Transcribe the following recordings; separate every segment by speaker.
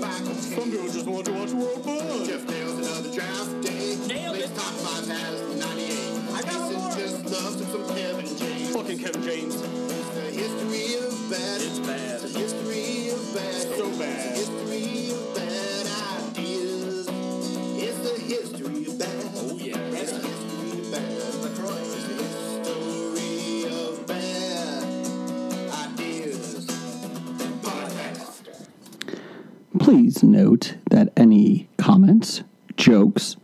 Speaker 1: Some people just want to watch the world burn.
Speaker 2: Jeff nails another draft day.
Speaker 3: Nailed
Speaker 2: Makes
Speaker 3: it.
Speaker 2: top five has the 98.
Speaker 3: I got
Speaker 2: Mason
Speaker 3: one more.
Speaker 2: just loves him some Kevin James.
Speaker 1: Fucking Kevin James.
Speaker 2: It's the history of bad.
Speaker 3: It's bad.
Speaker 2: It's the history of bad.
Speaker 1: So bad.
Speaker 2: It's the history of bad ideas. It's the history of bad.
Speaker 3: Oh, yeah.
Speaker 2: It's the history of bad. It's the history of bad ideas. Podcast.
Speaker 4: Please note that any comments, jokes,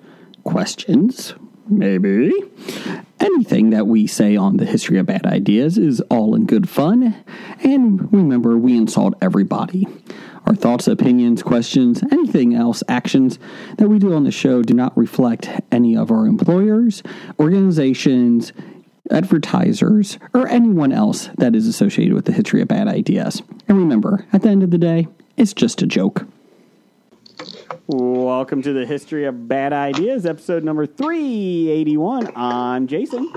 Speaker 4: questions, maybe anything that we say on the history of bad ideas is all in good fun. And remember, we insult everybody. Our thoughts, opinions, questions, anything else, actions that we do on the show do not reflect any of our employers, organizations, advertisers, or anyone else that is associated with the history of bad ideas. And remember, at the end of the day, it's just a joke. Welcome to the History of Bad Ideas, episode number 381. I'm Jason.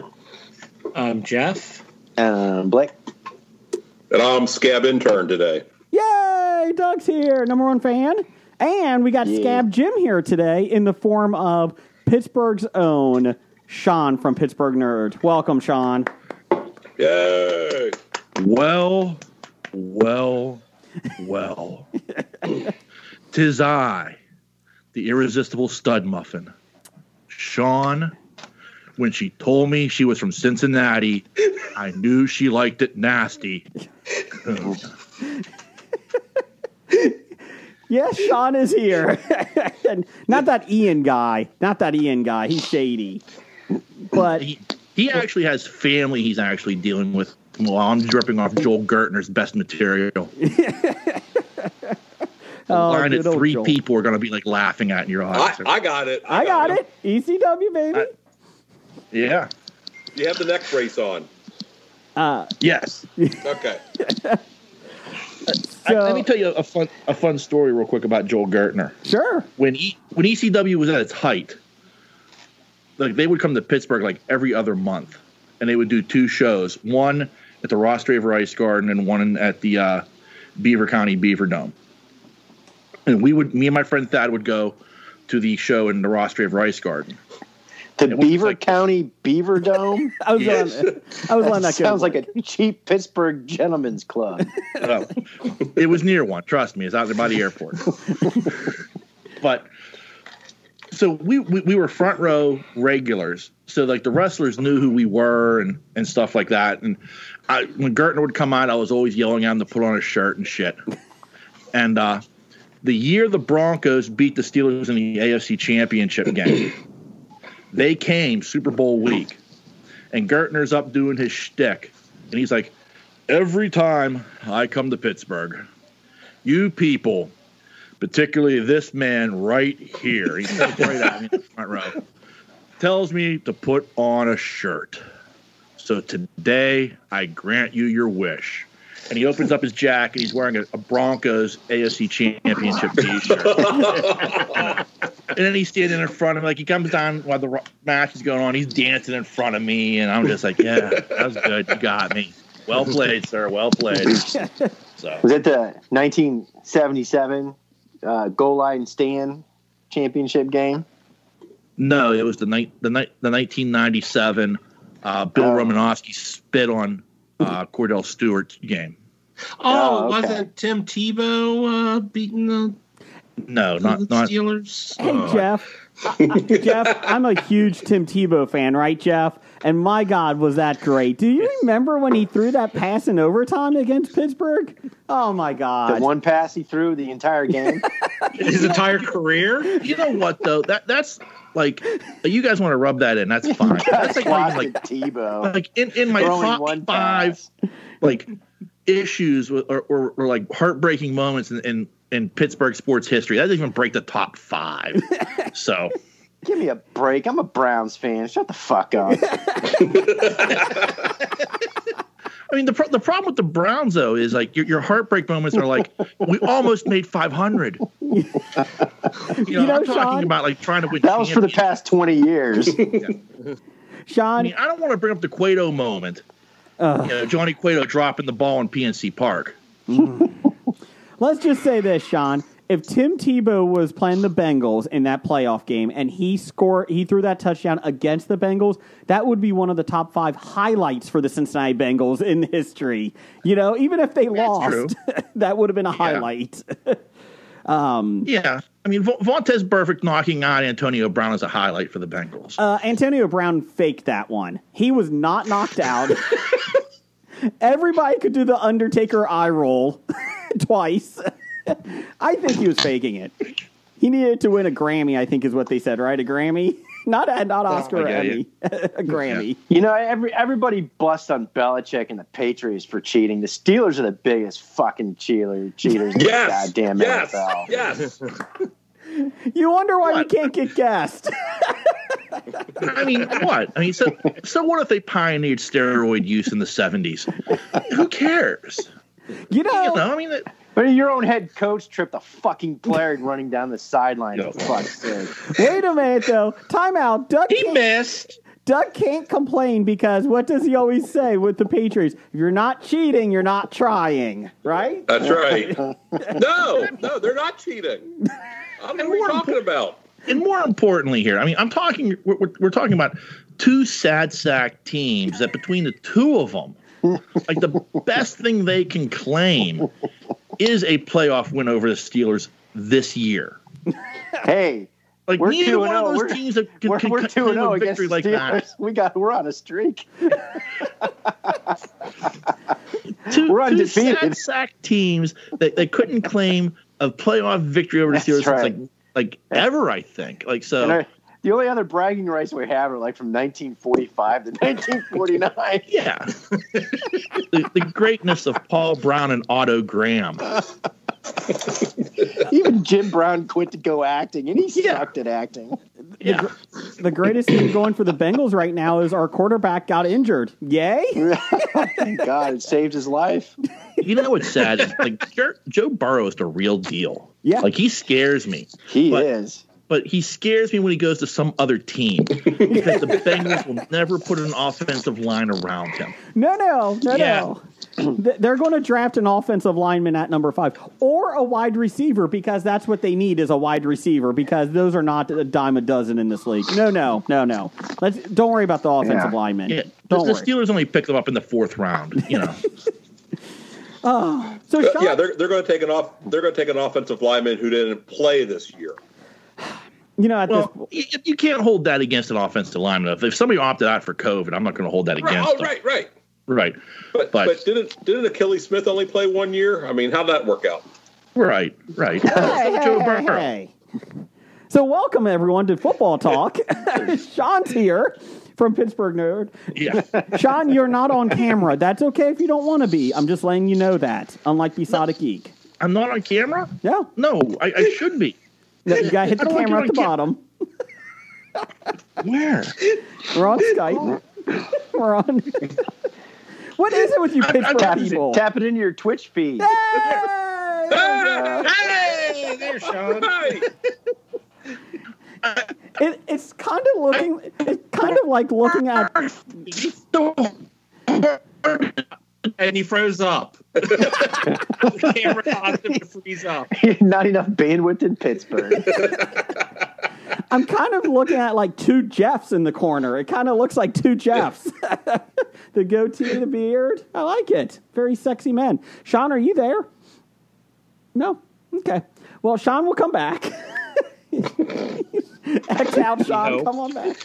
Speaker 5: I'm Jeff.
Speaker 6: Um, Blake.
Speaker 7: And I'm scab intern today.
Speaker 4: Yay! Doug's here, number one fan. And we got
Speaker 6: Yeah.
Speaker 4: Scab Jim here today in the form of Pittsburgh's own Sean from Pittsburgh Nerd. Welcome, Sean.
Speaker 7: Yay!
Speaker 8: Well, well, well. Tis I, the irresistible stud muffin, Sean. When she told me she was from Cincinnati, I knew she liked it nasty.
Speaker 4: Yes, Sean is here. And not that Ian guy. Not that Ian guy. He's shady. But
Speaker 8: He, he actually has family he's actually dealing with. Well, I'm dripping off Joel Gertner's best material.
Speaker 4: oh,
Speaker 8: Line
Speaker 4: good
Speaker 8: that
Speaker 4: old
Speaker 8: three
Speaker 4: Joel.
Speaker 8: people are going to be like laughing at in your
Speaker 7: I,
Speaker 8: eyes.
Speaker 7: I got it.
Speaker 4: I got it. ECW, baby.
Speaker 8: yeah.
Speaker 7: You have the neck brace on.
Speaker 8: Yes.
Speaker 7: Okay.
Speaker 8: I- let me
Speaker 4: So,
Speaker 8: tell you a fun a fun story real quick about Joel Gertner.
Speaker 4: sure.
Speaker 8: When e, when ECW was at its height, like they would come to Pittsburgh like every other month, and they would do two shows: one at the Ross Draver Ice Garden and one at the uh, Beaver County Beaver Dome. And we would, me and my friend Thad would go to the show in the Ross Draver Ice Garden.
Speaker 6: The
Speaker 8: It was
Speaker 6: Beaver
Speaker 8: like-
Speaker 6: County Beaver Dome.
Speaker 4: I was on. I was on
Speaker 6: that
Speaker 4: that. good
Speaker 6: sounds
Speaker 4: one.
Speaker 6: like a cheap Pittsburgh gentleman's club.
Speaker 8: Well, it was near one. Trust me, it's out there by the airport. but so we, we we were front row regulars. So like the wrestlers knew who we were and and stuff like that. And I, when Gertner would come out, I was always yelling at him to put on a shirt and shit. And uh, the year the Broncos beat the Steelers in the AFC Championship game, they came Super Bowl week, and Gertner's up doing his shtick, and he's like every time I come to Pittsburgh, you people, particularly this man right here, he says right at me in the front row, tells me to put on a shirt. So today I grant you your wish. And he opens up his jacket. He's wearing a, a Broncos AFC Championship T-shirt. and then he's standing in front of me. Like he comes down while the ro- match is going on. He's dancing in front of me, and I'm just like, "Yeah, that was good. You got me. Well played, sir. Well played." So
Speaker 6: Was it the 1977 uh, goal line stand championship game?
Speaker 8: no, it was the night the night the 1997 uh, Bill
Speaker 6: Oh.
Speaker 8: Romanowski spit on uh, Cordell Stewart game.
Speaker 5: Oh,
Speaker 6: Oh, okay.
Speaker 5: wasn't Tim Tebow uh, beating the,
Speaker 8: No,
Speaker 5: the
Speaker 8: not not. Uh,
Speaker 5: Steelers?
Speaker 4: Hey
Speaker 5: Oh,
Speaker 4: Jeff, I- I- Jeff, I'm a huge Tim Tebow fan, right, Jeff? And my God, was that great! Do you remember when he threw that pass in overtime against Pittsburgh? Oh my
Speaker 6: The
Speaker 4: God!
Speaker 6: one pass he threw the entire game.
Speaker 5: His entire career?
Speaker 8: You know what though? That that's like you guys want to rub that in. That's fine. That's like not even,
Speaker 6: Classic
Speaker 8: like
Speaker 6: Tebow
Speaker 8: like in, in my
Speaker 6: throwing
Speaker 8: top
Speaker 6: one
Speaker 8: five
Speaker 6: pass.
Speaker 8: like issues with, or, or, or like heartbreaking moments in, in in Pittsburgh sports history. That doesn't even break the top five. so
Speaker 6: Give me a break. I'm a Browns fan. Shut the fuck up.
Speaker 8: I mean, the pro- the problem with the Browns though is like your, your heartbreak moments are like we almost made five hundred. You know,
Speaker 4: You know,
Speaker 8: I'm talking
Speaker 4: Sean-
Speaker 8: about like trying to win.
Speaker 6: That was for the
Speaker 8: championships.
Speaker 6: past 20 years.
Speaker 8: I
Speaker 4: Sean,
Speaker 8: mean, I don't want to bring up the Cueto moment.
Speaker 4: Ugh.
Speaker 8: You know, Johnny Cueto dropping the ball in PNC Park.
Speaker 4: let's just say this, Sean.
Speaker 9: if Tim Tebow was playing the Bengals in that playoff game and he score he threw that touchdown against the Bengals, that would be one of the top five highlights for the Cincinnati Bengals in history. You know, even if they lost, that would have been a highlight.
Speaker 8: Yeah. I mean, Va- Vontez Burfict knocking out Antonio Brown is a highlight for the Bengals.
Speaker 9: Uh, Antonio Brown faked that one. He was not knocked out. Everybody could do the Undertaker eye roll twice. I think he was faking it. He needed to win a Grammy, I think is what they said, right? A Grammy? Not a, not Oscar or
Speaker 8: yeah,
Speaker 9: Emmy. a Grammy.
Speaker 6: You know, every everybody busts on Belichick and the Patriots for cheating. The Steelers are the biggest fucking cheater cheaters in
Speaker 7: Yes.
Speaker 6: the goddamn
Speaker 7: yes.
Speaker 6: NFL.
Speaker 7: Yes.
Speaker 9: You wonder why
Speaker 8: What?
Speaker 9: we can't get guessed.
Speaker 8: I mean, what? I mean, so so what if they pioneered steroid use in the seventies? Who cares?
Speaker 9: you
Speaker 8: You
Speaker 9: know,
Speaker 8: know, I mean, that-
Speaker 6: But your own head coach tripped a fucking player running down the sideline.
Speaker 8: No.
Speaker 6: For fuck's sake.
Speaker 9: wait a minute though. Timeout. Doug
Speaker 8: he
Speaker 9: King-
Speaker 8: missed.
Speaker 9: Doug can't complain because what does he always say with the Patriots? If you're not cheating, you're not trying, right?
Speaker 7: That's right. No, no, they're not cheating. I mean, what are we talking about?
Speaker 8: And more importantly, here, I mean, I'm talking. We're, we're, we're talking about two sad sack teams that between the two of them, like the best thing they can claim is a playoff win over the Steelers this year.
Speaker 6: Hey,
Speaker 8: Like
Speaker 6: We're
Speaker 8: neither
Speaker 6: 2-0.
Speaker 8: one of those
Speaker 6: We're-
Speaker 8: teams that can,
Speaker 6: we're,
Speaker 8: can
Speaker 6: we're
Speaker 8: claim
Speaker 6: 2 and 0
Speaker 8: a
Speaker 6: against
Speaker 8: victory
Speaker 6: the
Speaker 8: like
Speaker 6: Steelers.
Speaker 8: that.
Speaker 6: We got we're on a streak.
Speaker 8: Two,
Speaker 6: We're
Speaker 8: two sad
Speaker 6: undefeated.
Speaker 8: sack teams that, that couldn't claim a playoff victory over the
Speaker 6: That's
Speaker 8: Steelers
Speaker 6: right.
Speaker 8: since like like ever, I think. Like so.
Speaker 6: And our- the only other bragging rights we have are like from 1945 to 1949.
Speaker 8: Yeah. the, the greatness of Paul Brown and Otto Graham.
Speaker 6: Even Jim Brown quit to go acting, and he
Speaker 8: Yeah.
Speaker 6: sucked at acting.
Speaker 8: Yeah.
Speaker 9: The greatest thing going for the Bengals right now is our quarterback got injured. Yay!
Speaker 6: Thank God, it saved his life.
Speaker 8: You know what's sad? is, Like Jer- Joe Burrow is the real deal.
Speaker 9: Yeah.
Speaker 8: Like he scares me.
Speaker 6: He
Speaker 8: But-
Speaker 6: is.
Speaker 8: But he scares me when he goes to some other team because the Bengals will never put an offensive line around him.
Speaker 9: No, no, no,
Speaker 8: Yeah.
Speaker 9: no. Th- They're going to draft an offensive lineman at number five or a wide receiver because that's what they need is a wide receiver because those are not a dime a dozen in this league. No, no, no, no. Let's don't worry about the offensive
Speaker 6: Yeah.
Speaker 9: lineman.
Speaker 8: Yeah.
Speaker 9: Don't
Speaker 8: the,
Speaker 9: worry.
Speaker 8: Steelers only picked them up in the fourth round. You know,
Speaker 9: so Sean,
Speaker 7: Yeah, they're, they're going to take an off. They're going to take an offensive lineman who didn't play this year.
Speaker 9: you know, at
Speaker 8: well, you, you can't hold that against an offensive lineman. If, if somebody opted out for COVID, I'm not going to hold that
Speaker 7: Right,
Speaker 8: against
Speaker 7: oh,
Speaker 8: them.
Speaker 7: right, right.
Speaker 8: Right.
Speaker 7: But,
Speaker 8: But-
Speaker 7: but didn't didn't Achilles Smith only play one year? I mean, how'd that work out?
Speaker 8: Right. Right.
Speaker 9: this hey, hey,
Speaker 8: Joe
Speaker 9: hey,
Speaker 8: Burrow.
Speaker 9: hey. So welcome everyone to football talk. Sean's here from Pittsburgh Nerd.
Speaker 8: Yeah.
Speaker 9: Sean, you're not on camera. That's okay if you don't want to be. I'm just letting you know that. Unlike Besada Geek.
Speaker 8: I'm not on camera.
Speaker 9: No,
Speaker 8: No, I, I should be.
Speaker 9: no you got to hit the
Speaker 8: I don't want
Speaker 9: camera
Speaker 8: you
Speaker 9: at the
Speaker 8: on
Speaker 9: bottom.
Speaker 8: cam- Where?
Speaker 9: We're on Skype. We're on. what is it with you Pittsburgh
Speaker 6: Tap,
Speaker 9: people?
Speaker 6: tap it into your Twitch feed.
Speaker 9: Hey!
Speaker 8: hey, there, Sean.
Speaker 7: Hey,
Speaker 9: It, it's kind of looking. It's kind of like looking at.
Speaker 4: and he froze up. the camera caused him to freeze up.
Speaker 6: Not enough bandwidth in Pittsburgh.
Speaker 9: I'm kind of looking at like two Jeffs in the corner. It kind of looks like two Jeffs. the goatee, the beard. I like it. Very sexy man. Sean, are you there? No. Okay. Well, Sean will come back. X out, Sean.
Speaker 4: No.
Speaker 9: Come on back.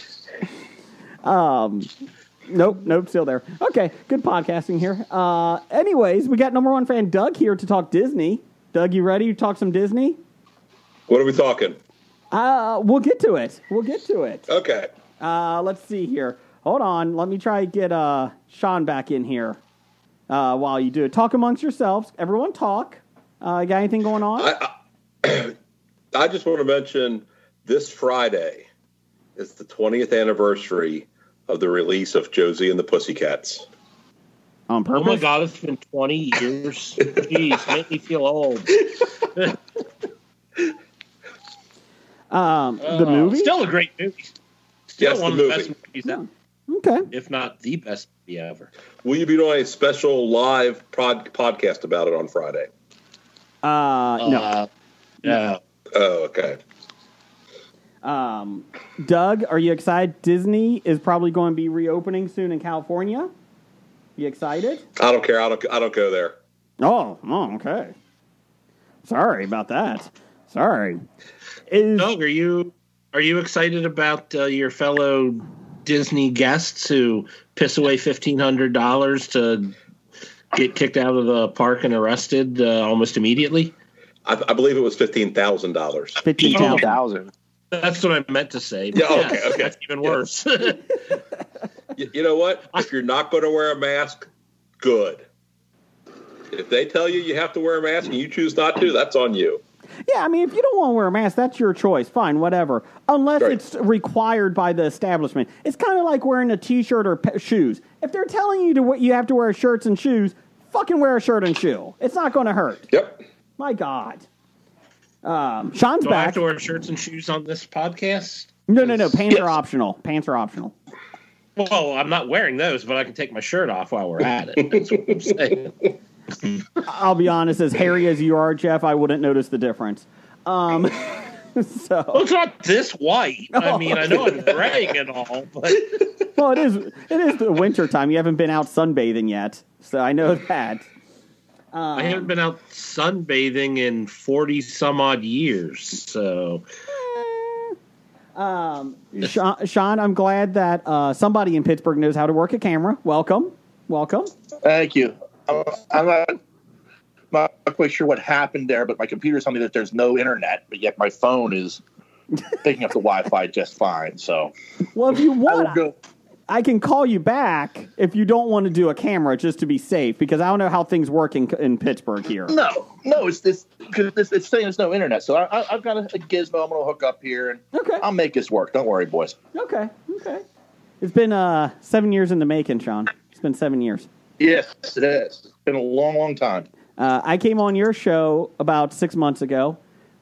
Speaker 9: Um. Nope, nope, still there. Okay, good podcasting here. Uh, anyways, we got number one fan Doug here to talk Disney. Doug, you ready to talk some Disney?
Speaker 7: what are we talking?
Speaker 9: Uh, we'll get to it. We'll get to it.
Speaker 7: Okay,
Speaker 9: Uh, let's see here. Hold on. Let me try and get uh, Sean back in here uh, while you do it. Talk amongst yourselves. Everyone talk. Uh, got anything going on?
Speaker 7: I just want to mention this Friday is the 20th anniversary of the release of Josie and the Pussycats.
Speaker 9: On
Speaker 4: Oh my
Speaker 9: purpose.
Speaker 4: god, it's been 20 years. Jeez, make me feel old.
Speaker 9: um, the
Speaker 4: Uh,
Speaker 9: movie?
Speaker 4: Still a great movie. Still
Speaker 7: Oh. Yes,
Speaker 4: one of
Speaker 7: the
Speaker 4: the
Speaker 7: movie.
Speaker 4: best movies ever,
Speaker 9: Hmm, okay.
Speaker 4: if not the best movie ever.
Speaker 7: Will you be doing a special live pod- podcast about it on Friday?
Speaker 9: Uh, no.
Speaker 4: Uh,
Speaker 9: No.
Speaker 7: Oh, okay.
Speaker 4: Um, Doug, are you excited? Disney is probably going to be reopening soon in California. You excited?
Speaker 7: I don't care. I don't. I don't go there.
Speaker 4: Oh, oh okay. Sorry about that. Sorry. Is
Speaker 9: Doug, are you are you excited about uh, your fellow Disney guests who piss away fifteen hundred dollars to get kicked out of the park and arrested uh, almost immediately?
Speaker 7: I, I believe it was fifteen thousand dollars.
Speaker 4: fifteen
Speaker 6: Ten
Speaker 4: thousand?
Speaker 6: thousand.
Speaker 9: That's what I meant to say.
Speaker 7: Yeah, okay,
Speaker 9: Yes,
Speaker 7: okay.
Speaker 9: That's even worse.
Speaker 7: You, you know what? If you're not going to wear a mask, good. If they tell you you have to wear a mask and you choose not to, that's on you.
Speaker 4: Yeah, I mean, if you don't want to wear a mask, that's your choice. Fine, whatever. Unless
Speaker 7: Right.
Speaker 4: it's required by the establishment. It's kind of like wearing a T-shirt or pe- shoes. If they're telling you to, we- you have to wear shirts and shoes, fucking wear a shirt and shoe. It's not going to hurt.
Speaker 7: Yep.
Speaker 4: My God. Um, Sean's
Speaker 9: Do I have
Speaker 4: back.
Speaker 9: to wear shirts and shoes on this podcast?
Speaker 4: No, no, no. Pants are optional. Pants are optional.
Speaker 9: Well, I'm not wearing those, but I can take my shirt off while we're at it. That's what I'm saying.
Speaker 4: I'll be honest, as hairy as you are, Jeff, I wouldn't notice the difference. Um, so,
Speaker 9: Well, it's not this white. I mean, I know I'm graying and all, but
Speaker 4: well, it is. It is the winter time. You haven't been out sunbathing yet, so I know that.
Speaker 9: I haven't been out sunbathing in 40 some odd years. So,
Speaker 4: Sean, Sean I'm glad that uh, somebody in Pittsburgh knows how to work a camera. Welcome, welcome.
Speaker 8: Thank you. I'm- I'm not, not quite sure what happened there, but my computer's telling me that there's no internet, but yet my phone is picking up the Wi-Fi just fine. So
Speaker 4: Well, if you
Speaker 8: I will
Speaker 4: want,
Speaker 8: go.
Speaker 4: I can call you back if you don't want to do a camera, just to be safe, because I don't know how things work in, in Pittsburgh here.
Speaker 8: No, no, it's this because it's, it's saying there's no internet. So I, I, I've got a, a gizmo. I'm gonna hook up here, and
Speaker 4: Okay,
Speaker 8: I'll make this work. Don't worry, boys.
Speaker 4: okay, okay. It's been uh, seven years in the making, Sean. It's been seven years.
Speaker 8: Yes, it is. It's been a long, long time.
Speaker 4: Uh, I came on your show about six months ago,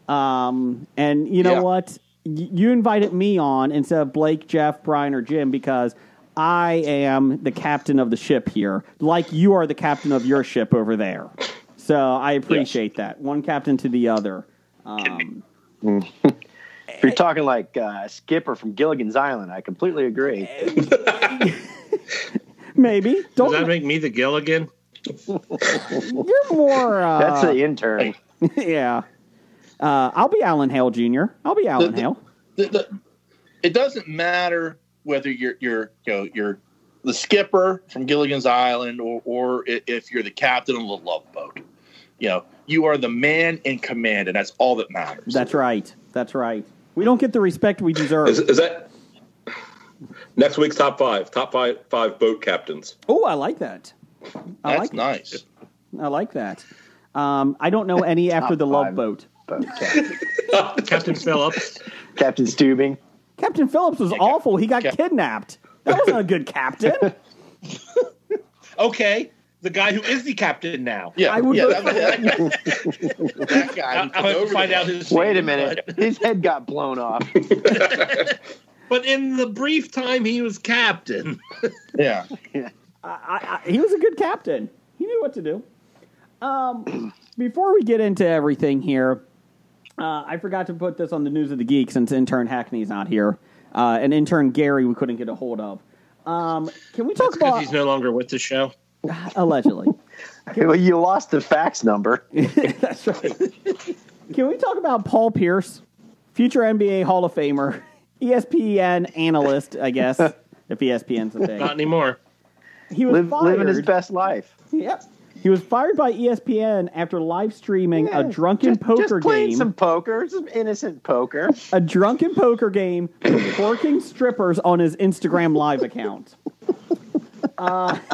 Speaker 4: um, and you know
Speaker 8: Yeah.
Speaker 4: what? Y- You invited me on instead of Blake, Jeff, Brian, or Jim because I am the captain of the ship here, like you are the captain of your ship over there. So I appreciate that. One captain to the other. Um,
Speaker 6: If you're talking like uh, Skipper from Gilligan's Island, I completely agree.
Speaker 4: maybe
Speaker 9: does
Speaker 4: don't.
Speaker 9: that make me the Gilligan?
Speaker 4: you're more. Uh,
Speaker 6: That's the intern.
Speaker 4: yeah. Uh, I'll be Alan Hale Jr. I'll be Alan
Speaker 8: the-
Speaker 4: Hale.
Speaker 8: The, the, it doesn't matter whether you're you're you know you're the skipper from Gilligan's Island or or i- if you're the captain of the love boat. You know, you are the man in command, and that's all that matters.
Speaker 4: That's right. That's right. We don't get the respect we deserve.
Speaker 7: Is, is that next week's top five? Top five five boat captains.
Speaker 4: Oh, I like that. I
Speaker 8: that's
Speaker 4: like
Speaker 8: nice.
Speaker 4: I like that. Um, I don't know any after the Love
Speaker 6: five.
Speaker 4: Boat.
Speaker 6: But Cap-
Speaker 9: Captain Phillips.
Speaker 6: Captain Stubing.
Speaker 4: Captain Phillips was awful. He got kidnapped. That wasn't a good captain.
Speaker 9: Okay. The guy who is the captain now.
Speaker 8: Yeah,
Speaker 4: I would
Speaker 8: yeah,
Speaker 4: vote
Speaker 8: that, that- that
Speaker 9: I,
Speaker 8: guy. who
Speaker 9: I'll
Speaker 8: took
Speaker 9: have to
Speaker 8: over
Speaker 9: find
Speaker 8: the-
Speaker 9: out his
Speaker 6: Wait a
Speaker 9: name,
Speaker 6: minute.
Speaker 9: But,
Speaker 6: His head got blown off.
Speaker 9: but in the brief time he was captain,
Speaker 8: Yeah,
Speaker 4: I, I, I, he was a good captain. He knew what to do. Um, before we get into everything here, uh, I forgot to put this on the news of the geek since intern Hackney's not here, uh, and intern Gary we couldn't get a hold of. Um, can we talk
Speaker 9: because
Speaker 4: about
Speaker 9: he's no longer with the show.
Speaker 4: allegedly?
Speaker 6: Well, you lost the fax number.
Speaker 4: That's right. Can we talk about Paul Pierce, future NBA Hall of Famer, E ESPN analyst, I guess, if E ESPN's a
Speaker 9: Not
Speaker 4: thing.
Speaker 9: anymore.
Speaker 4: He was
Speaker 6: Live,
Speaker 4: fired.
Speaker 6: living his best life.
Speaker 4: Yep. He was fired by E ESPN after live streaming a drunken
Speaker 6: Just-
Speaker 4: poker
Speaker 6: just playing
Speaker 4: game,
Speaker 6: some poker, some innocent poker.
Speaker 4: a drunken poker game with twerking strippers on his Instagram live account. Uh,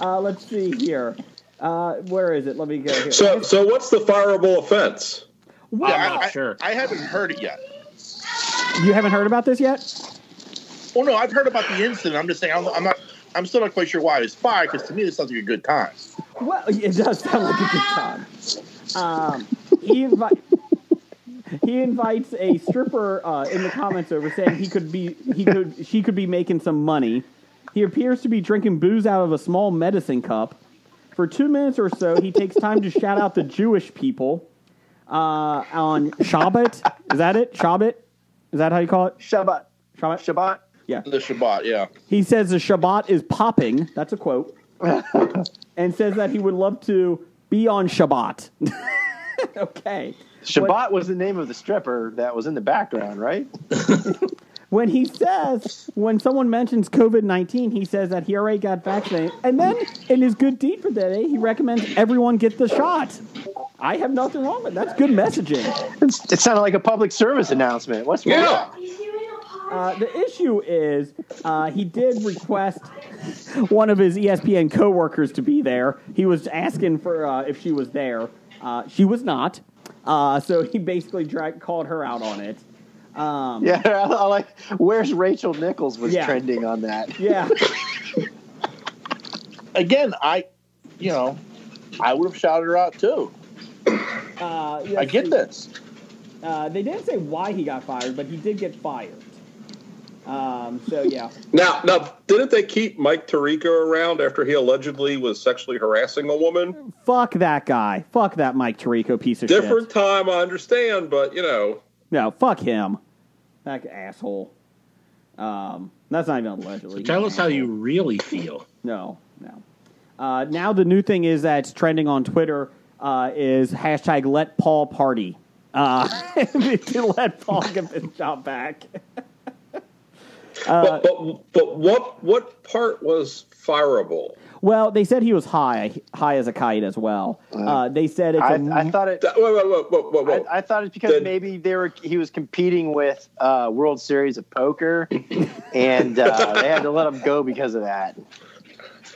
Speaker 4: uh, let's see here. Uh, where is it? Let me go here.
Speaker 7: So so what's the fireable offense?
Speaker 4: Wow.
Speaker 8: Yeah, I-
Speaker 9: not
Speaker 8: I-
Speaker 9: sure.
Speaker 8: I haven't heard it yet.
Speaker 4: you haven't heard about this yet?
Speaker 8: Well, no, I've heard about the incident. I'm just saying, I'm, I'm not. I'm still not quite sure why it was fired because to me this sounds like a good time.
Speaker 4: Well, it does sound like a good time. Um, he, invi- he invites a stripper uh, in the comments over saying he could be he could she could be making some money. He appears to be drinking booze out of a small medicine cup. For two minutes or so, he takes time to shout out the Jewish people. uh, on Shabbat. Is that it? Shabbat? Is that how you call it?
Speaker 6: Shabbat.
Speaker 4: Shabbat?
Speaker 6: Shabbat.
Speaker 8: The Shabbat, yeah.
Speaker 4: He says the Shabbat is popping. That's a quote. and says that he would love to be on Shabbat. okay.
Speaker 6: Shabbat was the name of the stripper that was in the background, right?
Speaker 4: When he says, when someone mentions COVID 19, he says that he already got vaccinated. And then in his good deed for the day, he recommends everyone get the shot. I have nothing wrong with that. That's good messaging.
Speaker 6: It's, it sounded like a public service announcement. What's wrong?
Speaker 7: Yeah.
Speaker 4: Uh, the issue is uh, he did request one of his E ESPN coworkers to be there. He was asking for uh, if she was there. Uh, she was not. Uh, so he basically dragged, called her out on it. Um,
Speaker 6: Yeah, I, I like where's Rachel Nichols was
Speaker 4: Yeah.
Speaker 6: trending on that.
Speaker 4: yeah.
Speaker 8: Again, I, you know, I would have shouted her out too.
Speaker 4: Uh, yes,
Speaker 8: I get
Speaker 4: they-
Speaker 8: this.
Speaker 4: Uh, they didn't say why he got fired, but he did get fired. Um, so yeah,
Speaker 7: Now, now, didn't they keep Mike Tirico around after he allegedly was sexually harassing a woman?
Speaker 4: fuck that guy. Fuck that Mike Tirico piece of
Speaker 7: Different
Speaker 4: shit.
Speaker 7: time, I understand, but you know,
Speaker 4: No, fuck him. That asshole. Um, that's not even allegedly. He's
Speaker 10: Tell
Speaker 4: an
Speaker 10: us how
Speaker 4: asshole.
Speaker 10: you really feel.
Speaker 4: No, no. Uh, now the new thing is that's trending on Twitter uh, is hashtag Let Paul Party. Uh, to let Paul get his job back.
Speaker 6: Uh,
Speaker 7: but, but but what what part was fireable?
Speaker 4: Well, they said he was high, high as a kite as well. Uh, they said it's a
Speaker 6: I, I thought it.
Speaker 7: That- whoa, whoa, whoa, whoa, whoa,
Speaker 6: I,
Speaker 7: whoa.
Speaker 6: I thought it's because
Speaker 7: The-
Speaker 6: maybe they were he was competing with uh, World Series of Poker, and uh, they had to let him go because of that.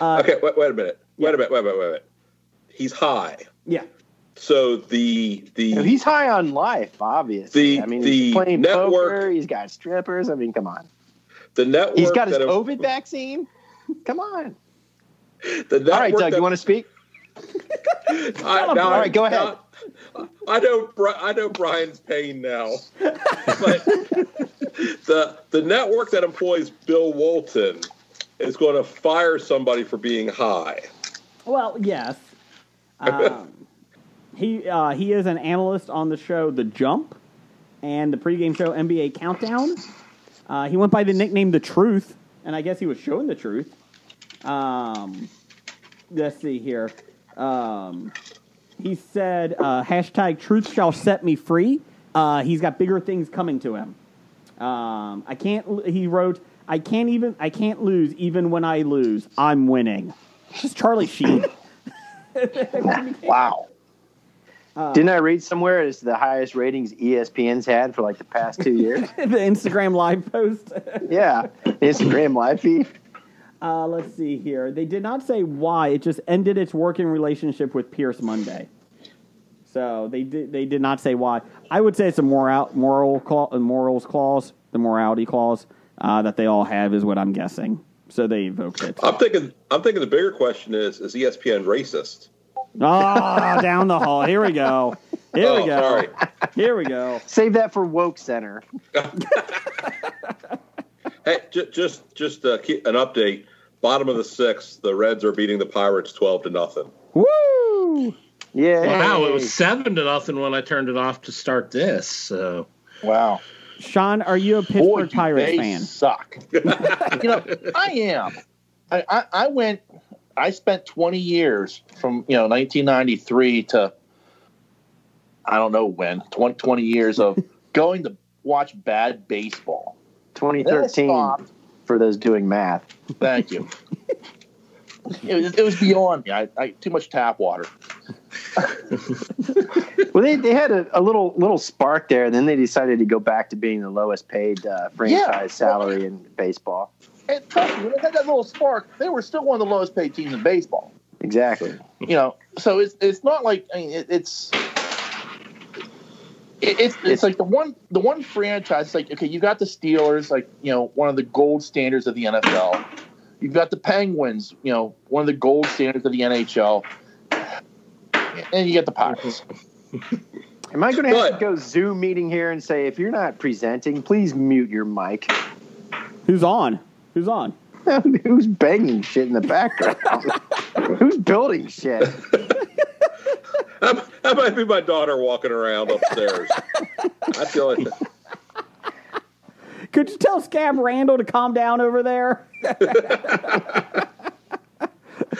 Speaker 4: uh,
Speaker 7: okay, wait, wait a minute. Wait a minute. Wait a minute. Wait a minute. He's high.
Speaker 4: yeah.
Speaker 7: So the the
Speaker 6: You know, he's high on life, obviously.
Speaker 7: The-
Speaker 6: I mean,
Speaker 7: the
Speaker 6: he's playing
Speaker 7: network-
Speaker 6: poker. He's got strippers. I mean, come on.
Speaker 7: the network
Speaker 6: He's got his
Speaker 7: that-
Speaker 6: COVID vaccine. Come on.
Speaker 7: The
Speaker 6: All right, Doug, you want to speak?
Speaker 7: to? All
Speaker 6: All right, go ahead.
Speaker 7: I know. Bri- I know Brian's pain now. but the the network that employs Bill Walton is going to fire somebody for being high.
Speaker 4: Well, yes. Um, he uh, he is an analyst on the show The Jump and the pregame show NBA Countdown. Uh, he went by the nickname The Truth, and I guess he was showing the truth. Um, let's see here. Um, he said uh, hashtag Truth shall set me free. Uh, he's got bigger things coming to him. Um, I can't. He wrote, "I can't even. I can't lose. Even when I lose, I'm winning." This is Charlie Sheen.
Speaker 6: Wow. Didn't I read somewhere it's the highest ratings E ESPN's had for like the past two years?
Speaker 4: the Instagram live post.
Speaker 6: yeah. Instagram live feed.
Speaker 4: uh, let's see here. They did not say why. It just ended its working relationship with Pierce Monday. So they did. They did not say why. I would say it's a moral moral cla- uh, morals clause, the morality clause uh, that they all have is what I'm guessing. So they evoked it.
Speaker 7: I'm thinking. I'm thinking the bigger question is: E Is ESPN racist?
Speaker 4: Ah, down the hall. Here we go. Here
Speaker 7: oh,
Speaker 4: we go.
Speaker 7: sorry.
Speaker 4: Here we go.
Speaker 6: Save that for Woke Center.
Speaker 7: Hey, j- just just uh, keep an update. Bottom of the sixth, the Reds are beating the Pirates twelve to nothing.
Speaker 4: Woo!
Speaker 6: Yeah.
Speaker 10: Wow, it was seven to nothing when I turned it off to start this. So
Speaker 8: Wow.
Speaker 4: Sean, are you a
Speaker 8: Boy,
Speaker 4: Pittsburgh
Speaker 8: do
Speaker 4: Pirates
Speaker 8: they
Speaker 4: fan?
Speaker 8: Suck. you know, I am. I, I, I went. I spent 20 years from you know 1993 to I don't know when 20, 20 years of going to watch bad baseball. Then I
Speaker 6: 2013
Speaker 8: stopped.
Speaker 6: for those doing math.
Speaker 8: Thank you. it, was, it was beyond me. I, I too much tap water.
Speaker 6: Well, they, they had a, a little little spark there, and then they decided to go back to being the lowest paid uh, franchise
Speaker 8: Yeah.
Speaker 6: salary in baseball.
Speaker 8: And trust me, when they had that little spark, they were still one of the lowest paid teams in baseball.
Speaker 6: Exactly.
Speaker 8: you know so it's it's not like I mean, it, it's it, it's it's like the one the one franchise like okay you got the Steelers like you know one of the gold standards of the NFL you've got the Penguins you know one of the gold standards of the NHL and you get the Pirates
Speaker 6: Am I going to have
Speaker 7: But-
Speaker 6: to go Zoom meeting here and say if you're not presenting, please mute your mic?
Speaker 4: Who's on? Who's on?
Speaker 6: Who's banging shit in the background? Who's building shit?
Speaker 7: That, that might be my daughter walking around upstairs. I feel like that.
Speaker 4: Could you tell Scab Randall to calm down over there?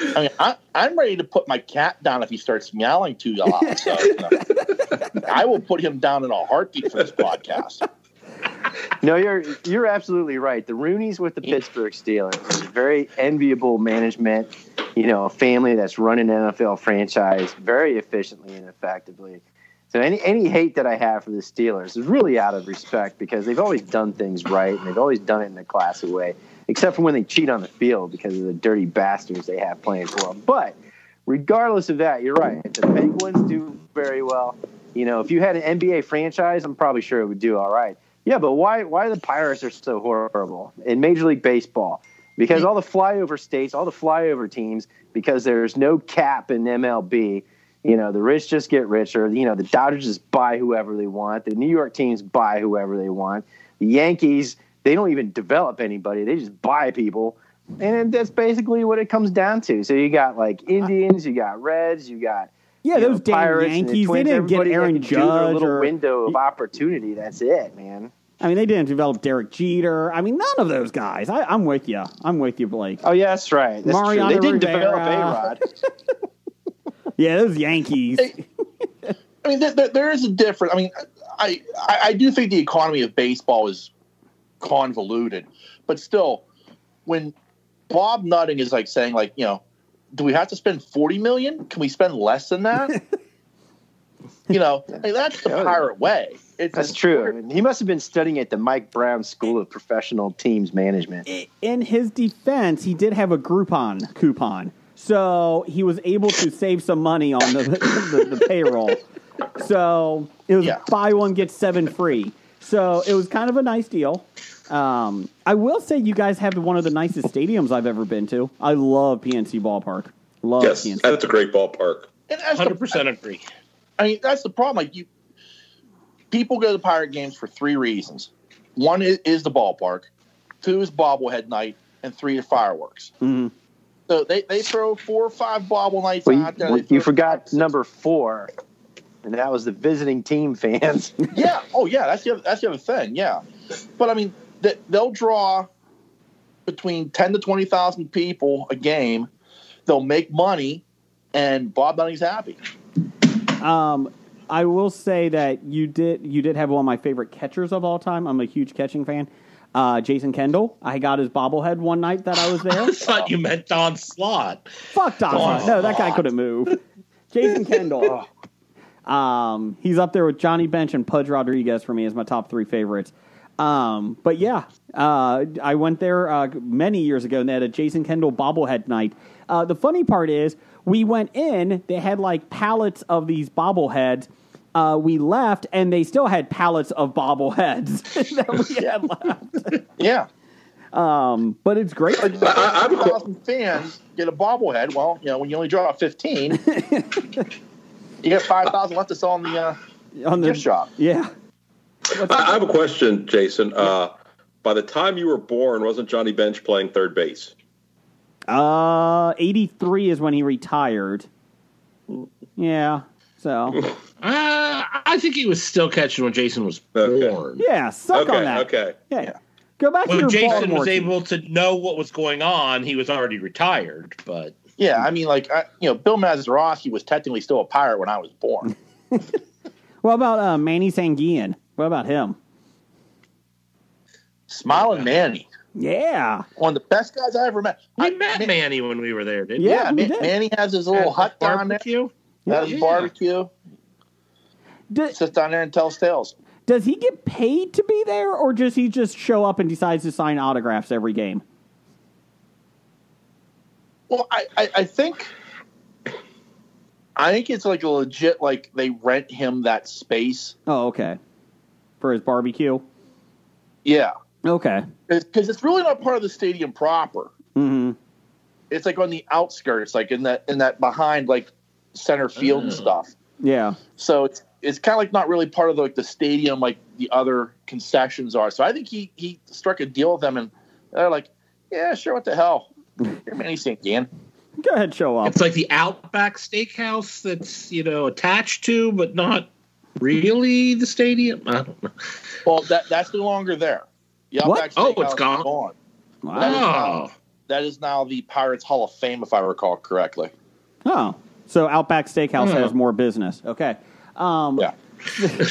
Speaker 8: I mean, I, I'm ready to put my cat down if he starts meowing too loud. So, you know. I will put him down in a heartbeat for this podcast.
Speaker 6: No, you're you're absolutely right. The Rooneys with the Pittsburgh Steelers, is very enviable management. You know, a family that's running an NFL franchise very efficiently and effectively. So any any hate that I have for the Steelers is really out of respect because they've always done things right and they've always done it in a classy way, except for when they cheat on the field because of the dirty bastards they have playing for them. But regardless of that, you're right. The Penguins do very well. You know, if you had an NBA franchise, I'm probably sure it would do all right. Yeah, but why why the pirates are so horrible in Major League Baseball? Because all the flyover states, all the flyover teams, because there's no cap in MLB. You know, the rich just get richer. You know, the Dodgers just buy whoever they want. The New York teams buy whoever they want. The Yankees, they don't even develop anybody. They just buy people. And that's basically what it comes down to. So you got like Indians, you got Reds, you got
Speaker 4: Yeah,
Speaker 6: you know,
Speaker 4: those damn
Speaker 6: Pirates and the
Speaker 4: Yankees. they
Speaker 6: Twins,
Speaker 4: didn't get
Speaker 6: everybody that
Speaker 4: Aaron
Speaker 6: can do their
Speaker 4: Judge.
Speaker 6: little
Speaker 4: Or,
Speaker 6: window of opportunity. That's it, man.
Speaker 4: I mean, they didn't develop Derek Jeter. I mean, none of those guys. I, I'm with you. I'm with you, Blake.
Speaker 6: Oh yeah, that's right. That's true.
Speaker 4: Mariano
Speaker 6: They didn't develop
Speaker 4: Rivera.
Speaker 6: A Rod.
Speaker 4: Yeah, those Yankees.
Speaker 8: I mean, there, there, there is a difference. I mean, I, I I do think the economy of baseball is convoluted, but still, when Bob Nutting is like saying, like, you know, do we have to spend forty million? Can we spend less than that? you know, I mean, that's the pirate way. It's
Speaker 6: That's true. I mean, he must have been studying at the Mike Brown School of Professional Teams Management.
Speaker 4: in his defense, he did have a Groupon coupon, so he was able to save some money on the the, the payroll. So it was
Speaker 8: Yeah.
Speaker 4: buy one get seven free. So it was kind of a nice deal. Um, I will say you guys have one of the nicest stadiums I've ever been to. I love PNC Ballpark. Love
Speaker 7: Yes,
Speaker 4: PNC.
Speaker 7: that's a great ballpark.
Speaker 8: and that's the-
Speaker 11: Hundred percent agree.
Speaker 8: I mean, that's the problem. Like you, people go to pirate games for three reasons. One is, is the ballpark, two is bobblehead night, and three are fireworks.
Speaker 4: Mhm.
Speaker 8: So they, they throw four or five bobble nights
Speaker 6: Mm-hmm. Well, you,
Speaker 8: out there.
Speaker 6: well,
Speaker 8: They
Speaker 6: you
Speaker 8: throw-
Speaker 6: forgot number four, and that was the visiting team fans.
Speaker 8: Yeah. Oh, yeah. That's the other, that's the other thing. Yeah. But I mean, th- they'll draw between ten to twenty thousand people a game. They'll make money, and Bob Bunny's happy.
Speaker 4: Um, I will say that you did you did have one of my favorite catchers of all time. I'm a huge catching fan. Uh, Jason Kendall. I got his bobblehead one night that I was there.
Speaker 11: I thought you meant Don Slot.
Speaker 4: Fuck Don.
Speaker 11: Don
Speaker 4: Slott. No, that guy couldn't move. Jason Kendall. Um, he's up there with Johnny Bench and Pudge Rodriguez for me as my top three favorites. Um, but yeah, uh, I went there uh, many years ago and they had a Jason Kendall bobblehead night. Uh, the funny part is, we went in, they had like pallets of these bobbleheads. Uh, we left and they still had pallets of bobbleheads that we had left.
Speaker 8: Yeah.
Speaker 4: Um, but it's great.
Speaker 7: I- I- I'm-
Speaker 8: thousand fans get a bobblehead. Well, you know, when you only draw fifteen, you get five thousand left to sell in the uh,
Speaker 4: On
Speaker 8: gift shop.
Speaker 4: Yeah.
Speaker 7: I, I have a question, Jason. Uh, by the time you were born, wasn't Johnny Bench playing third base?
Speaker 4: Uh, 83 is when he retired. Yeah. So,
Speaker 11: Uh, I think he was still catching when Jason was
Speaker 7: Okay.
Speaker 11: born.
Speaker 4: yeah, suck on
Speaker 7: okay,
Speaker 4: that.
Speaker 7: okay.
Speaker 4: Yeah. Go back to
Speaker 11: When
Speaker 4: your
Speaker 11: Jason
Speaker 4: Baltimore
Speaker 11: was
Speaker 4: team.
Speaker 11: able to know what was going on, he was already retired. But
Speaker 8: Yeah, I mean, like I, you know, Bill Mazeroski was technically still a pirate when I was born.
Speaker 4: What about uh, Manny Sanguian? What about him?
Speaker 8: Smiling Manny,
Speaker 4: Yeah.
Speaker 8: one of the best guys I ever met.
Speaker 11: we
Speaker 8: I-
Speaker 11: met
Speaker 8: Ma-
Speaker 11: Manny when we were there, didn't
Speaker 4: Yeah,
Speaker 8: Yeah,
Speaker 4: we
Speaker 8: Ma-
Speaker 4: did.
Speaker 8: Manny has his
Speaker 11: we?
Speaker 8: little
Speaker 11: At
Speaker 8: hut
Speaker 11: the
Speaker 8: down there.
Speaker 11: barbecue.
Speaker 8: That is
Speaker 11: Yeah.
Speaker 8: barbecue.
Speaker 4: D-
Speaker 8: Sits down there and tells tales.
Speaker 4: does he get paid to be there, or does he just show up and decides to sign autographs every game?
Speaker 8: Well, I, I, I think I think it's like a legit like they rent him that space.
Speaker 4: Oh, okay. For his barbecue?
Speaker 8: Yeah.
Speaker 4: Okay.
Speaker 8: because it's really not part of the stadium proper.
Speaker 4: Mm-hmm.
Speaker 8: It's like on the outskirts, like in that in that behind like center field and stuff.
Speaker 4: Yeah.
Speaker 8: So it's it's kind of like not really part of like the stadium, like the other concessions are. So I think he he struck a deal with them, and they're like, yeah, sure, what the hell, you're Manny St. Dan.
Speaker 4: Go ahead, show off.
Speaker 11: It's like the Outback Steakhouse that's you know attached to, but not really the stadium. I don't know.
Speaker 8: Well, that that's no longer there. The
Speaker 4: What?
Speaker 8: Outback
Speaker 11: Oh,
Speaker 8: Steakhouse
Speaker 11: it's
Speaker 8: is
Speaker 11: gone.
Speaker 4: Wow.
Speaker 11: Oh,
Speaker 8: That is now the Pirates Hall of Fame, if I recall correctly.
Speaker 4: Oh, so Outback Steakhouse
Speaker 11: Yeah.
Speaker 4: has more business. Okay. Um,
Speaker 8: Yeah.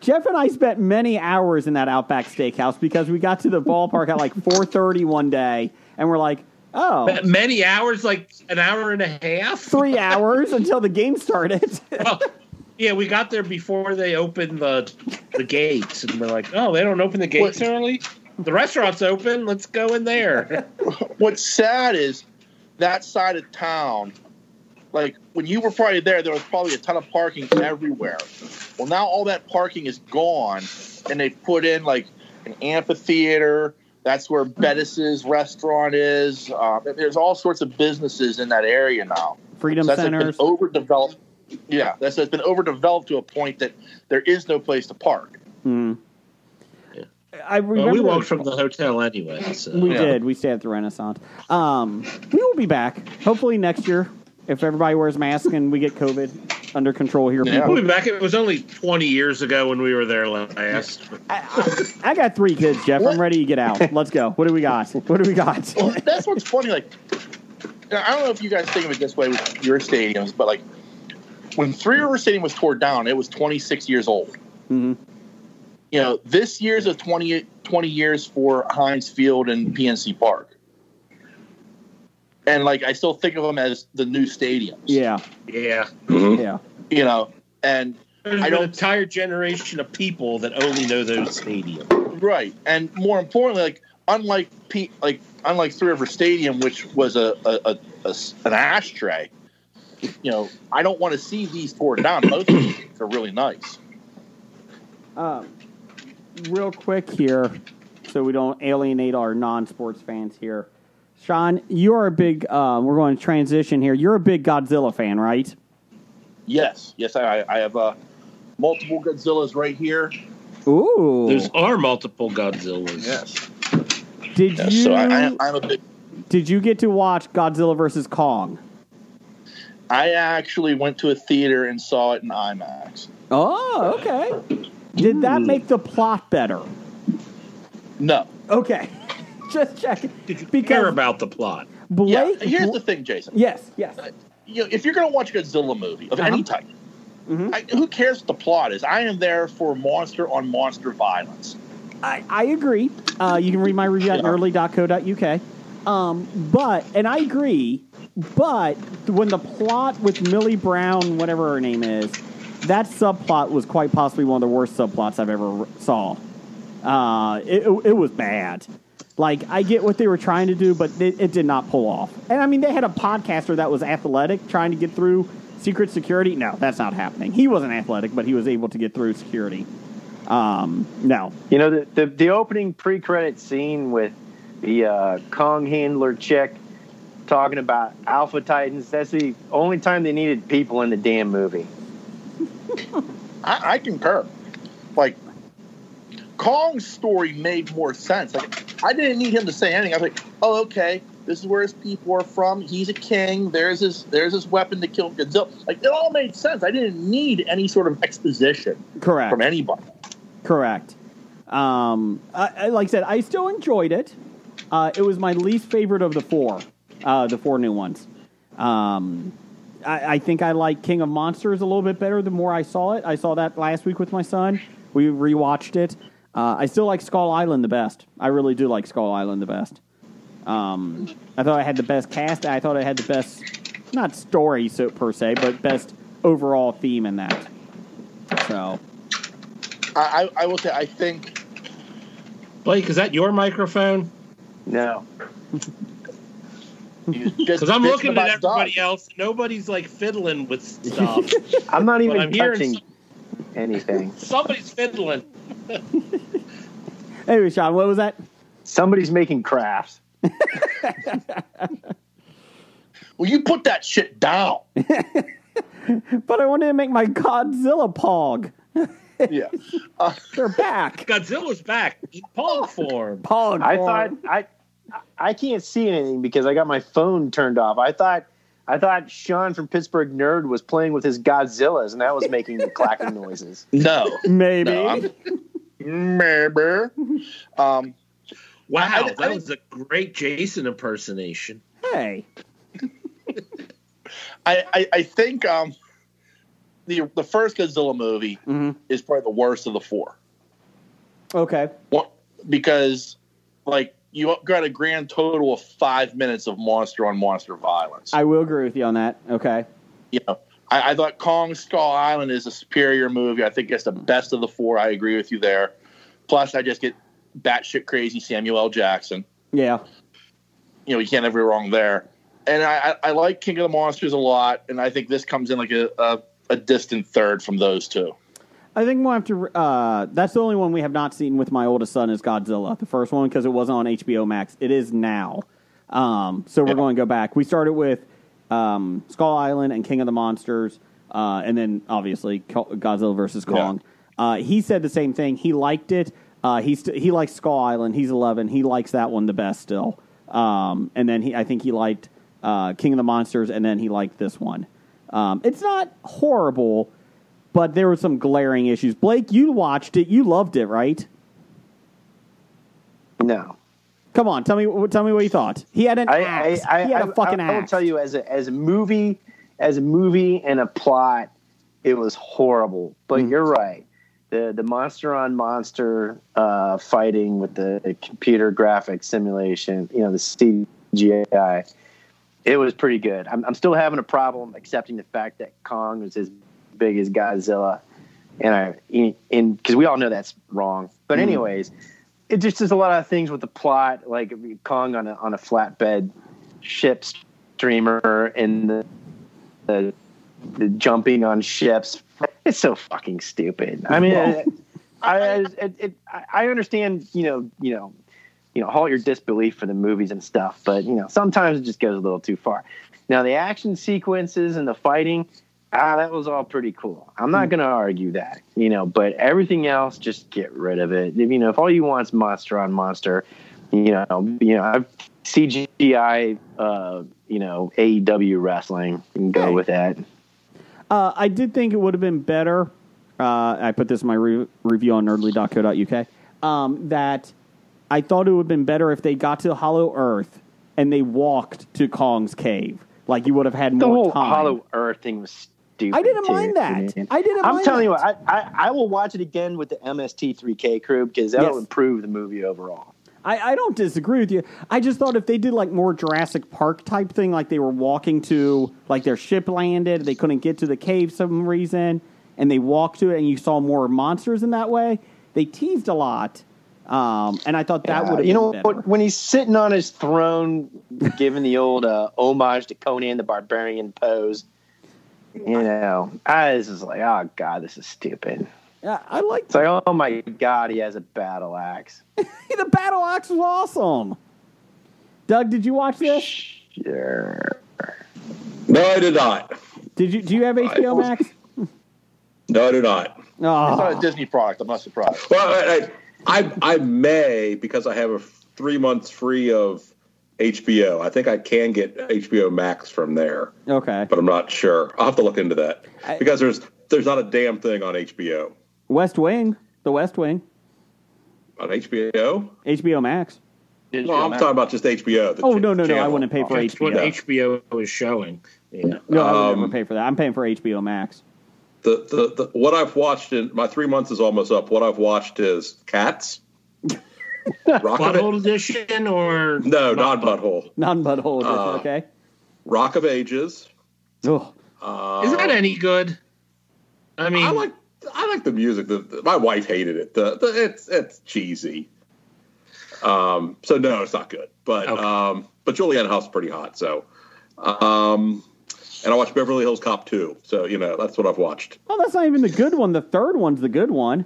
Speaker 4: Jeff and I spent many hours in that Outback Steakhouse because we got to the ballpark at like 4:30 one day, and we're like, oh,
Speaker 11: Ma- many hours, like an hour and a half.
Speaker 4: three hours until the game started.
Speaker 11: Well, yeah, we got there before they opened the the gates, and we're like, oh, they don't open the gates early. The restaurant's open. Let's go in there.
Speaker 8: What's sad is that side of town. Like when you were probably there, there was probably a ton of parking everywhere. Well, now all that parking is gone, and they put in like an amphitheater. That's where Bettis's restaurant is. Um, there's all sorts of businesses in that area now.
Speaker 4: Freedom
Speaker 8: So that's like,
Speaker 4: Centers.
Speaker 8: been overdeveloped. Yeah, that's it's been overdeveloped to a point that there is no place to park.
Speaker 4: Hmm. I remember
Speaker 11: well, we walked from the hotel anyway. So.
Speaker 4: We
Speaker 8: Yeah.
Speaker 4: did. We stayed at the Renaissance. Um, we will be back hopefully next year if everybody wears masks and we get COVID under control here.
Speaker 8: Yeah.
Speaker 11: We'll be back. It was only 20 years ago when we were there last.
Speaker 4: I got three kids, Jeff. I'm ready to get out. Let's go. What do we got? What do we got?
Speaker 8: Well, that's what's funny. Like, I don't know if you guys think of it this way with your stadiums, but like when Three River Stadium was torn down, it was 26 years old.
Speaker 4: Mhm.
Speaker 8: You know, this year's is 20, 20 years for Heinz Field and PNC Park. And like, I still think of them as the new stadiums.
Speaker 4: Yeah,
Speaker 11: Yeah.
Speaker 7: Mm-hmm.
Speaker 4: yeah.
Speaker 8: You know, and
Speaker 11: There's
Speaker 8: I
Speaker 11: an
Speaker 8: don't-
Speaker 11: entire generation of people that only know those stadiums.
Speaker 8: Right, and more importantly, like unlike P, like unlike Three River Stadium, which was a, a, a- a s- an ashtray. You know, I don't want to see these torn down. Both of these are really nice.
Speaker 4: Um, real quick here, so we don't alienate our non-sports fans here. Sean, you are a big. Uh, we're going to transition here. You're a big Godzilla fan, right?
Speaker 8: Yes, yes, I, I have uh, multiple Godzillas right here.
Speaker 4: Ooh.
Speaker 11: There's are multiple Godzillas.
Speaker 8: Yes,
Speaker 4: did
Speaker 8: yes
Speaker 4: you
Speaker 8: so I, I, I'm a big.
Speaker 4: did you get to watch Godzilla versus Kong?
Speaker 8: I actually went to a theater and saw it in IMAX.
Speaker 4: Oh, okay. Hmm. Did that make the plot better?
Speaker 8: No,
Speaker 4: Okay. Just checking.
Speaker 11: Did you
Speaker 4: Because-
Speaker 11: care about the plot?
Speaker 8: yeah.
Speaker 4: Blake.
Speaker 8: Here's the thing, Jason.
Speaker 4: yes, yes.
Speaker 8: you know, if you're going to watch a Godzilla movie of
Speaker 4: Uh-huh.
Speaker 8: any type,
Speaker 4: Mhm.
Speaker 11: Mm-hmm.
Speaker 8: I, who cares what the plot is? I am there for monster on monster violence.
Speaker 4: I, I agree. Uh, you can read my review at
Speaker 8: Yeah.
Speaker 4: early.co.uk. Um, but, and I agree, but when the plot with Millie Brown, whatever her name is, that subplot was quite possibly one of the worst subplots I've ever r- saw. Uh, it, it, it was bad. Like, I get what they were trying to do, but it, it did not pull off. And I mean, they had a podcaster that was athletic trying to get through secret security. No, that's not happening. He wasn't athletic, but he was able to get through security. Um, no,
Speaker 6: You know, the, the, the opening pre credit scene with the uh, Kong handler chick talking about Alpha Titans, that's the only time they needed people in the damn movie.
Speaker 8: I, I concur. Like Kong's story made more sense. Like I didn't need him to say anything. I was like, oh okay, this is where his people are from. He's a king. There's his there's his weapon to kill Godzilla. Like it all made sense. I didn't need any sort of exposition
Speaker 4: correct.
Speaker 8: from anybody.
Speaker 4: Correct. Um, I, I- like I said, I still enjoyed it. Uh, it was my least favorite of the four, uh, the four new ones. Um, I, I think I like King of Monsters a little bit better the more I saw it. I saw that last week with my son. We rewatched it. Uh, I still like Skull Island the best. I really do like Skull Island the best. Um, I thought I had the best cast. I thought I had the best, not story so per se, but best overall theme in that. So
Speaker 8: I, I, I will say I think
Speaker 11: Blake, is that your microphone?
Speaker 6: No.
Speaker 11: Because I'm looking at everybody else. Nobody's like fiddling with stuff.
Speaker 6: I'm not even
Speaker 11: I'm hearing
Speaker 6: touching anything.
Speaker 11: Somebody's fiddling.
Speaker 4: anyway, Sean, what was that?
Speaker 6: Somebody's making crafts.
Speaker 8: Well, you put that shit down.
Speaker 4: But I wanted to make my Godzilla pog.
Speaker 8: yeah.
Speaker 4: They're back.
Speaker 11: Godzilla's back in punk form.
Speaker 4: Pog.
Speaker 6: I
Speaker 4: form.
Speaker 6: thought I I can't see anything because I got my phone turned off. I thought I thought Sean from Pittsburgh Nerd was playing with his Godzillas and that was making the clacking noises.
Speaker 8: No,
Speaker 4: Maybe.
Speaker 8: no, I'm- Remember. Um,
Speaker 11: Wow,
Speaker 8: I- I
Speaker 11: that
Speaker 8: didn't-
Speaker 11: was a great Jason impersonation.
Speaker 4: hey.
Speaker 8: I, I, I think um, the the first Godzilla movie
Speaker 4: Mhm.
Speaker 8: is probably the worst of the four.
Speaker 4: Okay.
Speaker 8: What, because like you got a grand total of five minutes of monster on monster violence.
Speaker 4: I will agree with you on that. Okay.
Speaker 8: you know, I, I thought Kong Skull Island is a superior movie. I think it's the best of the four. I agree with you there. Plus, I just get batshit crazy Samuel L. Jackson.
Speaker 4: Yeah.
Speaker 8: You know, you can't ever go wrong there. And I, I, I like King of the Monsters a lot, and I think this comes in like a, a, a distant third from those two.
Speaker 4: I think we'll have to. Uh, that's the only one we have not seen with my oldest son is Godzilla, the first one, because it wasn't on HBO Max. It is now. Um, so we're
Speaker 8: Yeah.
Speaker 4: going to go back. We started with um, Skull Island and King of the Monsters, uh, and then obviously Co- Godzilla versus Kong. Uh, he said the same thing. He liked it. Uh, he st- he likes Skull Island. He's eleven. He likes that one the best still. Um, and then he, I think he liked uh, King of the Monsters, and then he liked this one. Um, it's not horrible but there were some glaring issues. Blake, you watched it. You loved it, right?
Speaker 6: No.
Speaker 4: Come on, tell me, tell me what you thought. He had an
Speaker 6: I, I,
Speaker 4: axe.
Speaker 6: I,
Speaker 4: he had
Speaker 6: I-
Speaker 4: a fucking
Speaker 6: I,
Speaker 4: axe.
Speaker 6: I will tell you as a as a movie as a movie and a plot, it was horrible. But you're right. The the monster on monster uh, fighting with the computer graphic simulation, you know, the CGI. It was pretty good. I'm, I'm still having a problem accepting the fact that Kong was as big as Godzilla, and I in because we all know that's wrong. But anyways, it just is a lot of things with the plot, like Kong on a on a flatbed ship streamer and the, the the jumping on ships. It's so fucking stupid. I mean, I, I, it, it, I- I understand, you know, you know, you know, halt your disbelief for the movies and stuff, but you know, sometimes it just goes a little too far. Now the action sequences and the fighting, ah, that was all pretty cool. I'm not going to argue that, you know, but everything else, just get rid of it. If, you know, if all you want is monster on monster, you know, you know, I've CGI, uh, you know, AEW wrestling. You can go
Speaker 4: Hey.
Speaker 6: with that.
Speaker 4: Uh, I did think it would have been better. Uh, I put this in my re- review on nerdly.co.uk. Um, that I thought it would have been better if they got to Hollow Earth and they walked to Kong's cave. Like you would have had
Speaker 6: The
Speaker 4: more
Speaker 6: whole
Speaker 4: time.
Speaker 6: Hollow Earth thing was stupid.
Speaker 4: I didn't
Speaker 6: too,
Speaker 4: mind that.
Speaker 6: man.
Speaker 4: I didn't.
Speaker 6: I'm
Speaker 4: mind
Speaker 6: telling you
Speaker 4: that.
Speaker 6: what, I, I, I will watch it again with the MST3K crew because that'll
Speaker 4: Yes.
Speaker 6: improve the movie overall.
Speaker 4: I, I don't disagree with you. I just thought if they did like more Jurassic Park type thing, like they were walking to, like their ship landed, they couldn't get to the cave some reason, and they walked to it, and you saw more monsters in that way. They teased a lot, um, and I thought that
Speaker 6: Yeah,
Speaker 4: would have
Speaker 6: you
Speaker 4: been
Speaker 6: know
Speaker 4: better.
Speaker 6: what, when he's sitting on his throne, giving the old uh, homage to Conan the Barbarian pose. You know, I was just like, oh god, this is stupid.
Speaker 4: Yeah, I liked
Speaker 6: It's like, oh my god, he has a battle axe.
Speaker 4: the battle axe was awesome. Doug, did you watch this?
Speaker 6: Sure.
Speaker 7: No, I did not.
Speaker 4: Did you do you have HBO Max?
Speaker 7: No, I did not.
Speaker 8: It's not
Speaker 4: Oh,
Speaker 8: a Disney product. I'm not surprised.
Speaker 7: Well, I, I, I may because I have a f- three months free of HBO. I think I can get HBO Max from there,
Speaker 4: okay.
Speaker 7: but I'm not sure. I'll have to look into that
Speaker 4: I-
Speaker 7: because there's there's not a damn thing on HBO.
Speaker 4: West Wing, The West Wing,
Speaker 7: On HBO?
Speaker 4: HBO Max.
Speaker 7: No, I'm talking about just HBO. the
Speaker 4: Oh
Speaker 7: ch-
Speaker 4: no, no, no! I
Speaker 7: channel.
Speaker 4: wouldn't pay for
Speaker 11: That's what
Speaker 4: HBO.
Speaker 11: HBO is showing. Yeah.
Speaker 4: No, I would
Speaker 7: Um,
Speaker 4: never pay for that. I'm paying for HBO Max.
Speaker 7: The, the, the what I've watched in my three months is almost up. What I've watched is Cats, Rock
Speaker 11: Butthole
Speaker 7: of,
Speaker 11: edition or
Speaker 7: no, not Butthole,
Speaker 4: Non butthole edition,
Speaker 7: Uh,
Speaker 4: okay?
Speaker 7: Rock of Ages.
Speaker 4: Ugh.
Speaker 7: Uh,
Speaker 11: Is that any good? I mean,
Speaker 7: I like I like the music. The, the- my wife hated it. The, the it's it's cheesy. Um, so no, it's not good. But
Speaker 11: Okay.
Speaker 7: um, but Julianne Hough's pretty hot. So, um, and I watched Beverly Hills Cop two. So you know that's what I've watched.
Speaker 4: Oh, that's not even the good one. The third one's the good one.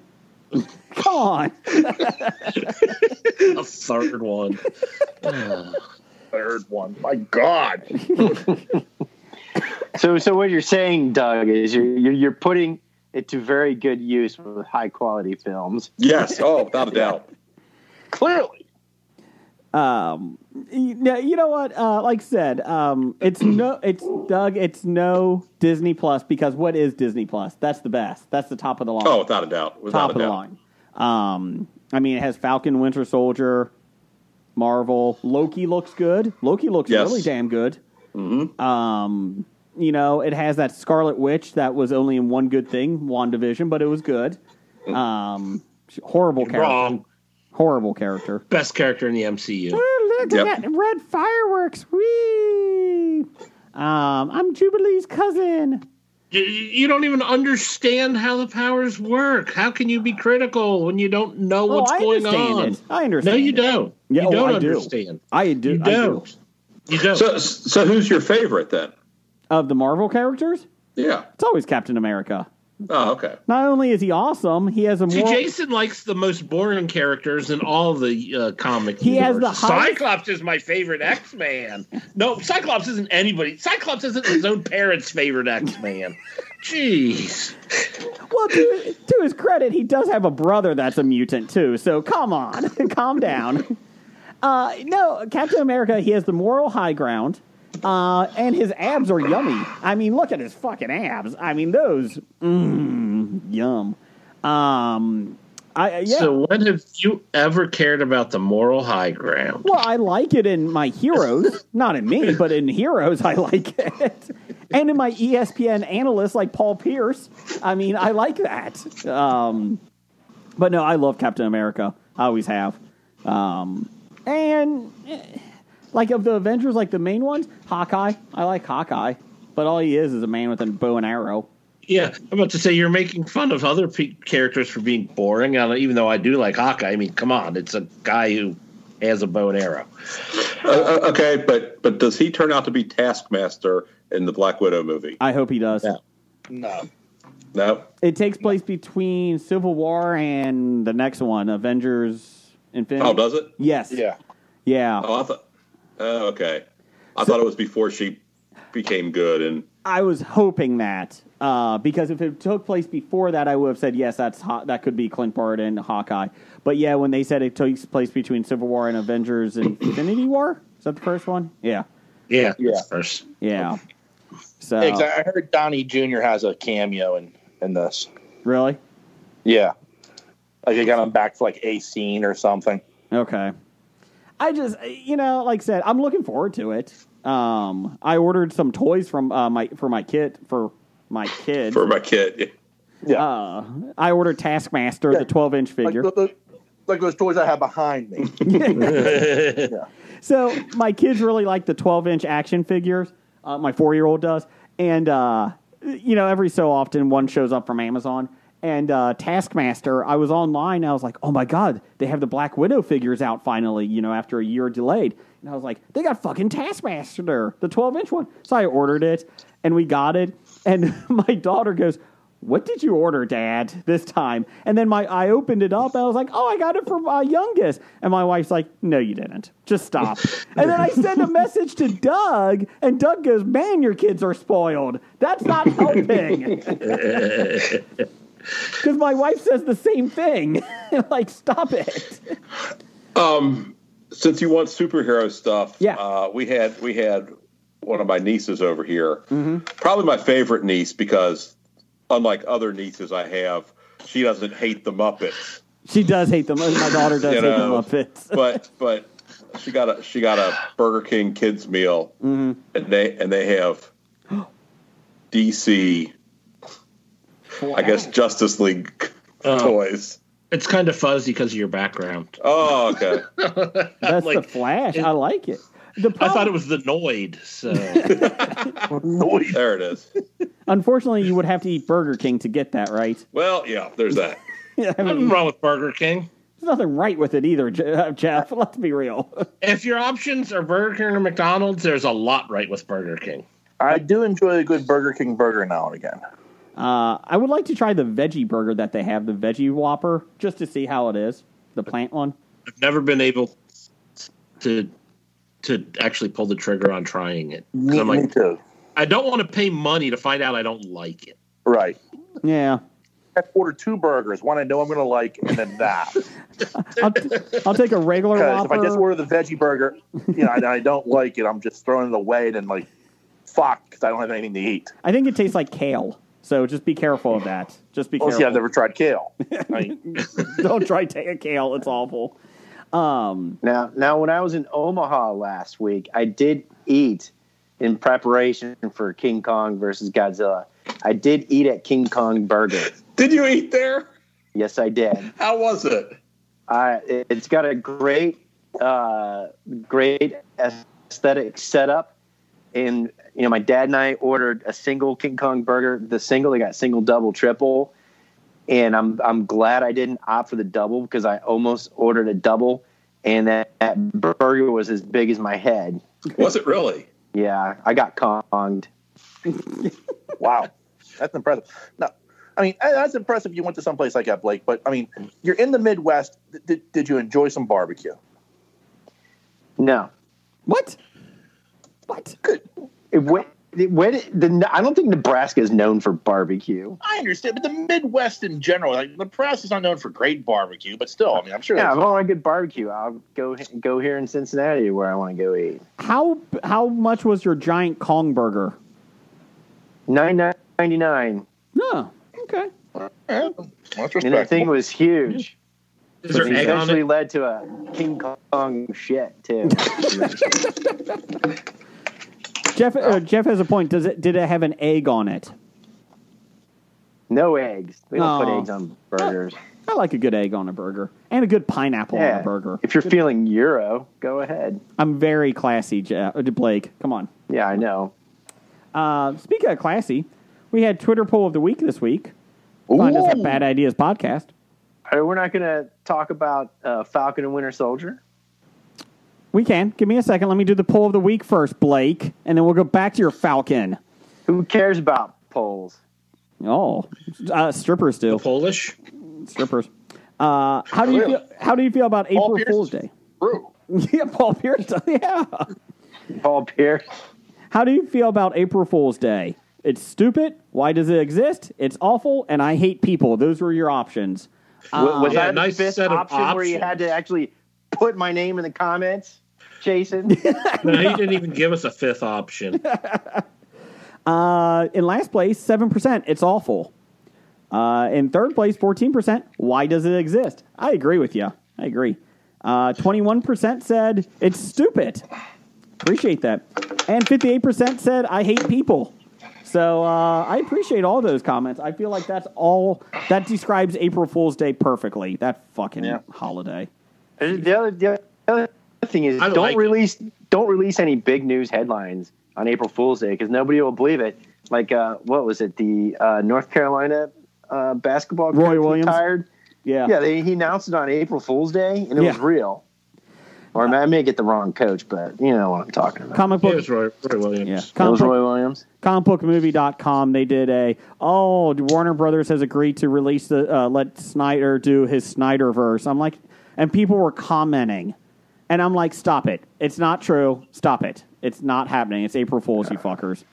Speaker 4: Come on.
Speaker 11: a third one.
Speaker 8: Third one. My God.
Speaker 6: So, so what you're saying, Doug, is you're you're, you're putting it to very good use with high quality films.
Speaker 7: Yes. Oh, without a doubt.
Speaker 8: Clearly.
Speaker 4: Um, you know, you know what? Uh, like I said, um, it's no, it's Doug, it's no Disney Plus because what is Disney Plus? That's the best. That's the top of the line.
Speaker 7: Oh, without a doubt. Without
Speaker 4: top
Speaker 7: a
Speaker 4: of the
Speaker 7: doubt.
Speaker 4: line. Um, I mean, it has Falcon, Winter Soldier, Marvel, Loki looks good. Loki looks
Speaker 7: Yes.
Speaker 4: really damn good.
Speaker 11: Mm-hmm.
Speaker 4: Um, you know, it has that Scarlet Witch that was only in one good thing, WandaVision, but it was good. Um, sh- horrible character.
Speaker 11: Mm. Wrong.
Speaker 4: Horrible character.
Speaker 11: Best character in the MCU.
Speaker 4: Look
Speaker 7: at
Speaker 4: at
Speaker 7: Yep.
Speaker 4: that red fireworks. Whee! Um, I'm Jubilee's cousin.
Speaker 11: You- You don't even understand how the powers work. How can you be critical when you don't know what's
Speaker 4: oh, I
Speaker 11: going
Speaker 4: understand
Speaker 11: on?
Speaker 4: it. I
Speaker 11: No,
Speaker 4: understand.
Speaker 11: you
Speaker 4: it.
Speaker 11: don't.
Speaker 4: Yeah,
Speaker 11: you
Speaker 4: oh,
Speaker 11: don't
Speaker 4: I do.
Speaker 11: understand.
Speaker 4: I do.
Speaker 11: You
Speaker 4: I do.
Speaker 11: don't. You don't.
Speaker 7: So, so who's your favorite then?
Speaker 4: Of the Marvel characters,
Speaker 7: Yeah.
Speaker 4: it's always Captain America.
Speaker 7: Oh, okay.
Speaker 4: Not only is he awesome, he has a
Speaker 11: See,
Speaker 4: more.
Speaker 11: Jason likes the most boring characters in all the uh, comic.
Speaker 4: He has the
Speaker 11: universes.
Speaker 4: highest-
Speaker 11: Cyclops is my favorite X Man. No, Cyclops isn't anybody. Cyclops isn't his own parents' favorite X Man. Jeez,
Speaker 4: Well, to, to his credit, he does have a brother that's a mutant too. So come on, calm down. Uh, no, Captain America. He has the moral high ground, uh, and his abs are yummy. I mean, look at his fucking abs. I mean, those mm, yum. Um, I yeah.
Speaker 11: So when have you ever cared about the moral high ground?
Speaker 4: well, I like it in my heroes, not in me, but in heroes, I like it, and in my E ESPN analysts like Paul Pierce. I mean, I like that. Um, but no, I love Captain America. I always have. Um, and eh, like of the Avengers, like the main ones, Hawkeye. I like Hawkeye, but all he is is a man with a bow and arrow.
Speaker 11: Yeah, I'm about to say you're making fun of other pe- characters for being boring. I don't- even though I do like Hawkeye, I mean, come on, it's a guy who has a bow and arrow.
Speaker 7: Uh, uh, okay, but but does he turn out to be Taskmaster in the Black Widow movie?
Speaker 4: I hope he does.
Speaker 11: Yeah.
Speaker 8: No.
Speaker 7: No.
Speaker 4: It takes place between Civil War and the next one, Avengers Infinity.
Speaker 7: Oh, does it?
Speaker 4: Yes.
Speaker 8: Yeah.
Speaker 4: Yeah.
Speaker 7: Oh, I thought. Oh, okay. I thought it was before she became good, and
Speaker 4: I was hoping that uh, because if it took place before that, I would have said yes. That's hot. that could be Clint Bard and Hawkeye. But yeah, when they said it takes place between Civil War and Avengers and Infinity War, is that the first one? Yeah,
Speaker 11: Yeah,
Speaker 8: Yeah.
Speaker 11: First.
Speaker 4: yeah. So
Speaker 8: Hey, 'cause I I heard Donnie Jr. has a cameo in, in this.
Speaker 4: really,
Speaker 8: Yeah. Like they got him back for like a scene or something.
Speaker 4: okay. I just you know, like I said, I'm looking forward to it. Um, I ordered some toys from uh, my for my kid for my kid.
Speaker 7: for my kid,
Speaker 8: Yeah.
Speaker 4: uh, I ordered Taskmaster, the 12 inch
Speaker 8: like,
Speaker 4: figure.
Speaker 8: th- th- like those toys I have behind me.
Speaker 4: So my kids really like the 12 inch action figures. Uh, my four year old does, and uh, you know, every so often one shows up from Amazon. And uh, Taskmaster, I was online. I was like, oh my god, they have the Black Widow figures out finally. You know, after a year delayed. And I was like, they got fucking Taskmaster, the 12 inch one. So I ordered it, and we got it. And my daughter goes. What did you order, Dad, this time? And then my I opened it up. And I was like, "Oh, I got it for my youngest." And my wife's like, "No, you didn't. Just stop." and then I send a message to Doug, and Doug goes, "Man, your kids are spoiled. That's not helping." Because my wife says the same thing. like, stop it.
Speaker 7: since you want superhero stuff,
Speaker 4: Yeah.
Speaker 7: uh, we had we had one of my nieces over here. Probably my favorite niece because, unlike other nieces I have, she doesn't hate the Muppets.
Speaker 4: She does hate them. My daughter does hate
Speaker 7: You know.
Speaker 4: the Muppets.
Speaker 7: But but she got a she got a Burger King kids meal, and they and they have DC. I guess Justice League toys.
Speaker 11: It's kind of fuzzy because of your background.
Speaker 7: Oh, okay.
Speaker 4: That's
Speaker 11: like-
Speaker 4: the Flash. I like it. The
Speaker 11: I thought
Speaker 4: problem-
Speaker 11: it was the Noid. So
Speaker 7: there it is.
Speaker 4: Unfortunately, you would have to eat Burger King to get that right.
Speaker 7: Well, yeah, there's that.
Speaker 4: I mean,
Speaker 11: nothing wrong with Burger King.
Speaker 4: There's nothing right with it either, Je- uh, Jeff. Let's be real.
Speaker 11: If your options are Burger King or McDonald's, there's a lot right with Burger King.
Speaker 8: I do enjoy a good Burger King burger now and again.
Speaker 4: Uh, I would like to try the veggie burger that they have, the veggie Whopper, just to see how it is, the plant one.
Speaker 11: I've never been able to to actually pull the trigger on trying it. 'Cause
Speaker 8: Me,
Speaker 11: I'm
Speaker 8: me
Speaker 11: like,
Speaker 8: too.
Speaker 11: I don't want to pay money to find out I don't like it.
Speaker 8: Right.
Speaker 4: Yeah.
Speaker 8: I order two burgers, one I know I'm going to like, and then that.
Speaker 4: I'll, t- I'll take a regular
Speaker 8: Because if
Speaker 4: Whopper.
Speaker 8: I just order the veggie burger, you know, and I don't like it, I'm just throwing it away and then like, fuck, 'cause I don't have anything to eat.
Speaker 4: I think it tastes like kale, so just be careful of that. Just be
Speaker 8: Well, see,
Speaker 4: careful.
Speaker 8: I've never tried kale. I mean,
Speaker 4: Don't try take a kale; it's awful. Um,
Speaker 6: Now, now, when I was in Omaha last week, I did eat in preparation for King Kong versus Godzilla. I did eat at King Kong Burger.
Speaker 7: Did you eat there?
Speaker 6: Yes, I did.
Speaker 7: How was it?
Speaker 6: I, it's got a great, uh, great aesthetic setup. And you know, my dad and I ordered a single King Kong burger. The single, they got single, double, triple. And I'm I'm glad I didn't opt for the double because I almost ordered a double, and that, that burger was as big as my head.
Speaker 7: Was it really?
Speaker 6: Yeah, I got conged.
Speaker 8: wow, that's impressive. No, I mean eh, that's impressive. You went to someplace like that, Blake. But I mean, you're in the Midwest. Th- Did, did you enjoy some barbecue?
Speaker 6: No,
Speaker 4: what? What?
Speaker 6: it, when, it, when it- the, I don't think Nebraska is known for barbecue.
Speaker 8: I understand, but the Midwest in general, like Nebraska's not known for great barbecue, but still, I mean, I'm sure.
Speaker 6: Yeah,
Speaker 8: that's-
Speaker 6: if I want a good barbecue, I'll go go here in Cincinnati where I want to go eat.
Speaker 4: How how much was your giant Kong burger?
Speaker 6: Nine ninety nine,
Speaker 4: No. Okay.
Speaker 8: Yeah, that's
Speaker 6: and that thing
Speaker 8: respectable.
Speaker 6: was huge.
Speaker 11: Is there
Speaker 6: It
Speaker 11: egg on
Speaker 6: eventually
Speaker 11: it?
Speaker 6: led to a King Kong shit too.
Speaker 4: Jeff uh, Jeff has a point. Does it did it have an egg on it?
Speaker 6: no eggs. We don't put
Speaker 4: Oh.
Speaker 6: eggs on burgers.
Speaker 4: I like a good egg on a burger and a good pineapple on
Speaker 6: Yeah,
Speaker 4: a burger.
Speaker 6: If you're feeling Euro, go ahead.
Speaker 4: I'm very classy, Jeff, uh, Blake. Come on.
Speaker 6: Yeah, I know.
Speaker 4: Uh, speaking of classy, we had Twitter poll of the week this week. Find us at
Speaker 8: Ooh.
Speaker 4: Bad Ideas Podcast.
Speaker 6: Uh, We're not going to talk about uh, Falcon and Winter Soldier.
Speaker 4: We can. Give me a second. Let me do the poll of the week first, Blake, and then we'll go back to your Falcon.
Speaker 6: Who cares about polls?
Speaker 4: Oh, uh, strippers do
Speaker 11: Polish?
Speaker 4: strippers. Uh, how do you
Speaker 8: Really?
Speaker 4: feel? How do you feel about April
Speaker 8: Pierce?
Speaker 4: Fool's Day?
Speaker 8: True.
Speaker 4: yeah, Paul Pierce. Yeah.
Speaker 6: Paul Pierce.
Speaker 4: How do you feel about April Fool's Day? It's stupid. Why does it exist? It's awful, and I hate people. Those were your options.
Speaker 6: W- was
Speaker 11: Uh, Yeah,
Speaker 6: that
Speaker 11: nice
Speaker 6: the fifth
Speaker 11: set of
Speaker 6: option where you had to
Speaker 11: options.
Speaker 6: actually put my name in the comments, Jason?
Speaker 11: No, he didn't even give us a fifth option.
Speaker 4: Uh, in last place, seven percent. It's awful. Uh, in third place, fourteen percent. Why does it exist? I agree with you. I agree. Twenty-one percent said it's stupid. Appreciate that. And fifty-eight percent said I hate people. So uh, I appreciate all those comments. I feel like that's all that describes April Fool's Day perfectly. That fucking
Speaker 8: Yeah.
Speaker 4: holiday.
Speaker 6: the, other, the other thing is,
Speaker 11: I
Speaker 6: don't
Speaker 11: like it.
Speaker 6: release don't release any big news headlines on April Fool's Day because nobody will believe it. Like uh, what was it? The uh, North Carolina uh, basketball
Speaker 4: Roy
Speaker 6: coach who
Speaker 4: Williams?
Speaker 6: retired.
Speaker 4: Yeah.
Speaker 6: Yeah, they, he announced it on April Fool's Day, and it was
Speaker 4: Yeah.
Speaker 6: real. Or I may get the wrong coach, but you know what I'm talking about.
Speaker 4: Comic
Speaker 11: It
Speaker 4: book.
Speaker 11: was Roy, Roy Williams.
Speaker 4: Yeah.
Speaker 6: it
Speaker 4: Comic
Speaker 6: was
Speaker 4: book
Speaker 6: Roy Williams.
Speaker 4: comicbookmovie.com they did a oh warner brothers has agreed to release the uh, let snyder do his snyderverse i'm like and people were commenting and i'm like stop it it's not true stop it it's not happening it's april fools you fuckers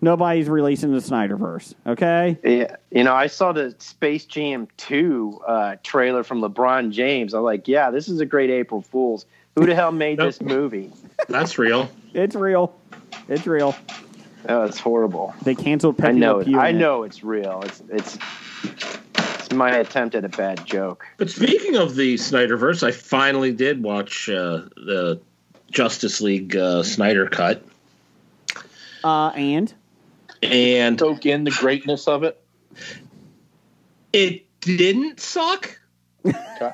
Speaker 4: nobody's releasing the snyderverse okay
Speaker 6: Yeah, you know, I saw the Space Jam 2 uh, trailer from LeBron James. I'm like, yeah, this is a great April Fool's. Who the hell made this movie?
Speaker 11: That's real.
Speaker 4: it's real it's real
Speaker 6: Oh, it's horrible.
Speaker 4: they canceled
Speaker 6: I
Speaker 4: Pepe
Speaker 6: know. It.
Speaker 4: Le Pew
Speaker 6: I
Speaker 4: in it.
Speaker 6: know it's real. It's it's it's my attempt at a bad joke.
Speaker 11: But speaking of the Snyderverse, I finally did watch uh, the Justice League uh, Snyder cut,
Speaker 4: uh, and
Speaker 11: and
Speaker 8: Soak in the greatness of it.
Speaker 11: it didn't suck.
Speaker 8: Okay.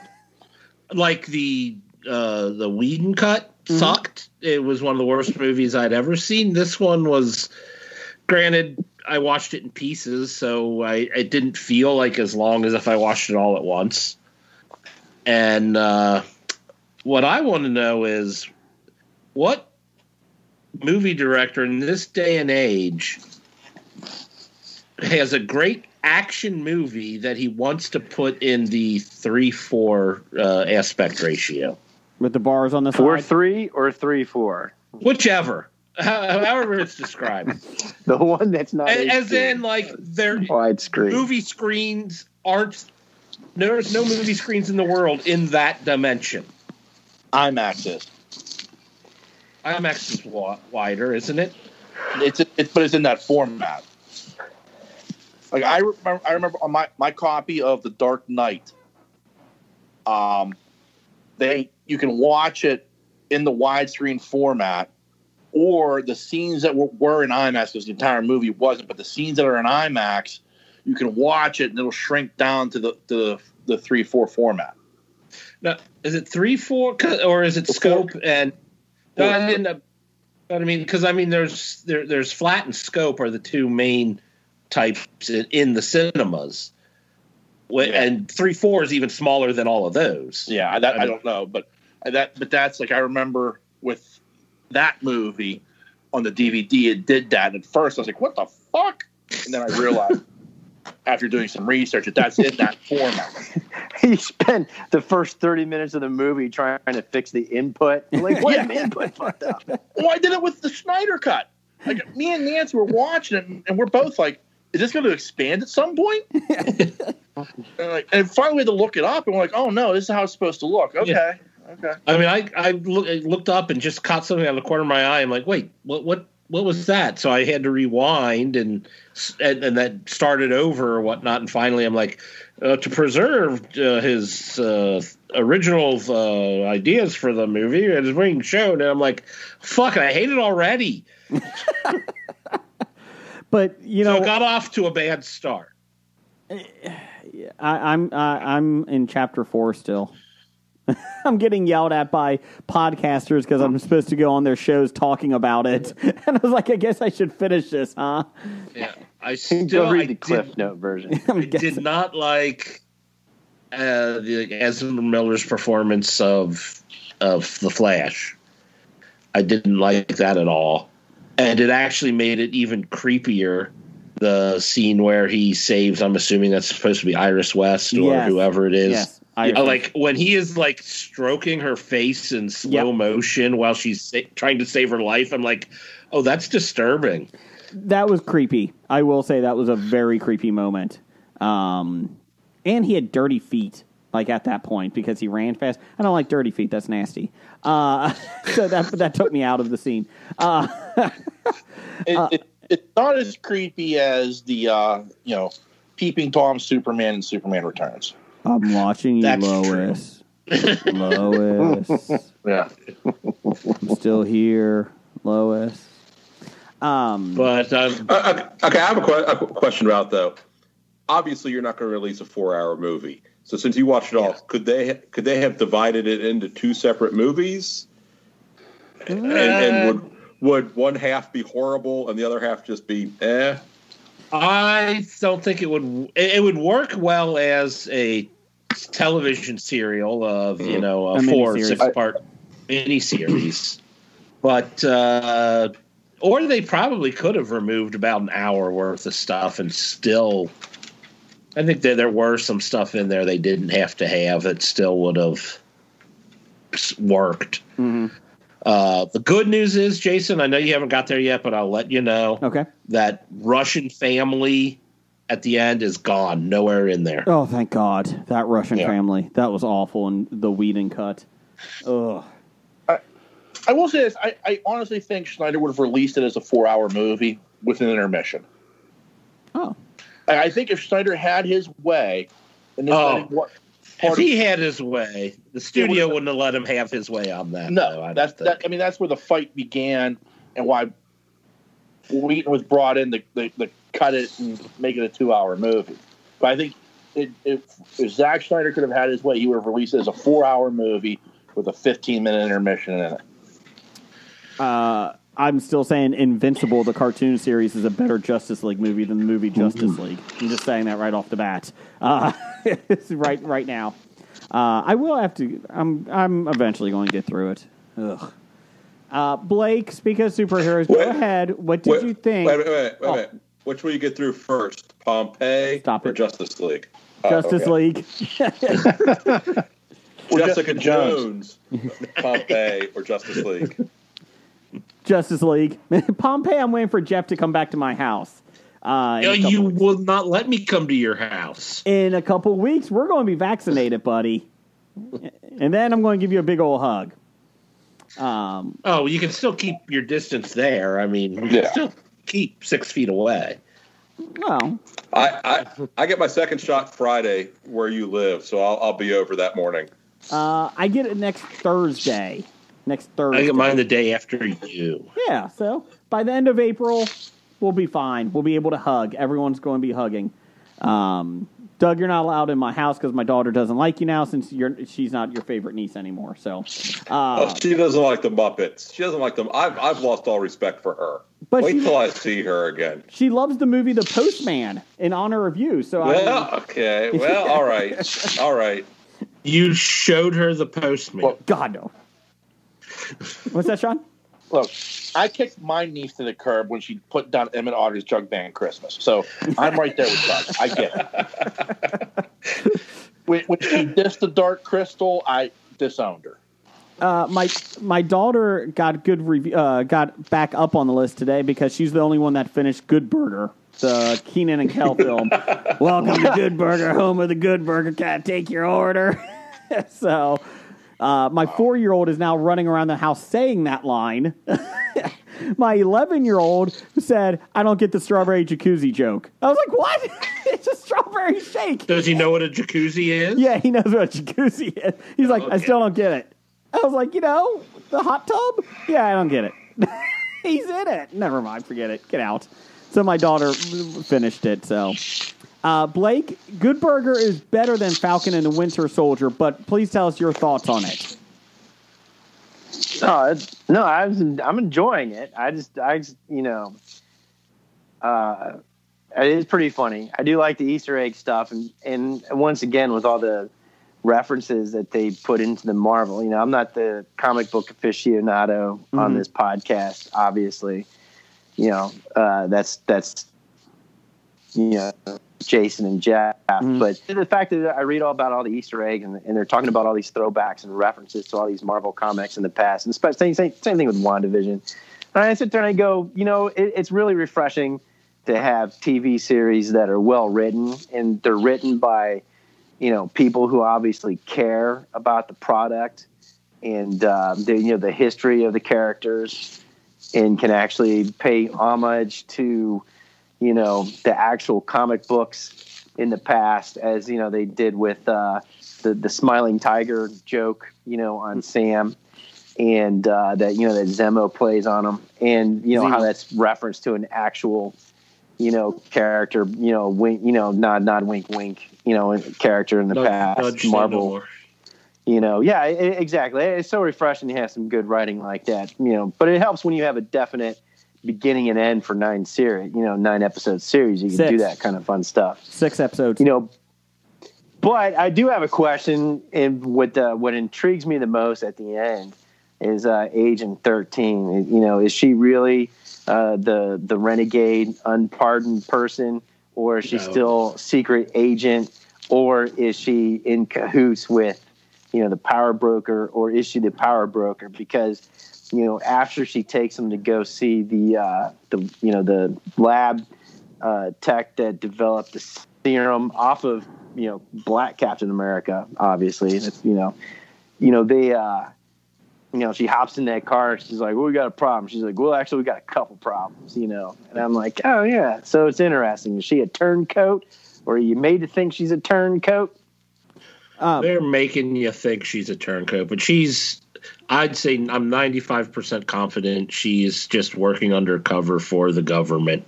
Speaker 11: Like the uh, the Whedon cut sucked. It was one of the worst movies I'd ever seen. This one was, granted, I watched it in pieces, so I it didn't feel like as long as if I watched it all at once. And uh, what I want to know is what movie director in this day and age has a great action movie that he wants to put in the three four uh, aspect ratio,
Speaker 4: with the bars on the
Speaker 6: Four
Speaker 4: side
Speaker 6: three or three four.
Speaker 11: whichever, how- however it's described,
Speaker 6: The one that's not
Speaker 11: A- as
Speaker 6: HD. Oh,
Speaker 11: in like their
Speaker 6: widescreen.
Speaker 11: movie screens aren't There's no movie screens in the world in that dimension.
Speaker 8: IMAX is.
Speaker 11: IMAX is wa- wider, isn't it?
Speaker 8: It's it's but it's in that format. Like I remember, I remember on my my copy of The Dark Knight. Um, they you can watch it in the widescreen format, or the scenes that were, were in IMAX because the entire movie wasn't, but the scenes that are in IMAX, you can watch it and it'll shrink down to the to the, the three four format.
Speaker 11: No, is it three four 'Cause- or is it scope and? No, I didn't. uh, but I mean, because I mean, there's there, there's flat and scope are the two main types in, in the cinemas, Wh-
Speaker 8: Yeah.
Speaker 11: and three four is even smaller than all of those.
Speaker 8: Yeah, I- that, I don't know, but that but that's like I remember with that movie on the DVD, it did that. And at first, I was like, "What the fuck?" And then I realized after doing some research that that's in that format.
Speaker 6: you spend the first 30 minutes of the movie trying to fix the input. Like, what
Speaker 8: Yeah.
Speaker 6: input fucked up?
Speaker 8: Well, Oh, I did it with the Snyder cut. Like me and Nancy were watching it, and we're both like, "Is this going to expand at some point?" and, like, and finally, we had to look it up, and we're like, "Oh no, this is how it's supposed to look." Okay, okay.
Speaker 11: I mean, I I, look, I looked up and just caught something out of the corner of my eye. I'm like, wait, what what what was that? So I had to rewind and s- and, and that started over or whatnot. And finally, I'm like, uh, to preserve uh, his uh, original uh, ideas for the movie, it is being shown. And I'm like, fuck, I hate it already.
Speaker 4: But you
Speaker 11: So
Speaker 4: know,
Speaker 11: it got off to a bad start.
Speaker 4: I, I'm I, I'm in chapter four still. I'm getting yelled at by podcasters because I'm supposed to go on their shows talking about it, and I was like, I guess I should finish this, huh?
Speaker 11: Yeah, I
Speaker 6: Go
Speaker 11: still
Speaker 6: read the
Speaker 11: I did-
Speaker 6: Cliff Note version.
Speaker 4: I'm
Speaker 11: I did
Speaker 4: guessing.
Speaker 11: not like uh, the Ezra Miller's performance of of the Flash. I didn't like that at all, and it actually made it even creepier. The scene where he saves, I'm assuming that's supposed to be Iris West or
Speaker 4: Yes.
Speaker 11: whoever it is.
Speaker 4: Yes, I
Speaker 11: Uh, like when he is like stroking her face in slow
Speaker 4: Yep.
Speaker 11: motion while she's sa- trying to save her life. I'm like, oh, that's disturbing.
Speaker 4: that was creepy. I will say that was a very creepy moment. Um, and he had dirty feet, like at that point, because he ran fast. I don't like dirty feet; that's nasty. Uh, so that that took me out of the scene. Uh,
Speaker 8: it, it, it's not as creepy as the uh, you know peeping tom superman and superman returns
Speaker 4: I'm watching you,
Speaker 11: That's
Speaker 4: Lois. Lois,
Speaker 8: yeah
Speaker 4: I'm still here, Lois. Um,
Speaker 11: But um,
Speaker 7: Uh, okay, I have a, que- a qu- question about though. Obviously, you're not going to release a four-hour movie. So, since you watched it all, could they could they have divided it into two separate movies? And, and
Speaker 4: Uh,
Speaker 7: would would one half be horrible and the other half just be eh?
Speaker 11: I don't think it would. It, it would work well as a television serial of you know a,
Speaker 4: A
Speaker 11: four
Speaker 4: miniseries.
Speaker 11: six part miniseries, but uh, or they probably could have removed about an hour worth of stuff and still. I think that there were some stuff in there they didn't have to have that still would have s- worked.
Speaker 4: mhm.
Speaker 11: Uh, the good news is, Jason, I know you haven't got there yet, but I'll let you know
Speaker 4: Okay.
Speaker 11: that Russian family at the end is gone, nowhere in there.
Speaker 4: Oh, thank God, that Russian
Speaker 11: Yeah.
Speaker 4: family. That was awful, and the Whedon cut. Ugh.
Speaker 8: i will say this I, I honestly think schneider would have released it as a four hour movie with an intermission
Speaker 4: Oh.
Speaker 8: i, I think if schneider had his way and just
Speaker 11: Oh.
Speaker 8: let it work-
Speaker 11: If he had his way, the
Speaker 8: Yeah,
Speaker 11: studio
Speaker 8: what-
Speaker 11: wouldn't have let him have his way on that. though, I uh,
Speaker 8: no
Speaker 11: don't
Speaker 8: that's
Speaker 11: think.
Speaker 8: that, i mean that's where the fight began and why Wheaton was brought in to, to, to cut it and make it a two hour movie but i think it, if, if Zack Schneider could have had his way, he would have released it as a four-hour movie with a fifteen-minute intermission in it.
Speaker 4: Uh, I'm still saying Invincible, the cartoon series, is a better Justice League movie than the movie Justice League. I'm just saying that right off the bat. Uh, right, right now. Uh, I will have to. I'm. I'm eventually going to get through it. Ugh. Uh, Blake, speak of superheroes.
Speaker 7: Wait.
Speaker 4: go ahead. What did
Speaker 7: Wait-
Speaker 4: you think?
Speaker 7: Wait, wait, wait, wait,
Speaker 4: Oh.
Speaker 7: wait. Which will you get through first, Pompeii
Speaker 4: Stop
Speaker 7: or
Speaker 4: it.
Speaker 7: Justice League? Oh,
Speaker 4: Justice
Speaker 7: okay.
Speaker 4: League.
Speaker 8: Or Jessica
Speaker 7: Jessica Jones, Pompeii or Justice League?
Speaker 4: Justice League. Pompeii. I'm waiting for Jeff to come back to my house. Uh, in
Speaker 11: Uh,
Speaker 4: a couple
Speaker 11: you
Speaker 4: weeks.
Speaker 11: will not let me come to your house.
Speaker 4: in a couple weeks, we're going to be vaccinated, buddy. and then I'm going to give you a big old hug. Um,
Speaker 11: Oh, you can still keep your distance there. I mean, you
Speaker 8: Yeah.
Speaker 11: can still keep six feet away.
Speaker 4: well,
Speaker 7: I, I I get my second shot Friday where you live, so I'll, I'll be over that morning.
Speaker 4: uh, I get it next Thursday. Next Thursday.
Speaker 11: I get mine the day after you.
Speaker 4: Yeah, so by the end of April, we'll be fine. We'll be able to hug. Everyone's going to be hugging. Um, Doug, you're not allowed in my house because my daughter doesn't like you now since you're she's not your favorite niece anymore. So, uh,
Speaker 7: oh, she doesn't like the Muppets. She doesn't like them. I've I've lost all respect for her.
Speaker 4: But
Speaker 7: Wait
Speaker 4: she-
Speaker 7: till I see her again.
Speaker 4: she loves the movie The Postman in honor of you. So I,
Speaker 7: Well, okay. Well, all right, all right.
Speaker 11: You showed her the postman.
Speaker 8: Well-
Speaker 4: God no. What's that, Sean?
Speaker 8: Look, I kicked my niece to the curb when she put down Emmett Otter's Jug Band Christmas. So I'm right there with Doug. I get it. when, when she dissed the Dark Crystal, I disowned her.
Speaker 4: uh, my my daughter got good rev- uh, got back up on the list today because she's the only one that finished Good Burger, the Keenan and Kel film. Welcome to Good Burger, home of the Good Burger. Can I take your order? so, uh, my four year old is now running around the house saying that line. my eleven year old said, "I don't get the strawberry jacuzzi joke." I was like, "What? it's a strawberry shake."
Speaker 11: Does he know what a jacuzzi is?
Speaker 4: Yeah, he knows what a jacuzzi is. He's like, I
Speaker 11: okay.
Speaker 4: still don't get it. I was like, you know, the hot tub? Yeah, I don't get it. He's in it. Never mind, forget it. Get out. So my daughter finished it. So, uh, Blake, Good Burger is better than Falcon and the Winter Soldier, but please tell us your thoughts on it.
Speaker 6: No, it's, no, I was, I'm enjoying it. I just, I, just, you know, uh, it is pretty funny. I do like the Easter egg stuff, and and once again with all the references that they put into the Marvel. You know, I'm not the comic book aficionado on
Speaker 4: Mhm.
Speaker 6: this podcast, obviously. You know, uh, that's that's you know Jason and Jeff.
Speaker 4: Mhm.
Speaker 6: But the fact that I read all about all the Easter eggs and, and they're talking about all these throwbacks and references to all these Marvel comics in the past, and spe- same, same, same thing with WandaVision. And I sit there and I go, you know, it, it's really refreshing to have TV series that are well written and they're written by, you know, people who obviously care about the product and uh, the, you know the history of the characters and can actually pay homage to you know the actual comic books in the past as you know they did with uh, the the smiling tiger joke you know
Speaker 11: Hmm.
Speaker 6: on Sam and uh, that you know that Zemo plays on him and you know how that's referenced to an actual you know character you know wink you know nod nod wink wink you know character in the
Speaker 11: Nudge-
Speaker 6: past
Speaker 11: nudge, say no
Speaker 6: Marvel
Speaker 11: more.
Speaker 6: you know yeah e- exactly it's so refreshing to have some good writing like that you know but it helps when you have a definite beginning and end for nine series you know nine episode series you can
Speaker 4: Six.
Speaker 6: do that kind of fun stuff
Speaker 4: Six episodes.
Speaker 6: you know but i do have a question and what uh, what intrigues me the most at the end is uh, agent 13 you know is she really uh, the the renegade unpardoned person or is she
Speaker 11: No.
Speaker 6: still secret agent or is she in cahoots with you know the power broker or is she the power broker because you know after she takes him to go see the uh, the you know the lab uh, tech that developed the serum off of you know black captain america obviously that's you know you know they uh you know she hops in that car she's like well we got a problem she's like well actually we got a couple problems you know and i'm like oh yeah so it's interesting is she a turncoat or are you made to think she's a turncoat
Speaker 4: Uh,
Speaker 11: They're making you think she's a turncoat, but she's. I'd say I'm 95% confident she's just working undercover for the government,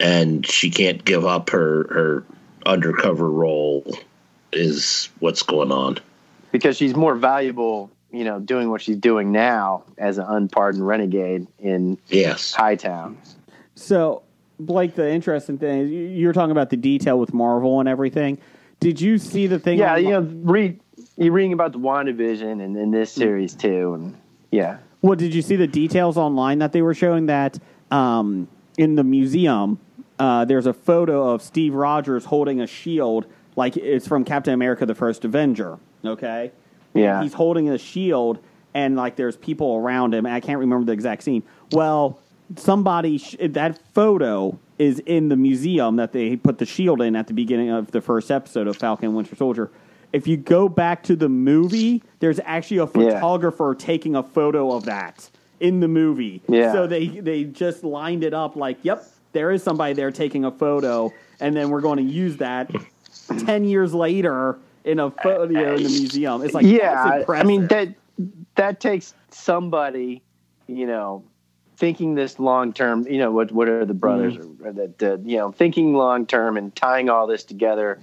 Speaker 11: and she can't give up her her undercover role. Is what's going on?
Speaker 6: because she's more valuable you know doing what she's doing now as an unpardoned renegade in
Speaker 11: Yes.
Speaker 6: hightown
Speaker 4: So, Blake, the interesting thing is you you were talking about the detail with Marvel and everything. Did you see the thing?
Speaker 6: yeah
Speaker 4: on-
Speaker 6: you know read you're reading about the wandavision and then this series too and yeah
Speaker 4: Well, did you see the details online that they were showing that um, in the museum? Uh, there's a photo of Steve Rogers holding a shield, like it's from Captain America: The First Avenger. Okay,
Speaker 6: yeah
Speaker 4: he's holding a shield, and like there's people around him. and I can't remember the exact scene. Well, somebody sh- that photo is in the museum that they put the shield in at the beginning of the first episode of Falcon and Winter Soldier. If you go back to the movie, there's actually a
Speaker 6: Yeah.
Speaker 4: photographer taking a photo of that in the movie.
Speaker 6: Yeah.
Speaker 4: So they they just lined it up like, yep, there is somebody there taking a photo, and then we're going to use that ten years later in a photo you know, in the museum. It's like that's
Speaker 6: Uh, yeah, I- I
Speaker 4: impressive.
Speaker 6: mean that that takes somebody, you know, thinking this long term. You know, what what are the brothers
Speaker 4: Mm-hmm.
Speaker 6: or, or that uh, you know thinking long term and tying all this together,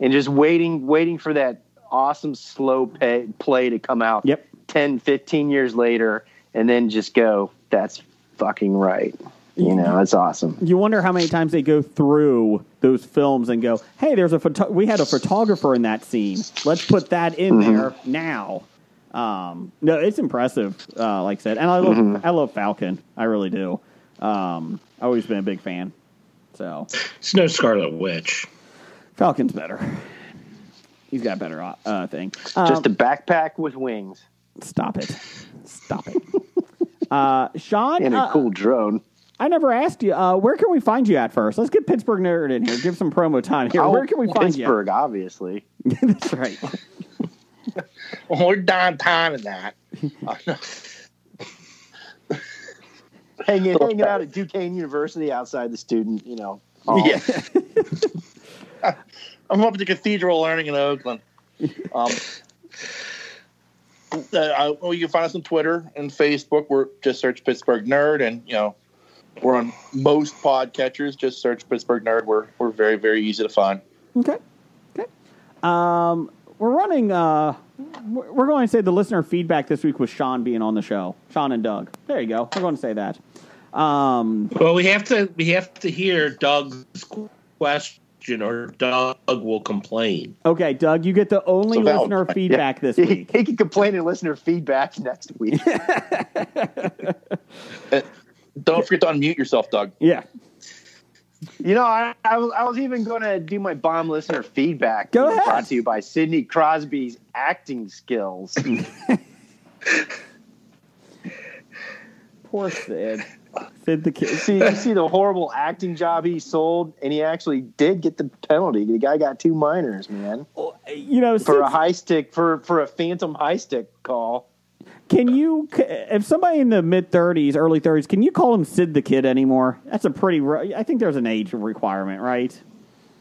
Speaker 6: and just waiting waiting for that awesome slow pay, play to come out.
Speaker 4: Yep.
Speaker 6: 10, 15 years later, and then just go. That's fucking right. You know, that's awesome.
Speaker 4: you wonder how many times they go through those films and go, "Hey, there's a photo- we had a photographer in that scene. Let's put that in
Speaker 6: Mm-hmm.
Speaker 4: there now." Um, no, it's impressive. Uh, like I said, and I love
Speaker 6: Mm-hmm.
Speaker 4: I love Falcon. I really do. Um, I've always been a big fan. So
Speaker 11: It's no Scarlet Witch.
Speaker 4: Falcon's better. He's got a better uh, thing. Um,
Speaker 6: Just a backpack with wings
Speaker 4: stop it. Stop it. Uh, Sean,
Speaker 6: and a
Speaker 4: uh,
Speaker 6: cool drone.
Speaker 4: I never asked you. Uh, where can we find you at first? Let's get Pittsburgh nerd in here. Give some promo time
Speaker 6: Oh,
Speaker 4: here. where can we find you? at?
Speaker 6: Pittsburgh, obviously.
Speaker 4: That's right.
Speaker 8: We're downtown in that.
Speaker 6: hanging hanging out at Duquesne University outside the student, you know.
Speaker 4: Oh,
Speaker 6: hall.
Speaker 8: Yeah. I'm up at the Cathedral of Learning in Oakland. Um, uh, I- well, you can find us on Twitter and Facebook. We're just search Pittsburgh Nerd, and you know we're on most podcatchers. Just search Pittsburgh Nerd. We're we're very very easy to find.
Speaker 4: Okay. Okay. Um, we're running. Uh, we're we're going to say the listener feedback this week was Sean being on the show. Sean and Doug. There you go. We're going to say that. Um,
Speaker 11: Well, we have to we have to hear Doug's question, or Doug will complain.
Speaker 4: okay, Doug, you get the only
Speaker 8: It's a valid
Speaker 4: listener
Speaker 8: point.
Speaker 4: feedback this
Speaker 6: He,
Speaker 4: week.
Speaker 6: he can complain and listener feedback next week.
Speaker 8: Don't forget to unmute yourself, Doug.
Speaker 4: Yeah.
Speaker 6: you know, I, I, was, I was even going to do my bomb listener feedback.
Speaker 4: Go
Speaker 6: It was
Speaker 4: ahead.
Speaker 6: Brought to you by Sidney Crosby's acting skills.
Speaker 4: Poor Sid. Sid the kid.
Speaker 6: see, you see the horrible acting job he sold, and he actually did get the penalty. The guy got two minors, man,
Speaker 4: You know,
Speaker 6: for a
Speaker 4: Sid's-
Speaker 6: high stick for for a phantom high stick call.
Speaker 4: can you? c- If somebody in the mid thirties, early thirties, can you call him Sid the kid anymore? That's a pretty. re- I think there's an age requirement, right?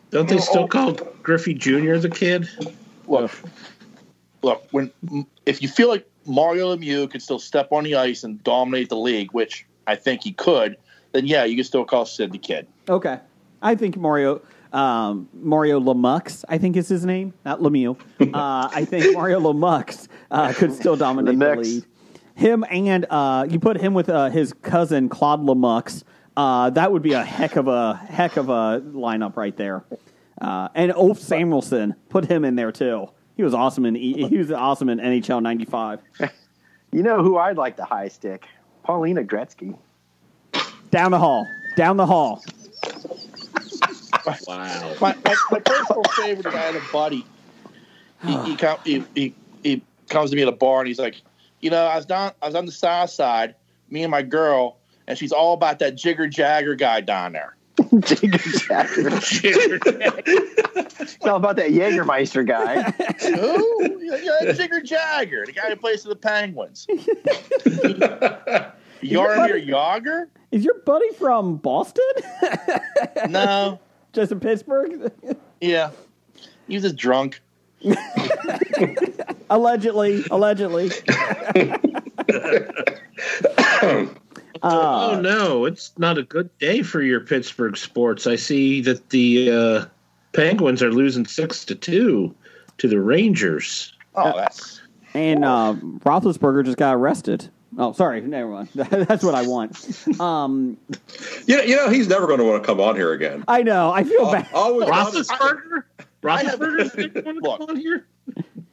Speaker 11: Don't they still call Griffey Jr. the kid?
Speaker 8: Look, look. When if you feel like Mario Lemieux could still step on the ice and dominate the league, which I think he could, then yeah, you can still call Sid the kid.
Speaker 4: Okay. I think Mario um, Mario Lamux, I think is his name, not Lemieux. Uh, I think Mario Lamux uh, could still dominate the
Speaker 6: Lamux.
Speaker 4: league. Him and uh, you put him with uh, his cousin Claude Lamux. Uh, that would be a heck of a heck of a lineup right there. Uh, and Ulf Samuelson put him in there too. He was awesome in E- he was awesome in NHL '95.
Speaker 6: You know who I'd like to high stick? Paulina Gretzky.
Speaker 4: Down the hall, down the hall.
Speaker 11: Wow.
Speaker 8: my, my, my personal favorite guy had a buddy. He he, com- he he he comes to me at a bar and he's like, you know, I was down, I was on the south side, me and my girl, and she's all about that jigger jagger guy down there.
Speaker 6: Jigger Jagger. It's all about that Jägermeister guy.
Speaker 8: Who? Yeah, yeah, jigger jagger, the guy who plays for the Penguins. Yarmir Yager?
Speaker 4: Is your buddy from Boston?
Speaker 8: No,
Speaker 4: Just in Pittsburgh?
Speaker 8: yeah, he was just drunk.
Speaker 4: allegedly, allegedly.
Speaker 8: Uh,
Speaker 11: oh no, it's not a good day for your Pittsburgh sports. I see that the uh, Penguins are losing six to two to the Rangers.
Speaker 8: Oh, that's
Speaker 4: And uh, Roethlisberger just got arrested. Oh, sorry, never mind. That's what I want. Um,
Speaker 7: You know, you know he's never going to want to come on here again.
Speaker 4: I know. I feel
Speaker 7: I,
Speaker 4: bad.
Speaker 7: I was-
Speaker 11: Roethlisberger,
Speaker 8: Oh, I have-
Speaker 11: Roethlisberger's the one
Speaker 8: Look.
Speaker 11: on here.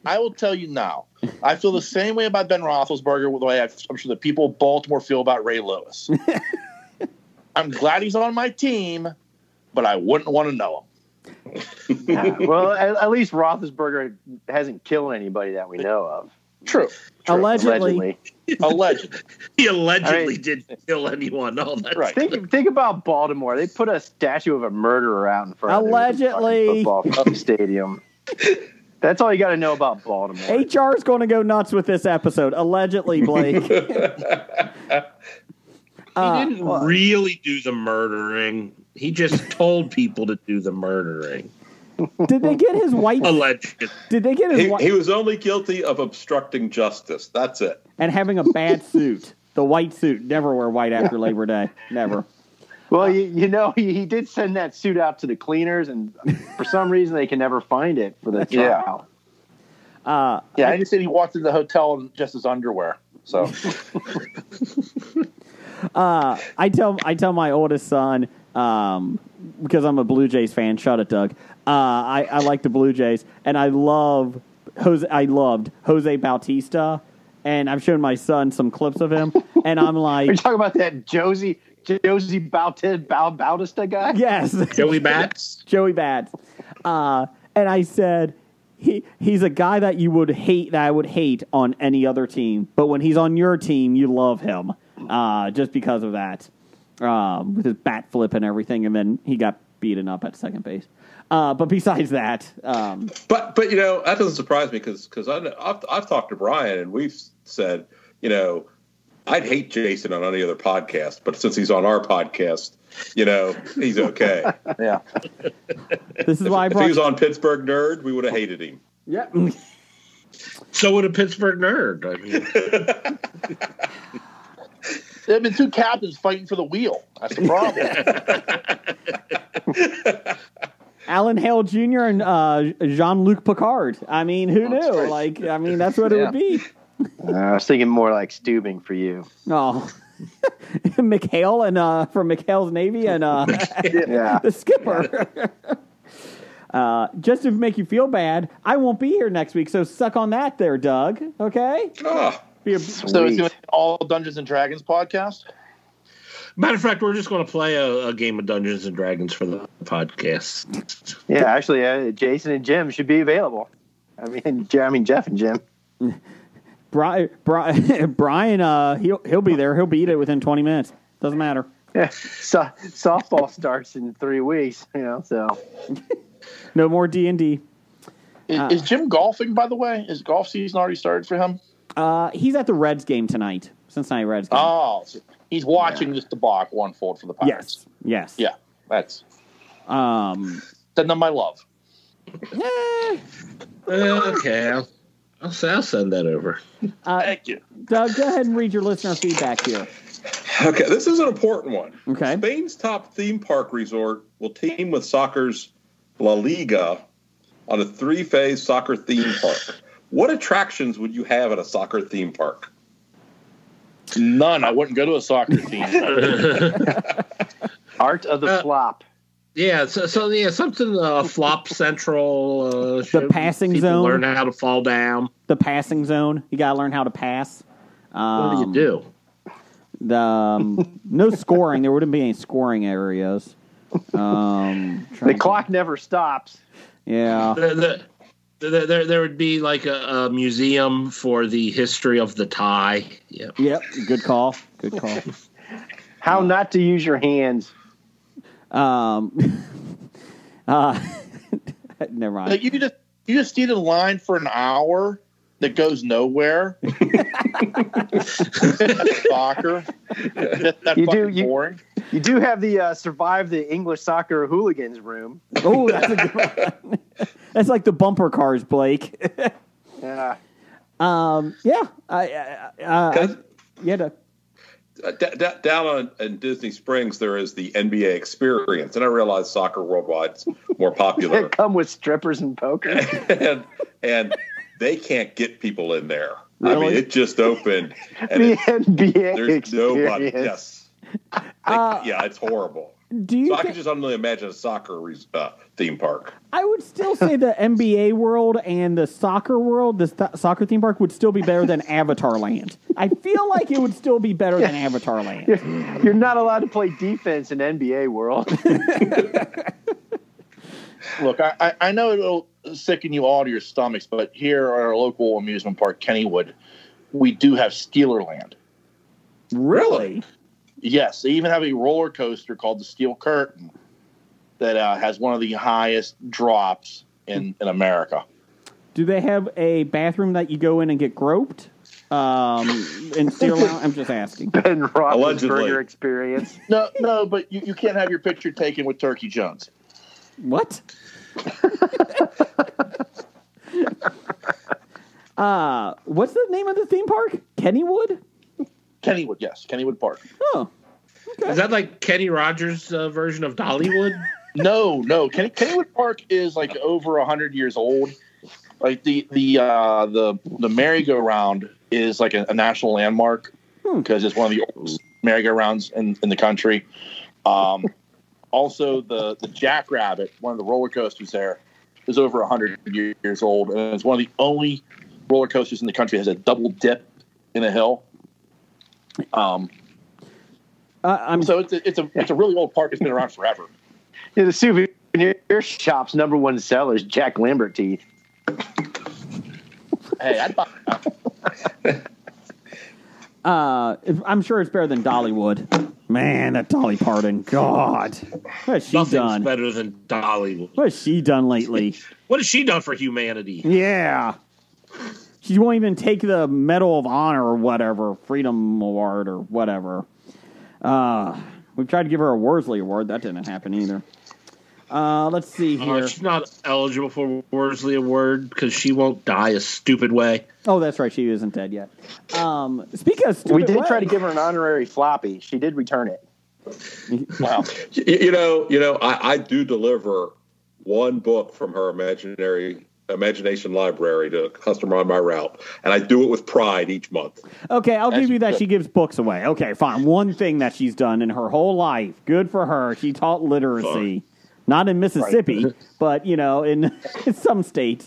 Speaker 8: I will tell you now. I feel the same way about Ben Roethlisberger the way I, I'm sure the people of Baltimore feel about Ray Lewis. I'm glad he's on my team, but I wouldn't want to know him.
Speaker 6: well, at, at least Roethlisberger hasn't killed anybody that we know of.
Speaker 8: True.
Speaker 4: Allegedly.
Speaker 6: Allegedly.
Speaker 8: Allegedly.
Speaker 11: He allegedly
Speaker 6: All right.
Speaker 11: didn't kill anyone. Oh, All that.
Speaker 8: Right.
Speaker 6: Think think about Baltimore. They put a statue of a murderer out in front
Speaker 4: Allegedly.
Speaker 6: of the fucking football stadium. That's all you got to know about Baltimore.
Speaker 4: HR is going to go nuts with this episode, allegedly, Blake.
Speaker 11: he didn't really do the murdering. He just told people to do the murdering.
Speaker 4: Did they get his white?
Speaker 11: Allegedly.
Speaker 4: Did they get his
Speaker 7: He,
Speaker 4: white
Speaker 7: he was only guilty of obstructing justice. That's it.
Speaker 4: and having a bad suit? The white suit. Never wear white after Labor Day. Never.
Speaker 6: Well, you, you know, he, he did send that suit out to the cleaners, and for some reason they can never find it for the
Speaker 8: Yeah.
Speaker 6: trial.
Speaker 4: Uh,
Speaker 8: Yeah, I just said he walked into the hotel in just his underwear. So
Speaker 4: uh, I tell I tell my oldest son um, because I'm a Blue Jays fan. Shut it, Doug. Uh, I, I like the Blue Jays, and I love Jose. I loved Jose Bautista, and I've shown my son some clips of him, and I'm
Speaker 6: Are
Speaker 4: like,
Speaker 6: you talking about that Josie Josie Bautista, Bautista guy?
Speaker 4: yes,
Speaker 11: Joey Bats.
Speaker 4: Joey Bats. Uh, and I said, he, he's a guy that you would hate, that I would hate on any other team. But when he's on your team, you love him uh, just because of that, um, with his bat flip and everything. And then he got beaten up at second base. Uh, but besides that, um,
Speaker 7: But but you know that doesn't surprise me because because I've I've talked to Brian and we've said you know I'd hate Jason on any other podcast, but since he's on our podcast, you know he's okay.
Speaker 8: yeah.
Speaker 4: this is why I
Speaker 7: if he
Speaker 4: brought.
Speaker 7: was on Pittsburgh Nerd, we would have hated him.
Speaker 4: Yep.
Speaker 11: So would a Pittsburgh nerd. I mean,
Speaker 8: There have been two captains fighting for the wheel. That's the problem.
Speaker 4: Alan Hale Jr. and uh, Jean Luc Picard. I mean, who knew?
Speaker 8: right.
Speaker 4: Like, I mean, that's what it would be.
Speaker 6: Uh, I was thinking more like Stubing for you.
Speaker 4: Oh, McHale and uh, from McHale's Navy and uh,
Speaker 6: Yeah.
Speaker 4: the skipper. uh, just to make you feel bad, I won't be here next week, so suck on that, there, Doug. Okay.
Speaker 7: Ah,
Speaker 4: Be a-
Speaker 8: so it's
Speaker 6: Sweet.
Speaker 8: doing all Dungeons and Dragons podcast.
Speaker 11: matter of fact, we're just going to play a, a game of Dungeons and Dragons for the podcast.
Speaker 6: Yeah, actually, uh, Jason and Jim should be available. I mean, Je- I mean Jeff and Jim.
Speaker 4: Bri- Bri- Brian, uh, he'll he'll be there. He'll beat it within twenty minutes. Doesn't matter.
Speaker 6: Yeah, so, softball starts in three weeks. You know, so
Speaker 4: No more D and D.
Speaker 8: Is, is Jim golfing, by the way? Is golf season already started for him?
Speaker 4: Uh, He's at the Reds game tonight. Cincinnati Reds game.
Speaker 8: Oh, so he's watching this debacle unfold for the Pirates.
Speaker 4: yes. Yes.
Speaker 8: Yeah, that's
Speaker 4: Um.
Speaker 8: send them my love.
Speaker 4: eh,
Speaker 11: okay, I'll, I'll, I'll send that over.
Speaker 4: uh,
Speaker 8: you.
Speaker 4: Doug, go ahead and read your listener feedback here.
Speaker 7: okay, this is an important one.
Speaker 4: Okay.
Speaker 7: Spain's top theme park resort will team with soccer's La Liga on a three-phase soccer theme park. What attractions would you have at a soccer theme park?
Speaker 8: None. I wouldn't go to a soccer team.
Speaker 6: art of the
Speaker 11: Uh,
Speaker 6: flop.
Speaker 11: Yeah, so, so yeah, something uh, flop central. Uh, show
Speaker 4: passing
Speaker 11: people
Speaker 4: zone.
Speaker 11: Learn how to fall down.
Speaker 4: The passing zone. You gotta learn how to pass.
Speaker 11: What
Speaker 4: Um,
Speaker 11: do you do?
Speaker 4: The um, no scoring. There wouldn't be any scoring areas. Um,
Speaker 6: The
Speaker 4: trying to-
Speaker 6: clock never stops.
Speaker 4: Yeah.
Speaker 11: The- the- there, there, there would be like a, a museum for the history of the tie. Yeah.
Speaker 4: Yep. Good call. Good call.
Speaker 7: Hmm.
Speaker 6: How not to use your hands.
Speaker 4: Um, uh, never
Speaker 8: like
Speaker 4: mind.
Speaker 8: you could just you just need a line for an hour that goes nowhere. soccer. That, that
Speaker 6: You do-
Speaker 8: fucking
Speaker 6: you-
Speaker 8: boring.
Speaker 6: You do have the uh, survive the English soccer hooligans room.
Speaker 4: Oh, that's a good one. that's like the bumper cars, Blake.
Speaker 6: Yeah.
Speaker 4: Um, yeah. I, I, uh,
Speaker 7: 'Cause,
Speaker 4: yeah. Doug.
Speaker 7: uh, d- d- down on in Disney Springs, there is the NBA Experience, and I realize soccer worldwide's more
Speaker 6: They
Speaker 7: popular,
Speaker 6: come with strippers and poker.
Speaker 7: and and they can't get people in there. I mean,
Speaker 4: Really?
Speaker 7: it just opened, and
Speaker 6: the
Speaker 7: it,
Speaker 6: NBA
Speaker 7: there's
Speaker 6: experience.
Speaker 7: nobody. Yes, They-
Speaker 4: Uh,
Speaker 7: yeah, it's horrible.
Speaker 4: Do you?
Speaker 7: So I
Speaker 4: thi-
Speaker 7: can just only imagine a soccer res- uh, theme park.
Speaker 4: I would still say the NBA world and the soccer world, the st- soccer theme park would still be better than Avatar Land. I feel like it would still be better than Avatar Land.
Speaker 6: You're not allowed to play defense in NBA world.
Speaker 8: Look, I, I, I know it'll sicken you all to your stomachs, but here at our local amusement park, Kennywood, we do have Steeler Land.
Speaker 9: Really?
Speaker 8: Yes, they even have a roller coaster called the Steel Curtain that uh, has one of the highest drops in, in America.
Speaker 9: Do they have a bathroom that you go in and get groped? Um, and steal out? I'm just asking.
Speaker 6: Ben
Speaker 7: Allegedly.
Speaker 6: Roethlisberger experience.
Speaker 8: No, no, but you, you can't have your picture taken with Turkey Jones.
Speaker 9: What? uh, what's the name of the theme park? Kennywood?
Speaker 8: Kennywood, yes, Kennywood Park.
Speaker 9: Oh,
Speaker 11: Is that like Kenny Rogers' uh, version of Dollywood?
Speaker 8: No, no, Kenny, Kennywood Park is like over hundred years old. Like the the uh, the the merry-go-round is like a, a national landmark
Speaker 9: Hmm.
Speaker 8: because it's one of the oldest merry-go-rounds in, in the country. Um, also, the the Jackrabbit, one of the roller coasters there, is over hundred years old, and it's one of the only roller coasters in the country that has a double dip in a hill. Um,
Speaker 9: uh, I'm
Speaker 8: so it's a, it's a it's a really old park. It's been around forever.
Speaker 6: Yeah, the souvenir shop's number one seller is Jack Lambert teeth.
Speaker 8: Hey, I'd buy
Speaker 9: uh, if- I'm sure it's better than Dollywood. Man, that Dolly Parton, God, what has she
Speaker 11: Nothing's
Speaker 9: done?
Speaker 11: better than Dollywood.
Speaker 9: What has she done lately?
Speaker 11: What has she done for humanity?
Speaker 9: Yeah. She won't even take the Medal of Honor or whatever, Freedom Award or whatever. Uh, we tried to give her a Worsley Award. That didn't happen either. Uh, let's see
Speaker 11: Uh,
Speaker 9: here.
Speaker 11: she's not eligible for Worsley Award because she won't die a stupid way.
Speaker 9: Oh, that's right. She isn't dead yet. Um, speaking of stupid
Speaker 6: We did
Speaker 9: way-
Speaker 6: try to give her an honorary floppy. She did return it.
Speaker 8: Wow.
Speaker 7: You, you know, you know, I, I do deliver one book from her imaginary imagination library to a customer on my route, and I do it with pride each month.
Speaker 9: Okay, I'll give
Speaker 8: That's
Speaker 9: you that.
Speaker 8: good.
Speaker 9: She gives books away. Okay, fine. One thing that she's done in her whole life. Good for her. She taught literacy, not in Mississippi, but you know, in some state.